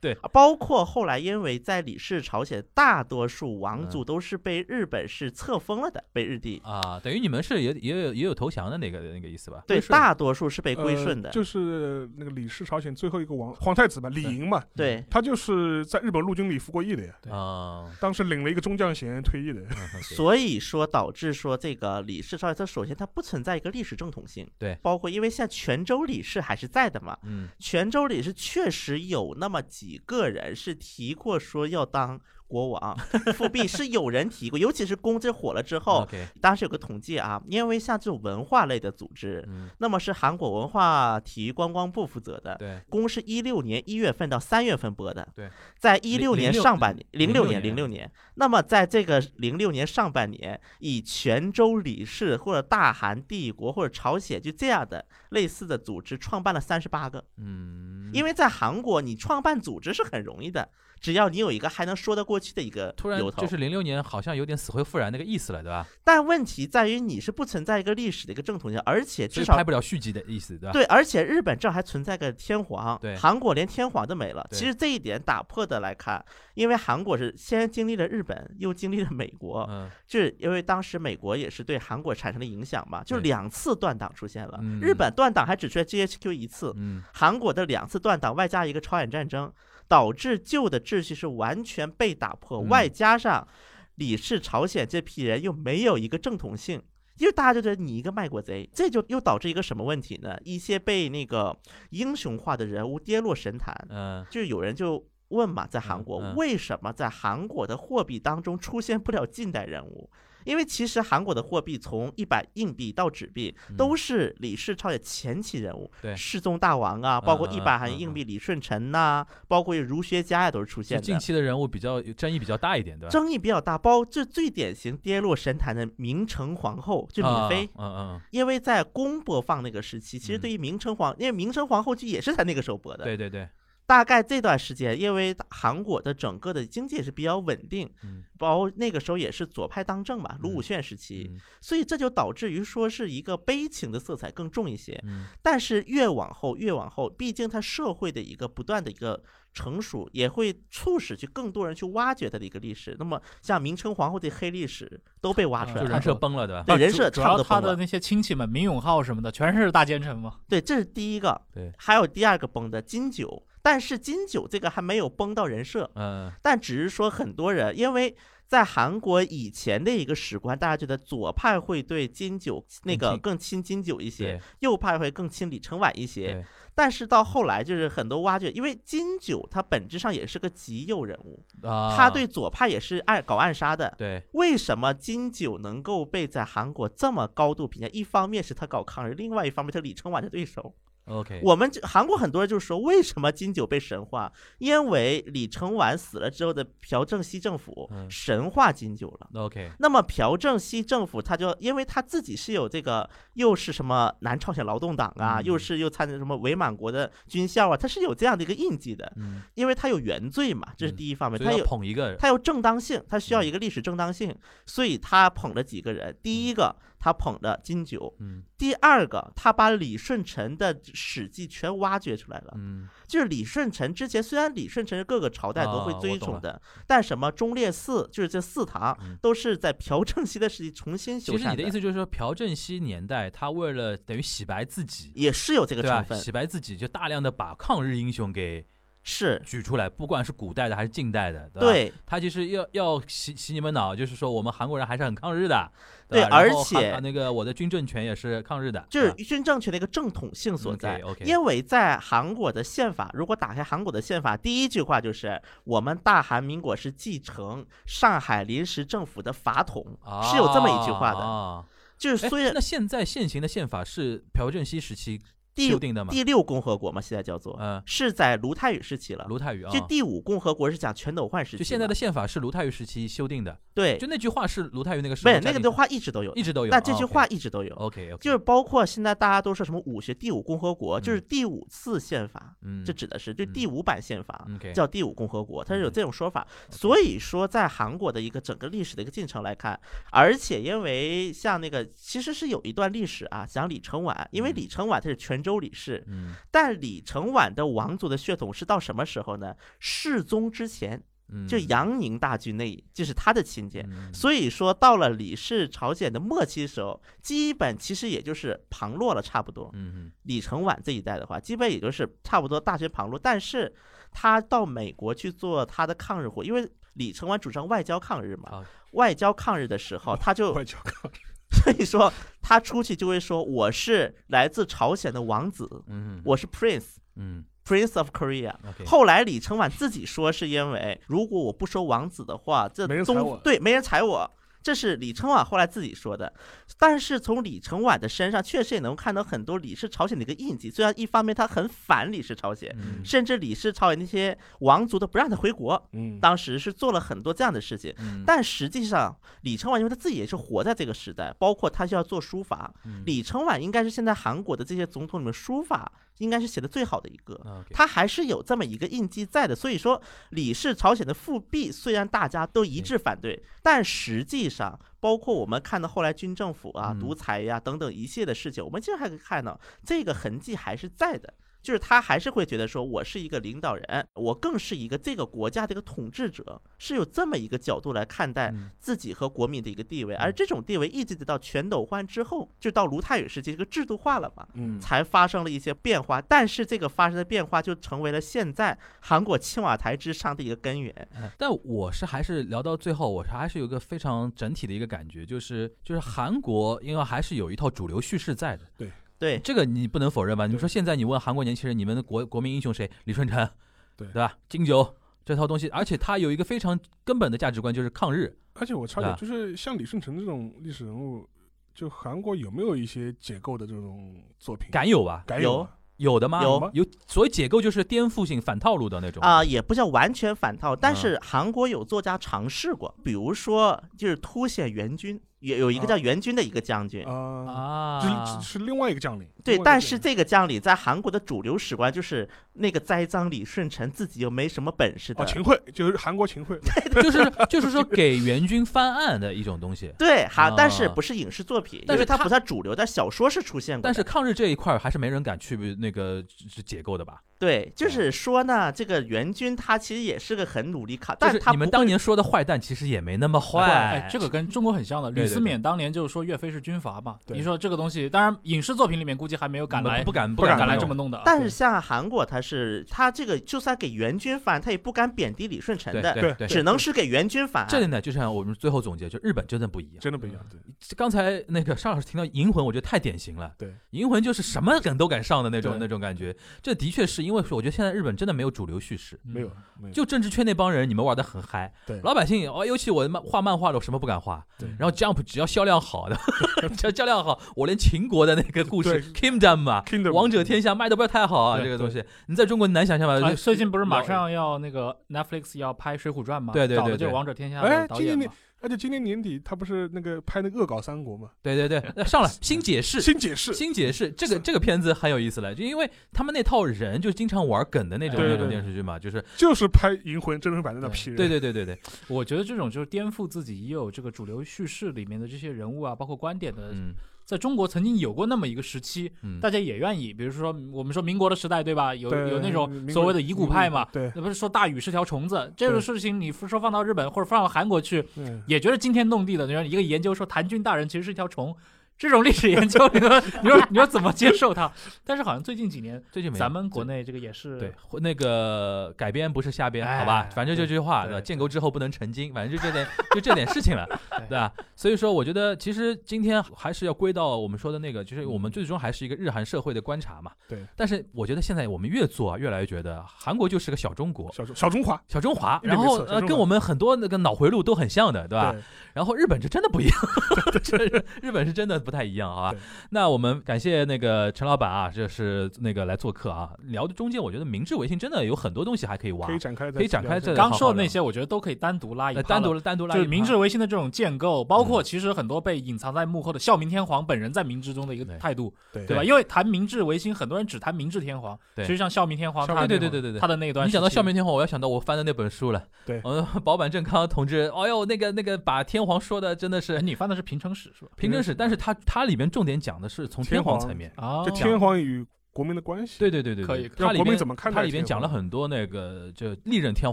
Speaker 4: 对，
Speaker 3: 包括后来因为在李氏朝鲜，大多数王族都是被日本是册封了的，被日帝。
Speaker 4: 啊，等于你们是也也有也有投降的那个那个意思吧？
Speaker 3: 对，
Speaker 4: 归顺
Speaker 3: 大多数是被归顺的。
Speaker 2: 呃就是那个李氏朝鲜最后一个王皇太子嘛，李莹嘛，
Speaker 3: 对，
Speaker 2: 他就是在日本陆军里服过役的呀，
Speaker 5: 对
Speaker 4: 啊，
Speaker 2: 当时领了一个中将衔退役的。
Speaker 4: 嗯好对
Speaker 3: 所以说导致说这个李氏朝鲜，它首先它不存在一个历史正统性。
Speaker 4: 对
Speaker 3: 包括因为现在泉州李氏还是在的嘛，
Speaker 4: 嗯
Speaker 3: 泉州里是确实有那么几个人是提过说要当国王复辟是有人提过，尤其是公知火了之后，
Speaker 4: ，OK，
Speaker 3: 当时有个统计啊，因为像这种文化类的组织，
Speaker 4: 嗯，
Speaker 3: 那么是韩国文化体育观光部负责的。
Speaker 4: 对，
Speaker 3: 公是一六年一月份到三月份播的，
Speaker 4: 对，
Speaker 3: 在一六
Speaker 4: 零
Speaker 3: 年
Speaker 4: 06
Speaker 3: 上半年，零六
Speaker 4: 06
Speaker 3: 年零六
Speaker 4: 年
Speaker 3: 年，那么在这个零六年上半年，以泉州李氏或者大韩帝国或者朝鲜就这样的类似的组织创办了三十八个，
Speaker 4: 嗯，
Speaker 3: 因为在韩国你创办组织是很容易的，只要你有一个还能说得过去的一个
Speaker 4: 突然
Speaker 3: 由头
Speaker 4: 就，是零六年好像有点死灰复燃那个意思了，对吧？
Speaker 3: 但问题在于你是不存在一个历史的一个正统性，而且
Speaker 4: 所
Speaker 3: 至
Speaker 4: 以
Speaker 3: 少
Speaker 4: 拍不了续集的意思，对吧？
Speaker 3: 对，而且日本这儿还存在个天皇，
Speaker 4: 对
Speaker 3: 韩国连天皇都没了。其
Speaker 4: 对
Speaker 3: 实这一点打破的来看，因为韩国是先经历了日本，又经历了美国，
Speaker 4: 嗯，
Speaker 3: 就是因为当时美国也是对韩国产生了影响嘛，就
Speaker 4: 对
Speaker 3: 两次断档出现了。
Speaker 4: 嗯
Speaker 3: 日本断档还只出现 GHQ 一次，
Speaker 4: 嗯
Speaker 3: 韩国的两次断档外加一个朝鲜战争，导致旧的秩序是完全被打破，
Speaker 4: 嗯
Speaker 3: 外加上李氏朝鲜这批人又没有一个正统性。因为大家就觉得你一个卖国贼，这就又导致一个什么问题呢？一些被那个英雄化的人物跌落神坛，
Speaker 4: 嗯，
Speaker 3: 就有人就问嘛，在韩国、
Speaker 4: 嗯嗯
Speaker 3: 为什么在韩国的货币当中出现不了近代人物？因为其实韩国的货币从一百硬币到纸币
Speaker 4: 嗯
Speaker 3: 都是李氏朝鲜前期人物，
Speaker 4: 对
Speaker 3: 世宗大王啊，包括
Speaker 4: 嗯
Speaker 3: 一
Speaker 4: 嗯
Speaker 3: 百
Speaker 4: 嗯
Speaker 3: 韩
Speaker 4: 嗯
Speaker 3: 硬币李舜臣呐、包括儒学家呀、都是出
Speaker 4: 就
Speaker 3: 现
Speaker 4: 近
Speaker 3: 的。
Speaker 4: 期的人物比较争议比较大一点，对吧？
Speaker 3: 争议比较大，包这最典型跌落神坛的明成皇后，就
Speaker 4: 啊
Speaker 3: 敏妃，
Speaker 4: 嗯嗯，
Speaker 3: 因为在公播放那个时期，其实
Speaker 4: 嗯
Speaker 3: 对于明成皇，因为明成皇后剧也是在那个时候播的，
Speaker 4: 嗯对对对，
Speaker 3: 大概这段时间，因为韩国的整个的经济也是比较稳定，
Speaker 4: 嗯
Speaker 3: 包括那个时候也是左派当政嘛，卢武铉时期，
Speaker 4: 嗯
Speaker 3: 所以这就导致于说是一个悲情的色彩更重一些。
Speaker 4: 嗯，
Speaker 3: 但是越往后，越往后，毕竟它社会的一个不断的一个成熟，也会促使去更多人去挖掘它的一个历史。那么像明成皇后的黑历史都被挖出来
Speaker 4: 就
Speaker 3: 了，
Speaker 4: 人设崩了，对吧？
Speaker 3: 对
Speaker 5: 啊
Speaker 3: 人
Speaker 5: 主
Speaker 3: 设
Speaker 5: 主
Speaker 3: 差不
Speaker 5: 要
Speaker 3: 多
Speaker 5: 他
Speaker 3: 崩
Speaker 5: 的
Speaker 3: 了
Speaker 5: 那些亲戚们，明永浩什么的，全是大奸臣嘛。
Speaker 3: 对，这是第一个。
Speaker 4: 对
Speaker 3: 还有第二个崩的金九，但是金九这个还没有崩到人设。
Speaker 4: 嗯
Speaker 3: 但只是说很多人，因为在韩国以前的一个史观，大家觉得左派会对金九那个
Speaker 4: 亲
Speaker 3: 更亲金九一些
Speaker 4: 对，
Speaker 3: 右派会更亲李承晚一些
Speaker 4: 对。
Speaker 3: 但是到后来，就是很多挖掘，因为金九他本质上也是个极右人物，
Speaker 4: 啊，
Speaker 3: 他对左派也是暗搞暗杀的。
Speaker 4: 对
Speaker 3: 为什么金九能够被在韩国这么高度评价？一方面是他搞抗日，另外一方面他李承晚的对手。
Speaker 4: OK，
Speaker 3: 我们这韩国很多人就说，为什么金九被神化？因为李承晚死了之后的朴正熙政府
Speaker 4: 嗯
Speaker 3: 神化金九了。
Speaker 4: OK，
Speaker 3: 那么朴正熙政府他就因为他自己是有这个，又是什么南朝鲜劳动党啊，
Speaker 4: 嗯
Speaker 3: 又是又参加什么伪满国的军校啊，他是有这样的一个印记的，
Speaker 4: 嗯，
Speaker 3: 因为他有原罪嘛，这是
Speaker 4: 嗯
Speaker 3: 第一方面，
Speaker 4: 所
Speaker 3: 他
Speaker 4: 以
Speaker 3: 有
Speaker 4: 要捧一个人，
Speaker 3: 他有正当性，他
Speaker 4: 嗯
Speaker 3: 需要一个历史正当性，所以他捧了几个人，第一个他捧了金九，
Speaker 4: 嗯
Speaker 3: 第二个，他把李舜臣的史记全挖掘出来了。
Speaker 4: 嗯
Speaker 3: 就是李舜臣之前，虽然李舜臣是各个朝代都会
Speaker 4: 啊
Speaker 3: 追
Speaker 4: 我懂
Speaker 3: 崇
Speaker 4: 了
Speaker 3: 的，但什么忠烈祠，就是这四堂、
Speaker 4: 嗯
Speaker 3: 都是在朴正熙的时期重新修
Speaker 4: 其实
Speaker 3: 缮
Speaker 4: 你的意思就是说，朴正熙年代，他为了等于洗白自己，
Speaker 3: 也是有这个
Speaker 4: 对
Speaker 3: 成
Speaker 4: 吧？
Speaker 3: 分，
Speaker 4: 洗白自己，就大量的把抗日英雄给
Speaker 3: 是
Speaker 4: 举出来，不管是古代的还是近代的，对吧？
Speaker 3: 对
Speaker 4: 他就是要要洗洗你们脑，就是说我们韩国人还是很抗日的，
Speaker 3: 对
Speaker 4: 吧然
Speaker 3: 而
Speaker 4: 后韩
Speaker 3: 且
Speaker 4: 啊那个我的军政权也是抗日的，
Speaker 3: 就是
Speaker 4: 对吧
Speaker 3: 军政权的一个正统性
Speaker 4: 嗯
Speaker 3: 所在。
Speaker 4: OK，OK
Speaker 3: 因为在韩国的宪法，如果打开韩国的宪法，第一句话就是我们大韩民国是继承上海临时政府的法统，
Speaker 4: 啊
Speaker 3: 是有这么一句话的。
Speaker 4: 啊，
Speaker 3: 就是
Speaker 4: 哎
Speaker 3: 虽然
Speaker 4: 那现在现行的宪法是朴正熙时期
Speaker 3: 第
Speaker 4: 修订的吗？
Speaker 3: 第六共和国嘛，现在叫做，
Speaker 4: 嗯
Speaker 3: 是在卢泰愚时期了。
Speaker 4: 卢泰愚啊，
Speaker 3: 就第五共和国是讲全斗焕时期嘛，
Speaker 4: 就现在的宪法是卢泰愚时期修订的，
Speaker 3: 对
Speaker 4: 就，那句话是卢泰愚那个时
Speaker 3: 不
Speaker 4: 候
Speaker 3: 是
Speaker 4: 加进
Speaker 3: 那
Speaker 4: 去，
Speaker 3: 个的话一直都有，
Speaker 4: 一直都有。啊哦
Speaker 3: 但这句话一直都有，
Speaker 4: OK OK，
Speaker 3: 就是包括现在大家都说什么五学第五共和国，就是
Speaker 4: 嗯
Speaker 3: 第五次宪法，
Speaker 4: 嗯
Speaker 3: 这指的是就
Speaker 4: 嗯
Speaker 3: 第五版宪法。
Speaker 4: OK
Speaker 3: 叫第五共和国，它是有
Speaker 4: 嗯
Speaker 3: 这种说法，所以说在韩国的一个整个历史的一个进程来看，而且因为像那个其实是有一段历史啊，讲李承晚，因为
Speaker 4: 嗯
Speaker 3: 李承晚他是泉州李氏，
Speaker 4: 嗯
Speaker 3: 但李承晚的王族的血统是到什么时候呢？世宗之前，
Speaker 4: 嗯
Speaker 3: 就杨宁大军那，就是他的亲戚。
Speaker 4: 嗯
Speaker 3: 所以说，到了李氏朝鲜的末期时候，基本其实也就是旁落了，差不多。
Speaker 4: 嗯
Speaker 3: 李承晚这一代的话，基本也就是差不多大学旁落。但是，他到美国去做他的抗日活，因为李承晚主张外交抗日嘛
Speaker 4: 好。
Speaker 3: 外交抗日的时候，他就
Speaker 2: 啊外交抗日，
Speaker 3: 所以说他出去就会说我是来自朝鲜的王子，
Speaker 4: 嗯嗯
Speaker 3: 我是 prince。
Speaker 4: 嗯
Speaker 3: Prince of Korea。
Speaker 4: OK，
Speaker 3: 后来李承晚自己说，是因为如果我不收王子的话，这
Speaker 2: 没人
Speaker 3: 东
Speaker 2: 踩我
Speaker 3: 对没人踩我。这是李承晚后来自己说的，但是从李承晚的身上确实也能看到很多李氏朝鲜的一个印记。虽然一方面他很反李氏朝鲜，
Speaker 4: 嗯
Speaker 3: 甚至李氏朝鲜那些王族都不让他回国，
Speaker 2: 嗯，
Speaker 3: 当时是做了很多这样的事情。
Speaker 4: 嗯
Speaker 3: 但实际上，李承晚因为他自己也是活在这个时代，包括他需要做书法，
Speaker 4: 嗯
Speaker 3: 李承晚应该是现在韩国的这些总统里面书法应该是写的最好的一个。
Speaker 4: OK，
Speaker 3: 他还是有这么一个印记在的。所以说，李氏朝鲜的复辟虽然大家都一致反对，但实际上，包括我们看到后来军政府啊、
Speaker 4: 嗯
Speaker 3: 独裁呀、等等一系列的事情，我们其实还可以看到这个痕迹还是在的。就是他还是会觉得说，我是一个领导人，我更是一个这个国家的一个统治者，是有这么一个角度来看待
Speaker 4: 嗯
Speaker 3: 自己和国民的一个地位，而这种地位一直得到全斗焕之后，就到卢泰愚时期，这个制度化了嘛，
Speaker 2: 嗯
Speaker 3: 才发生了一些变化，但是这个发生的变化就成为了现在韩国青瓦台之上的一个根源。
Speaker 4: 哎但我是还是聊到最后，我还是有一个非常整体的一个感觉，就是就是韩国因为还是有一套主流叙事在的，
Speaker 3: 对，
Speaker 4: 这个你不能否认吧？你说现在你问韩国年轻人，你们的国国民英雄谁？李舜臣，
Speaker 2: 对
Speaker 4: 对吧？金九这套东西，而且他有一个非常根本的价值观，就是抗日。
Speaker 2: 而且我插
Speaker 4: 对
Speaker 2: 点，
Speaker 4: 吧
Speaker 2: 就是像李舜臣这种历史人物，就韩国有没有一些解构的这种作品？
Speaker 4: 敢有吧？
Speaker 2: 敢有啊
Speaker 4: 有的吗？
Speaker 3: 有
Speaker 2: 吗
Speaker 4: 有，所以解构就是颠覆性、反套路的那种
Speaker 3: 啊、也不叫完全反套，
Speaker 4: 嗯
Speaker 3: 但是韩国有作家尝试过，比如说就是凸显援军，有有一
Speaker 4: 嗯
Speaker 3: 个叫援军的一个将军，
Speaker 4: 哦
Speaker 2: 啊，
Speaker 4: 啊
Speaker 2: 这是是另外一个将领。
Speaker 3: 对，
Speaker 2: 另外一
Speaker 3: 但
Speaker 2: 个将
Speaker 3: 是
Speaker 2: 领
Speaker 3: 这个将领在韩国的主流史观就是那个栽赃李舜臣自己又没什么本事的
Speaker 2: 哦，，秦桧就是韩国秦桧，
Speaker 4: 就是就是说给援军翻案的一种东西。
Speaker 3: 对，韩，但是
Speaker 4: 啊
Speaker 3: 不是影视作品，
Speaker 4: 但
Speaker 3: 因
Speaker 4: 是
Speaker 3: 为它
Speaker 4: 他
Speaker 3: 不算主流，但小说是出现过的。
Speaker 4: 但是抗日这一块儿还是没人敢去那个去解构的吧？
Speaker 3: 对，就
Speaker 4: 嗯
Speaker 3: 是说呢，这个援军他其实也是个很努力抗，
Speaker 4: 就
Speaker 3: 但
Speaker 4: 是
Speaker 3: 他
Speaker 4: 你们
Speaker 3: 不
Speaker 4: 当
Speaker 3: 会
Speaker 4: 年说的坏蛋，其实也没那么坏
Speaker 5: 哎。，这个跟中国很像的。
Speaker 4: 对
Speaker 5: 吕
Speaker 4: 对
Speaker 5: 思勉当年就是说岳飞是军阀嘛，
Speaker 2: 对
Speaker 5: 你说这个东西，当然影视作品里面估计还没有敢来
Speaker 4: 不哎敢
Speaker 5: 不敢
Speaker 2: 敢
Speaker 5: 来
Speaker 4: 弄
Speaker 5: 这么弄的啊。
Speaker 3: 但是像韩国，他是他这个就算给援军反，他也不敢贬低李舜臣
Speaker 4: 对
Speaker 3: 的，
Speaker 4: 对
Speaker 2: 对
Speaker 3: 只能是给援军反。
Speaker 4: 这里呢，就像我们最后总结，就日本真的不一样。
Speaker 2: 真的不一样。对，
Speaker 4: 这刚才那个邵老师提到银魂，我觉得太典型了。
Speaker 2: 对，
Speaker 4: 银魂就是什么梗都敢上的那种
Speaker 5: 对
Speaker 4: 那种感觉。这的确是因为我觉得现在日本真的没有主流叙事，
Speaker 5: 嗯
Speaker 2: 没有，没有。
Speaker 4: 就政治圈那帮人，你们玩的很嗨。
Speaker 2: 对
Speaker 4: 老百姓哦，尤其我漫画漫画的，我什么不敢画。
Speaker 2: 对
Speaker 4: 然后 Jump 只要销量好的， 只要销量好，我连秦国的那个故事
Speaker 2: 对
Speaker 4: Kingdom 嘛，
Speaker 2: Kingdom
Speaker 4: 王者天下卖的不要太好啊，
Speaker 5: 对
Speaker 4: 这个东西你在中国你难想象吧？
Speaker 5: 哎
Speaker 4: 就
Speaker 5: 最近不是马
Speaker 4: 老
Speaker 5: 上要那个 Netflix 要拍《水浒传》吗？
Speaker 4: 对对对
Speaker 5: 找的就
Speaker 4: 对
Speaker 5: 是《王者天下》
Speaker 2: 哎
Speaker 5: 的导
Speaker 2: 今
Speaker 5: 演
Speaker 2: 年
Speaker 5: 嘛。
Speaker 2: 而且今年年底他不是那个拍那个《恶搞三国》嘛，
Speaker 4: 对对对，那上来新解释，
Speaker 2: 新解释，
Speaker 4: 新解释这个这个片子很有意思了，就因为他们那套人就经常玩梗的那种
Speaker 5: 对
Speaker 4: 那
Speaker 5: 对
Speaker 4: 种
Speaker 2: 对
Speaker 4: 电视剧嘛，就是
Speaker 2: 就是拍《银魂》真人版的那批人。
Speaker 4: 对对对对对，
Speaker 5: 我觉得这种就是颠覆自己已有这个主流叙事里面的这些人物啊，包括观点的，
Speaker 4: 嗯
Speaker 5: 在中国曾经有过那么一个时期，
Speaker 4: 嗯，
Speaker 5: 大家也愿意，比如说我们说民国的时代，对吧？有
Speaker 2: 对，
Speaker 5: 有那种
Speaker 2: 民
Speaker 5: 所谓的遗骨派嘛，
Speaker 2: 对，
Speaker 5: 那不是说大禹是条虫子这个
Speaker 2: 对
Speaker 5: 事情，你说放到日本或者放到韩国去，
Speaker 2: 嗯，
Speaker 5: 也觉得惊天动地的。你说一个研究说谭军大人其实是一条虫，这种历史研究，你说你说你说怎么接受它？但是好像最近几年，
Speaker 4: 最近没有
Speaker 5: 咱们国内这个也是
Speaker 4: 对或那个改编不是瞎编，
Speaker 5: 哎
Speaker 4: 好吧，反正就这句话，
Speaker 5: 对
Speaker 4: 对吧？
Speaker 5: 对
Speaker 4: 建构之后不能成精，反正就这点 就这点事情了，
Speaker 5: 对
Speaker 4: 对吧？所以说，我觉得其实今天还是要归到我们说的那个，就是我们最终还是一个日韩社会的观察嘛。
Speaker 2: 对。
Speaker 4: 但是我觉得现在我们越做啊，越来越觉得韩国就是个小中国。
Speaker 2: 小中小中华，
Speaker 4: 小中华，
Speaker 2: 一点
Speaker 4: 然
Speaker 2: 没
Speaker 4: 后
Speaker 2: 错小
Speaker 4: 呃，
Speaker 2: 中
Speaker 4: 跟
Speaker 2: 华
Speaker 4: 我们很多那个脑回路都很像的，对吧？
Speaker 2: 对，
Speaker 4: 然后日本就真的不一样， 这日本是真的不太一样，好吧
Speaker 2: 对？
Speaker 4: 那我们感谢那个陈老板啊，这是那个来做客啊，聊的中间我觉得明治维新真的有很多东西还可以挖
Speaker 2: 可以，展开再
Speaker 4: 可以展开再
Speaker 2: 聊一下
Speaker 5: 刚说的那些，我觉得都可以单独拉一
Speaker 4: 呃
Speaker 5: 趴
Speaker 4: 单独
Speaker 5: 了。
Speaker 4: 了单独拉
Speaker 5: 就
Speaker 4: 一
Speaker 5: 是明治
Speaker 4: 趴嗯
Speaker 5: 维新的这种建构，包括其实很多被隐藏在幕后的孝明天皇本人在明治中的一个
Speaker 4: 对
Speaker 5: 态度，
Speaker 2: 对
Speaker 5: 对吧？因为谈明治维新，很多人只谈明治天皇，
Speaker 4: 对
Speaker 5: 其实像孝明天皇，
Speaker 2: 孝
Speaker 5: 他
Speaker 2: 明
Speaker 4: 对对对对对
Speaker 5: 他的那一段
Speaker 4: 你
Speaker 5: 时期，
Speaker 4: 讲到笑面天皇，我要想到我翻的那本书了。
Speaker 2: 对
Speaker 4: 嗯，保坂正康同志，哎呦，那个那个把天皇说的真的
Speaker 5: 哎，
Speaker 4: 是
Speaker 5: 你翻的是平成史是吧？
Speaker 4: 平真史，但是他他里面重点讲的是从
Speaker 2: 天
Speaker 4: 天皇
Speaker 2: 皇
Speaker 4: 层面，
Speaker 5: 啊，
Speaker 2: 就天皇与国民的关系，
Speaker 4: 对对对对，
Speaker 5: 可
Speaker 4: 对
Speaker 5: 以可以
Speaker 4: 它
Speaker 2: 让
Speaker 4: 里
Speaker 2: 国民
Speaker 4: 面
Speaker 2: 怎么看待
Speaker 4: 它里面
Speaker 2: 天
Speaker 4: 讲了
Speaker 2: 皇
Speaker 4: 很多那个就历任天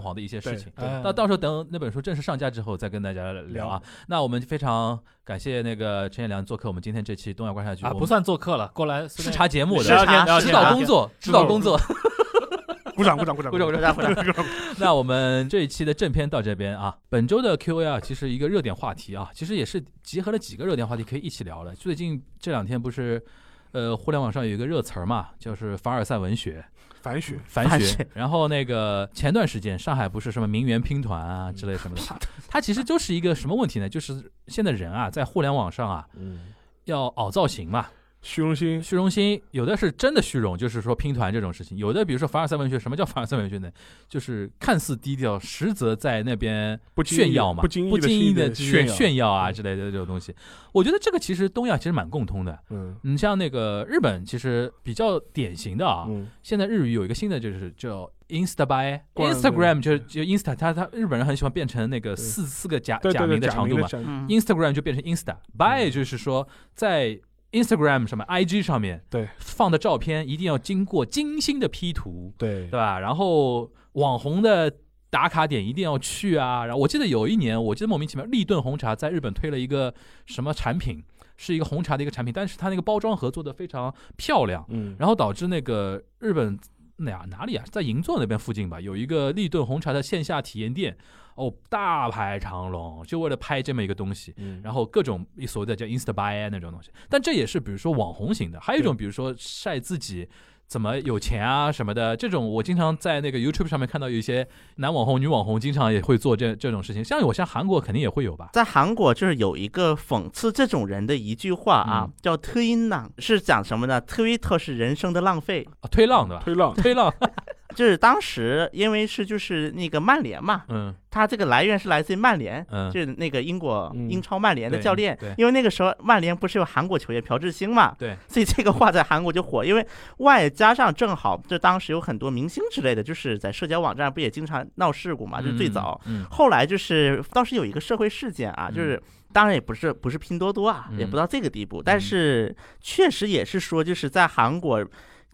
Speaker 4: 皇的一些事
Speaker 2: 对
Speaker 4: 情。
Speaker 5: 哎
Speaker 4: 到到时候等那本书正式上架之后再跟大家聊啊。那我们非常感谢那个陈彦良做客我们今天这期东亚观察局，
Speaker 5: 啊，
Speaker 4: 我
Speaker 5: 不
Speaker 4: 们
Speaker 5: 算做啊客了，过来
Speaker 4: 视
Speaker 5: 视
Speaker 4: 察节目
Speaker 5: 聊
Speaker 3: 视察
Speaker 4: 的。
Speaker 5: 天聊
Speaker 4: 指
Speaker 5: 天
Speaker 4: 导
Speaker 5: 聊
Speaker 4: 工
Speaker 5: 天
Speaker 4: 作，指导工作。
Speaker 2: 鼓掌鼓掌鼓掌
Speaker 4: 鼓掌
Speaker 2: 鼓掌
Speaker 4: 鼓掌
Speaker 3: 回答回答，
Speaker 2: 鼓掌。
Speaker 4: 那我们这一期的正片到这边啊。本周的 Q&A 啊，其实一个热点话题啊，其实也是集合了几个热点话题可以一起聊了。最近这两天不是呃，互联网上有一个热词儿嘛，就是凡尔赛文学。
Speaker 2: 反雪，
Speaker 4: 反
Speaker 3: 反
Speaker 4: 雪
Speaker 3: 雪。
Speaker 4: 然后那个前段时间上海不是什么名媛拼团
Speaker 2: 嗯
Speaker 4: 啊之类什么的， 它其实就是一个什么问题呢？就是现在人啊，在互联网上啊，
Speaker 6: 嗯，
Speaker 4: 要凹造型嘛，
Speaker 2: 虚荣心，
Speaker 4: 虚荣心有的是真的虚荣，就是说拼团这种事情；有的比如说凡尔赛文学，什么叫 凡尔赛文学呢？就是看似低调，实则在那边
Speaker 2: 不经意
Speaker 4: 炫耀嘛，
Speaker 2: 不
Speaker 4: 不
Speaker 2: 经意地
Speaker 4: 意的
Speaker 2: 是一个炫
Speaker 4: 炫
Speaker 2: 耀嗯
Speaker 4: 炫耀啊之类的这种东西。我觉得这个其实东亚其实蛮共通的。
Speaker 2: 嗯
Speaker 4: 你像那个日本，其实比较典型的啊，
Speaker 2: 嗯，
Speaker 4: 现在日语有一个新的，就是叫 Insta by
Speaker 2: 惯了
Speaker 4: Instagram，就是就 Insta，它它日本人很喜欢变成那个
Speaker 2: 对
Speaker 4: 四四个假
Speaker 2: 对
Speaker 4: 假
Speaker 2: 对
Speaker 4: 名
Speaker 2: 对，
Speaker 4: 的
Speaker 2: 假
Speaker 4: 长
Speaker 2: 名
Speaker 4: 度
Speaker 2: 的
Speaker 4: 嘛
Speaker 2: 假名嗯
Speaker 3: 嗯，
Speaker 4: ，Instagram 就变成 Insta by，就是说在 Instagram 上面 IG 上面
Speaker 2: 对
Speaker 4: 放的照片一定要经过精心的 P 图，
Speaker 2: 对
Speaker 4: 对，吧？然后网红的。打卡点一定要去啊！然后我记得有一年，我记得莫名其妙，立顿红茶在日本推了一个什么产品，是一个红茶的一个产品，但是它那个包装盒做的非常漂亮，
Speaker 2: 嗯，
Speaker 4: 然后导致那个日本哪哪里啊，在银座那边附近吧，有一个立顿红茶的线下体验店，哦，大排长龙，就为了拍这么一个东西。
Speaker 6: 嗯
Speaker 4: 然后各种所谓的叫 Insta buy 啊那种东西，但这也是比如说网红型的，还有一种比如说晒自己怎么有钱啊什么的，这种我经常在那个 YouTube 上面看到有一些男网红、女网红经常也会做这这种事情，像我像韩国肯定也会有吧，
Speaker 3: 在韩国就是有一个讽刺这种人的一句话啊，
Speaker 4: 嗯
Speaker 3: 叫特音浪，是讲什么呢？Twitter 是人生的浪费，
Speaker 4: 啊推浪对吧？
Speaker 2: 推浪，
Speaker 4: 推浪，
Speaker 3: 就是当时因为是就是那个曼联嘛，
Speaker 4: 嗯
Speaker 3: 它这个来源是来自于曼联。
Speaker 4: 嗯，
Speaker 3: 就是那个英国
Speaker 2: 嗯
Speaker 3: 英超曼联的
Speaker 4: 对
Speaker 3: 教练
Speaker 4: 对，
Speaker 3: 因为那个时候曼联不是有韩国球员朴智星嘛，
Speaker 4: 对，
Speaker 3: 所以这个话在韩国就火，因为外加上正好就当时有很多明星之类的，就是在社交网站不也经常闹事故啊嘛，就是最早，
Speaker 4: 嗯，
Speaker 3: 后来就是当时有一个社会事件啊，
Speaker 4: 嗯
Speaker 3: 就是当然也不是不是拼多多啊，
Speaker 4: 嗯
Speaker 3: 也不到这个地步，但是确实也是说就是在韩国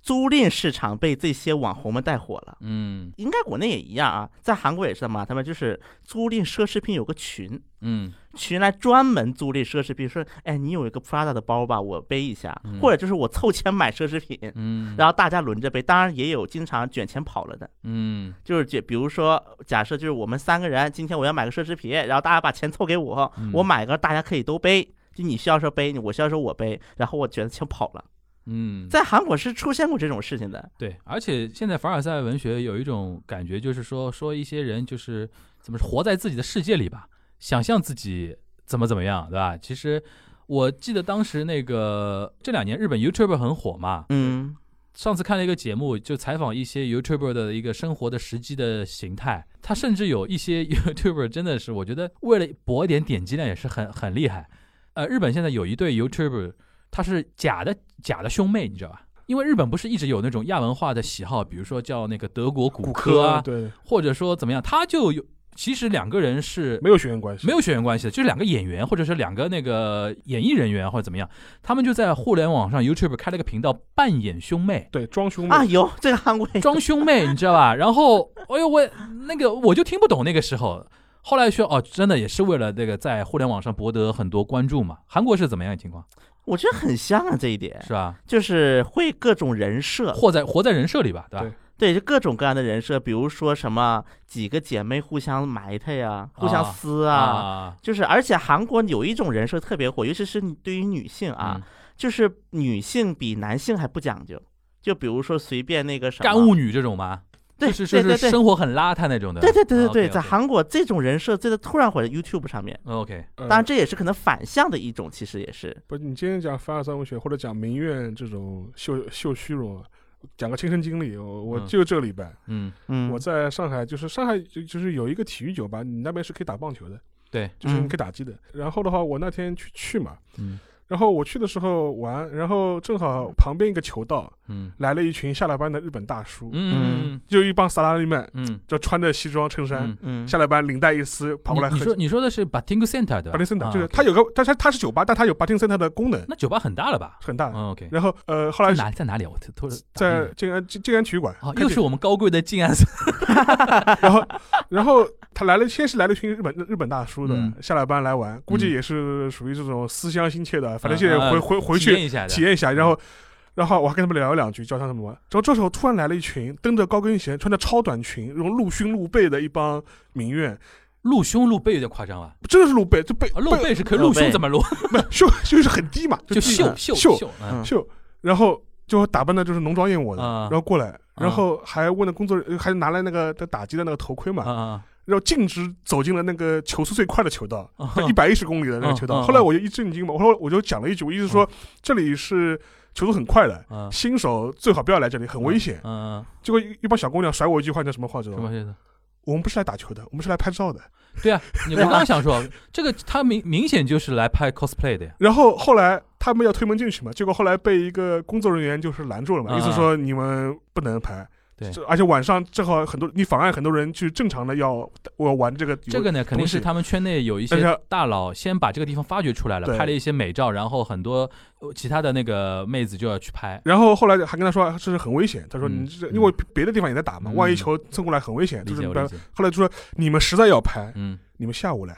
Speaker 3: 租赁市场被这些网红们带火了。
Speaker 4: 嗯
Speaker 3: 应该国内也一样啊，在韩国也是嘛，他们就是租赁奢侈品有个群，
Speaker 4: 嗯
Speaker 3: 群来专门租赁奢侈品，说，哎，你有一个 Prada 的包吧，我背一下，
Speaker 4: 嗯
Speaker 3: 或者就是我凑钱买奢侈品，
Speaker 4: 嗯，
Speaker 3: 然后大家轮着背。当然也有经常卷钱跑了的，
Speaker 4: 嗯
Speaker 3: 就是就比如说，假设就是我们三个人，今天我要买个奢侈品，然后大家把钱凑给我，
Speaker 4: 嗯
Speaker 3: 我买个大家可以都背。就你需要时候背，我需要时候我背，然后我卷钱跑了。
Speaker 4: 嗯，
Speaker 3: 在韩国是出现过这种事情的，
Speaker 4: 对，而且现在凡尔赛文学有一种感觉，就是说说一些人就是怎么说活在自己的世界里吧，想象自己怎么怎么样，对吧？其实我记得当时那个这两年日本 YouTuber 很火嘛，
Speaker 3: 嗯
Speaker 4: 上次看了一个节目，就采访一些 YouTuber 的一个生活的实际的形态，他甚至有一些 YouTuber 真的是我觉得为了博一点点击量也是很很厉害。呃，日本现在有一对 YouTuber，他是假的假的兄妹，你知道吧？因为日本不是一直有那种亚文化的喜好，比如说叫那个德国骨科啊，
Speaker 2: 对，
Speaker 4: 或者说怎么样，他就有其实两个人是
Speaker 2: 没有血缘关系，
Speaker 4: 没有血缘关系的，就是两个演员或者是两个那个演艺人员或者怎么样，他们就在互联网上 YouTube 开了个频道扮演兄妹。
Speaker 2: 对，装兄妹
Speaker 3: 啊，，有这个韩国也有
Speaker 4: 装兄妹，你知道吧？ 然后，哎呦，我那个我就听不懂那个时候。后来说哦，真的也是为了这个在互联网上博得很多关注嘛。韩国是怎么样的情况，
Speaker 3: 我觉得很像啊这一点，
Speaker 4: 是吧？
Speaker 3: 就是会各种人设，
Speaker 4: 活在活在人设里吧，对吧？
Speaker 3: 对，就各种各样的人设，比如说什么几个姐妹互相埋汰呀、互相
Speaker 4: 啊
Speaker 3: 撕啊，
Speaker 4: 啊
Speaker 3: 就是而且韩国有一种人设特别火，尤其是对于女性啊，
Speaker 4: 嗯
Speaker 3: 就是女性比男性还不讲究，就比如说随便那个什么
Speaker 4: 干物，女这种嘛，
Speaker 3: 对
Speaker 4: 就是
Speaker 3: 对
Speaker 4: 就是
Speaker 3: 对对。
Speaker 4: 生活很邋遢那种的。啊
Speaker 3: 对对对对对，在
Speaker 4: 韩
Speaker 3: 韩国这种人设真的突然火在 YouTube 上面，
Speaker 4: OK，
Speaker 2: 呃
Speaker 3: 当然这也是可能反向的一种，其实也是，
Speaker 2: 不，你今天讲凡尔赛文学或者讲名媛这种秀秀虚荣啊，讲个亲身经历，我我
Speaker 4: 嗯
Speaker 2: 就这个礼拜、
Speaker 4: 嗯
Speaker 3: 嗯，
Speaker 2: 我在上海，就是上海就就是有一个体育酒吧，你那边是可以打棒球的，
Speaker 4: 对，
Speaker 2: 就是你
Speaker 3: 嗯
Speaker 2: 可以打击的。然后的话，我那天去去嘛，
Speaker 4: 嗯
Speaker 2: 然后我去的时候玩，然后正好旁边一个球道
Speaker 4: 嗯
Speaker 2: 来了一群下了班的日本大叔，
Speaker 4: 嗯
Speaker 2: 就一帮萨拉利曼，
Speaker 4: 嗯
Speaker 2: 就穿着西装衬衫，
Speaker 4: 嗯。
Speaker 3: 嗯
Speaker 2: 下了班领带一撕，跑过来
Speaker 4: 你
Speaker 2: 喝
Speaker 4: 你说你说的是 Batting Center 对吧
Speaker 2: 巴丁森塔，
Speaker 4: 啊
Speaker 2: 就是
Speaker 4: ，OK
Speaker 2: 它有个，但是它是酒吧，但它有巴丁森塔的功能，
Speaker 4: 那酒吧很大了吧？
Speaker 2: 是很大的。
Speaker 4: 嗯 OK，
Speaker 2: 啊然后呃，后
Speaker 4: 在
Speaker 2: 来
Speaker 4: 哪在哪里啊？我突突然打
Speaker 2: 在
Speaker 4: 岔
Speaker 2: 静安静静安体育馆
Speaker 4: 哦，，
Speaker 2: 看
Speaker 4: 又
Speaker 2: 见
Speaker 4: 是我们高贵的静安寺。
Speaker 2: 然后，然后他来了，先是来了一群日本日本大叔的
Speaker 4: 嗯，
Speaker 2: 下了班来玩，估计
Speaker 4: 嗯
Speaker 2: 也是属于这种思乡心切的，反正现在
Speaker 4: 嗯嗯
Speaker 2: 回回回
Speaker 4: 体验
Speaker 2: 去
Speaker 4: 一下的，嗯
Speaker 2: 体验一下，然后，然后我还跟他们聊了两句，教他们怎么玩。然后这时候突然来了一群蹬着高跟鞋、穿着超短裙、这种露胸露背的一帮民怨，
Speaker 4: 露胸露背有点夸张了，
Speaker 2: 真的是露背，这背
Speaker 4: 啊露
Speaker 2: 背
Speaker 4: 背是可以，
Speaker 3: 露
Speaker 4: 露胸
Speaker 3: 背
Speaker 4: 怎么露？
Speaker 2: 不是胸就是很低嘛，
Speaker 4: 就
Speaker 2: 低
Speaker 4: 秀
Speaker 2: 的
Speaker 4: 秀
Speaker 2: 秀
Speaker 4: 秀，嗯
Speaker 3: 嗯
Speaker 2: 秀。然后就打扮的就是浓妆艳抹的，
Speaker 4: 啊
Speaker 2: 然后过来，然后还问了工作人员，还拿了那个他打击的那个头盔嘛，
Speaker 4: 啊啊
Speaker 2: 然后径直走进了那个球速最快的球道，
Speaker 4: 啊
Speaker 2: 一百一十公里的那个球道。
Speaker 4: 嗯嗯嗯嗯
Speaker 2: 后来我就一震惊嘛，我说我就讲了一句，我意思说、这里是球速很快的，
Speaker 4: 啊！
Speaker 2: 新手最好不要来这里，很危险。
Speaker 4: 嗯，
Speaker 2: 结果一一帮小姑娘甩我一句话，叫什么话？知道
Speaker 4: 什么
Speaker 2: 吗？
Speaker 4: 意思？
Speaker 2: 我们不是来打球的，我们是来拍照的。
Speaker 4: 对啊，你我刚想说，这个他明明显就是来拍 cosplay 的呀。
Speaker 2: 然后后来他们要推门进去嘛，结果后来被一个工作人员就是拦住了嘛，
Speaker 4: 嗯
Speaker 2: 意思说你们不能拍。
Speaker 4: 对
Speaker 2: 这而且晚上正好很多你妨碍很多人去正常的要我玩这个游
Speaker 4: 这个呢，肯定是
Speaker 2: 东西
Speaker 4: 他们圈内有一
Speaker 2: 但
Speaker 4: 些
Speaker 2: 是
Speaker 4: 大佬先把这个地方发掘出来了，
Speaker 2: 对
Speaker 4: 拍了一些美照，然后很多呃其他的那个妹子就要去拍。
Speaker 2: 然后后来还跟他说这是很危险，他说
Speaker 4: 嗯
Speaker 2: 你这
Speaker 4: 嗯
Speaker 2: 因为别的地方也在打嘛，
Speaker 4: 嗯
Speaker 2: 万一球蹭过来很危险，
Speaker 4: 理
Speaker 2: 就是
Speaker 4: 解，
Speaker 2: 你
Speaker 4: 我
Speaker 2: 不要
Speaker 4: 理解。
Speaker 2: 后来就说你们实在要拍，
Speaker 4: 嗯，
Speaker 2: 你们下午来，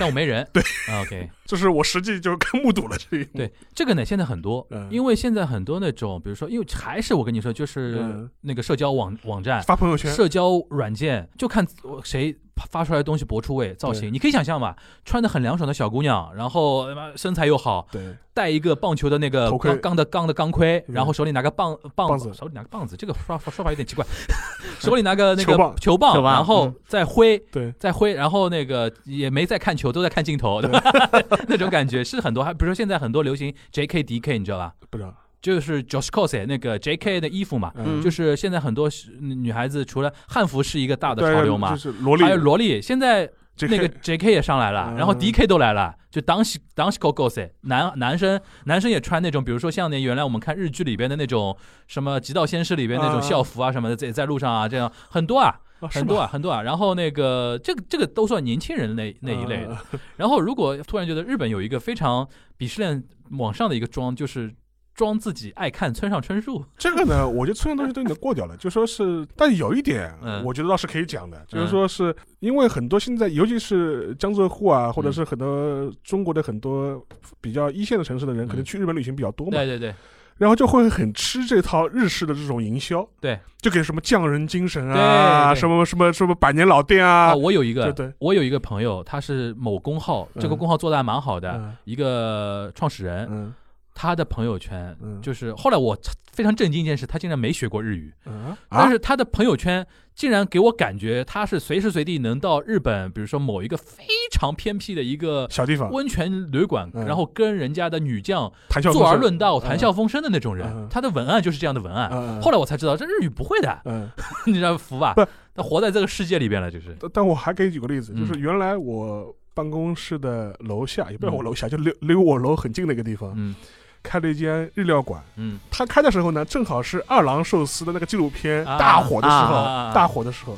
Speaker 4: 下午没人。对，OK。
Speaker 2: 就是我实际就跟目睹了这一幕。
Speaker 4: 对这个呢，现在很多
Speaker 2: 嗯，
Speaker 4: 因为现在很多那种，比如说，因为还是我跟你说，就是哎
Speaker 2: 嗯
Speaker 4: 那个社交网网站、
Speaker 2: 发朋友圈，
Speaker 4: 社交软件，就看谁发出来的东西博出位、造型。你可以想象嘛，穿的很凉爽的小姑娘，然后他妈身材又好，
Speaker 2: 对，
Speaker 4: 戴一个棒球的那个
Speaker 2: 头盔
Speaker 4: 钢钢的钢的钢盔，
Speaker 2: 嗯
Speaker 4: 然后手里拿个棒棒
Speaker 2: 棒
Speaker 4: 子，
Speaker 2: 子
Speaker 4: 手里拿个棒子，这个说说说法有点奇怪， 手里拿个那个
Speaker 2: 球棒
Speaker 4: 球
Speaker 3: 球
Speaker 4: 棒，
Speaker 3: 棒
Speaker 4: 然后
Speaker 2: 嗯
Speaker 4: 再挥。
Speaker 2: 对，
Speaker 4: 再挥，然后那个也没在看球，都在看镜头，对
Speaker 2: 对
Speaker 4: 吧？ 那种感觉是很多，还比如说现在很多流行 JKDK，你知道吧？
Speaker 2: 不知道，
Speaker 4: 就是 Josh Cos 那个 JK 的衣服嘛，
Speaker 2: 嗯，
Speaker 4: 就是现在很多是女孩子除了汉服是一个大的
Speaker 2: 对
Speaker 4: 潮流
Speaker 2: 就
Speaker 4: 嘛，
Speaker 2: 是萝莉
Speaker 4: 还有萝莉，现在
Speaker 2: 这
Speaker 4: 那个 JK 也上来了，
Speaker 2: 嗯
Speaker 4: 然后 DK 都来了，就当西当西 g o s 男男生男生也穿那种，比如说像那原来我们看日剧里边的那种什么《极道先师》里边那种
Speaker 2: 啊
Speaker 4: 校服啊什么的，在在路上啊这样很多啊
Speaker 2: 哦
Speaker 4: 很多啊很多啊。然后那个这个这个都算年轻人那那
Speaker 2: 啊
Speaker 4: 一类的。
Speaker 2: 的，
Speaker 4: 然后如果突然觉得日本有一个非常鄙视链往上的一个装，就是装自己爱看村上春树，
Speaker 2: 这个呢，我觉得村上东西都已经过掉了，就说是，但有一点
Speaker 4: 嗯，
Speaker 2: 我觉得倒是可以讲的，就是说是因为很多现在，尤其是江浙沪啊，
Speaker 4: 嗯
Speaker 2: 或者是很多中国的很多比较一线的城市的人，可能去日本旅行比较多嘛
Speaker 4: 嗯对，对对
Speaker 2: 然后就会很吃这套日式的这种营销，
Speaker 4: 对，
Speaker 2: 就给什么匠人精神
Speaker 4: 对
Speaker 2: 啊，
Speaker 4: 对
Speaker 2: 什么什么什么百年老店啊
Speaker 4: 啊，，我有一个
Speaker 2: 对对
Speaker 4: 我有一个朋友，他是某公号，这个
Speaker 2: 嗯
Speaker 4: 公号做的还蛮好的。
Speaker 2: 嗯
Speaker 4: 一个创始人，
Speaker 2: 嗯
Speaker 4: 他的朋友圈，
Speaker 2: 嗯
Speaker 4: 就是后来我非常震惊一件事，他竟然没学过日语，
Speaker 2: 嗯，
Speaker 4: 但
Speaker 2: 啊
Speaker 4: 是他的朋友圈竟然给我感觉他是随时随地能到日本，比如说某一个非常偏僻的一个
Speaker 2: 小地方
Speaker 4: 温泉旅馆，
Speaker 2: 啊嗯
Speaker 4: 然后跟人家的女将
Speaker 2: 谈笑
Speaker 4: 坐
Speaker 2: 风
Speaker 4: 而
Speaker 2: 生
Speaker 4: 论道、谈
Speaker 2: 嗯
Speaker 4: 笑风生的那种人
Speaker 2: 嗯，
Speaker 4: 他的文案就是这样的文案。
Speaker 2: 嗯嗯
Speaker 4: 后来我才知道，这日语不会的，
Speaker 2: 嗯。
Speaker 4: 你知道服吧
Speaker 2: 不？
Speaker 4: 他活在这个世界里边了，就是。
Speaker 2: 但但我还可以举个例子，
Speaker 4: 嗯
Speaker 2: 就是原来我办公室的楼下，也不是
Speaker 4: 嗯
Speaker 2: 我楼下，就离离我楼很近的一个地方，
Speaker 4: 嗯
Speaker 2: 开了一间日料馆。
Speaker 4: 嗯，
Speaker 2: 他开的时候呢，正好是二郎寿司的那个纪录片
Speaker 4: 啊
Speaker 2: 大火的时候，
Speaker 4: 啊
Speaker 2: 大火的时候。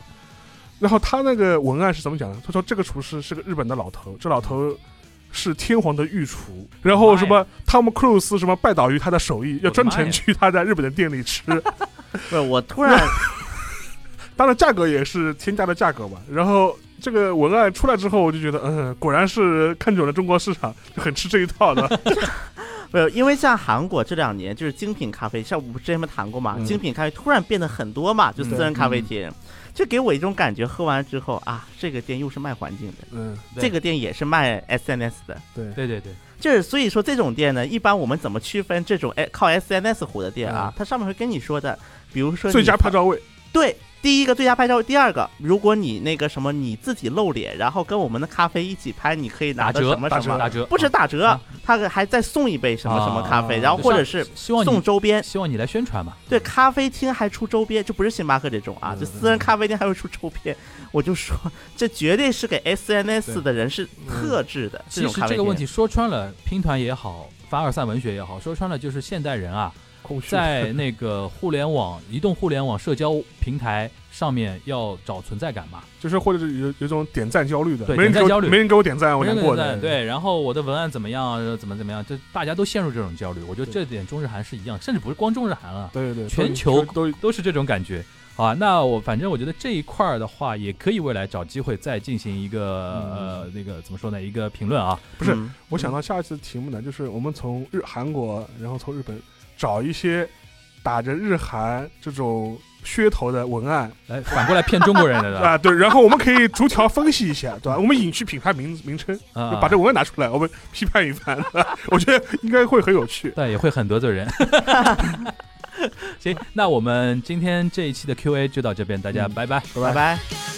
Speaker 2: 然后他那个文案是怎么讲的？他说这个厨师是个日本的老头，这老头是天皇的御厨。然后什
Speaker 4: 妈
Speaker 2: 么汤姆·克鲁斯什么拜倒于他的手艺，
Speaker 4: 的
Speaker 2: 要专
Speaker 4: 妈呀
Speaker 2: 程去他在日本的店里吃。
Speaker 3: 不是，我突然
Speaker 2: 当然价格也是天价的价格吧。然后这个文案出来之后，我就觉得，嗯，果然是看准了中国市场，就很吃这一套 的。
Speaker 3: 没有，因为像韩国这两年就是精品咖啡，像我们之前不谈过嘛，
Speaker 2: 嗯
Speaker 3: 精品咖啡突然变得很多嘛，就
Speaker 2: 嗯
Speaker 3: 私人咖啡厅，就给我一种感觉，喝完之后啊，这个店又是卖环境的，
Speaker 2: 嗯，
Speaker 4: 对
Speaker 3: 这个店也是卖 SNS 的，
Speaker 2: 对，
Speaker 4: 对对对，
Speaker 3: 就是所以说这种店呢，一般我们怎么区分这种哎靠 SNS 火的店啊？
Speaker 2: 嗯
Speaker 3: 它上面会跟你说的，比如说你
Speaker 2: 最佳拍照位，
Speaker 3: 对。第一个最佳拍照，第二个，如果你那个什么你自己露脸，然后跟我们的咖啡一起拍，你可以拿
Speaker 4: 打
Speaker 3: 到
Speaker 4: 折
Speaker 3: 什么
Speaker 2: 打
Speaker 3: 什
Speaker 2: 折
Speaker 3: 么，
Speaker 4: 打折
Speaker 3: 不止打折
Speaker 4: 啊，
Speaker 3: 他还再送一杯什么什么咖
Speaker 2: 啊
Speaker 3: 啡，然后或者是
Speaker 4: 希望你
Speaker 3: 送周边。
Speaker 4: 希望你来宣传嘛。
Speaker 3: 对，咖啡厅还出周边，就不是星巴克这种啊，
Speaker 2: 嗯
Speaker 3: 就私人咖啡厅还会出周边， 我就说这绝对是给 SNS 的人是特制的这
Speaker 4: 嗯其
Speaker 3: 种
Speaker 4: 实
Speaker 3: 咖啡
Speaker 4: 这个
Speaker 3: 厅。
Speaker 4: 问题说穿了，拼团也好，凡尔赛文学也好，说穿了就是现代 人啊，
Speaker 2: 空虚
Speaker 4: 在那个互联网、移动互联网社交平台上面要找存在感 嘛。
Speaker 2: 就是或者是有有种点赞焦虑的，
Speaker 4: 对
Speaker 2: 没人
Speaker 4: 点
Speaker 2: 给
Speaker 4: 赞
Speaker 2: 我
Speaker 4: 焦虑
Speaker 2: 没人给我点赞，我难过
Speaker 4: 存在
Speaker 2: 的。
Speaker 4: 感，对，然后我的文案怎么样，呃怎么怎么样，就大家都陷入这种焦虑。我觉得这点中日韩是一样，甚至不是光中日韩了，
Speaker 2: 对对对，
Speaker 4: 全球嗯
Speaker 2: 都都
Speaker 4: 都是这种感觉。好啊，那我反正我觉得这一块儿的话，也可以未来找机会再进行一个、呃那个怎么说呢，一个评论啊。
Speaker 2: 不是
Speaker 3: 嗯
Speaker 2: 我想到下一次题目呢，就是我们从日韩国，然后从日本找一些打着日韩这种噱头的文案
Speaker 4: 来反过来骗中国人的，对 吧？
Speaker 2: 啊，对，然后我们可以逐条分析一下，对吧？我们隐去品牌名名称，
Speaker 4: 啊
Speaker 2: 就把这文案拿出来，我们批判一番， 我觉得应该会很有趣。
Speaker 4: 但也会很得罪 人。
Speaker 2: 嗯
Speaker 4: 行，那我们今天这一期的 Q&A 就到这边，大家拜拜。
Speaker 3: 嗯拜拜。
Speaker 6: 「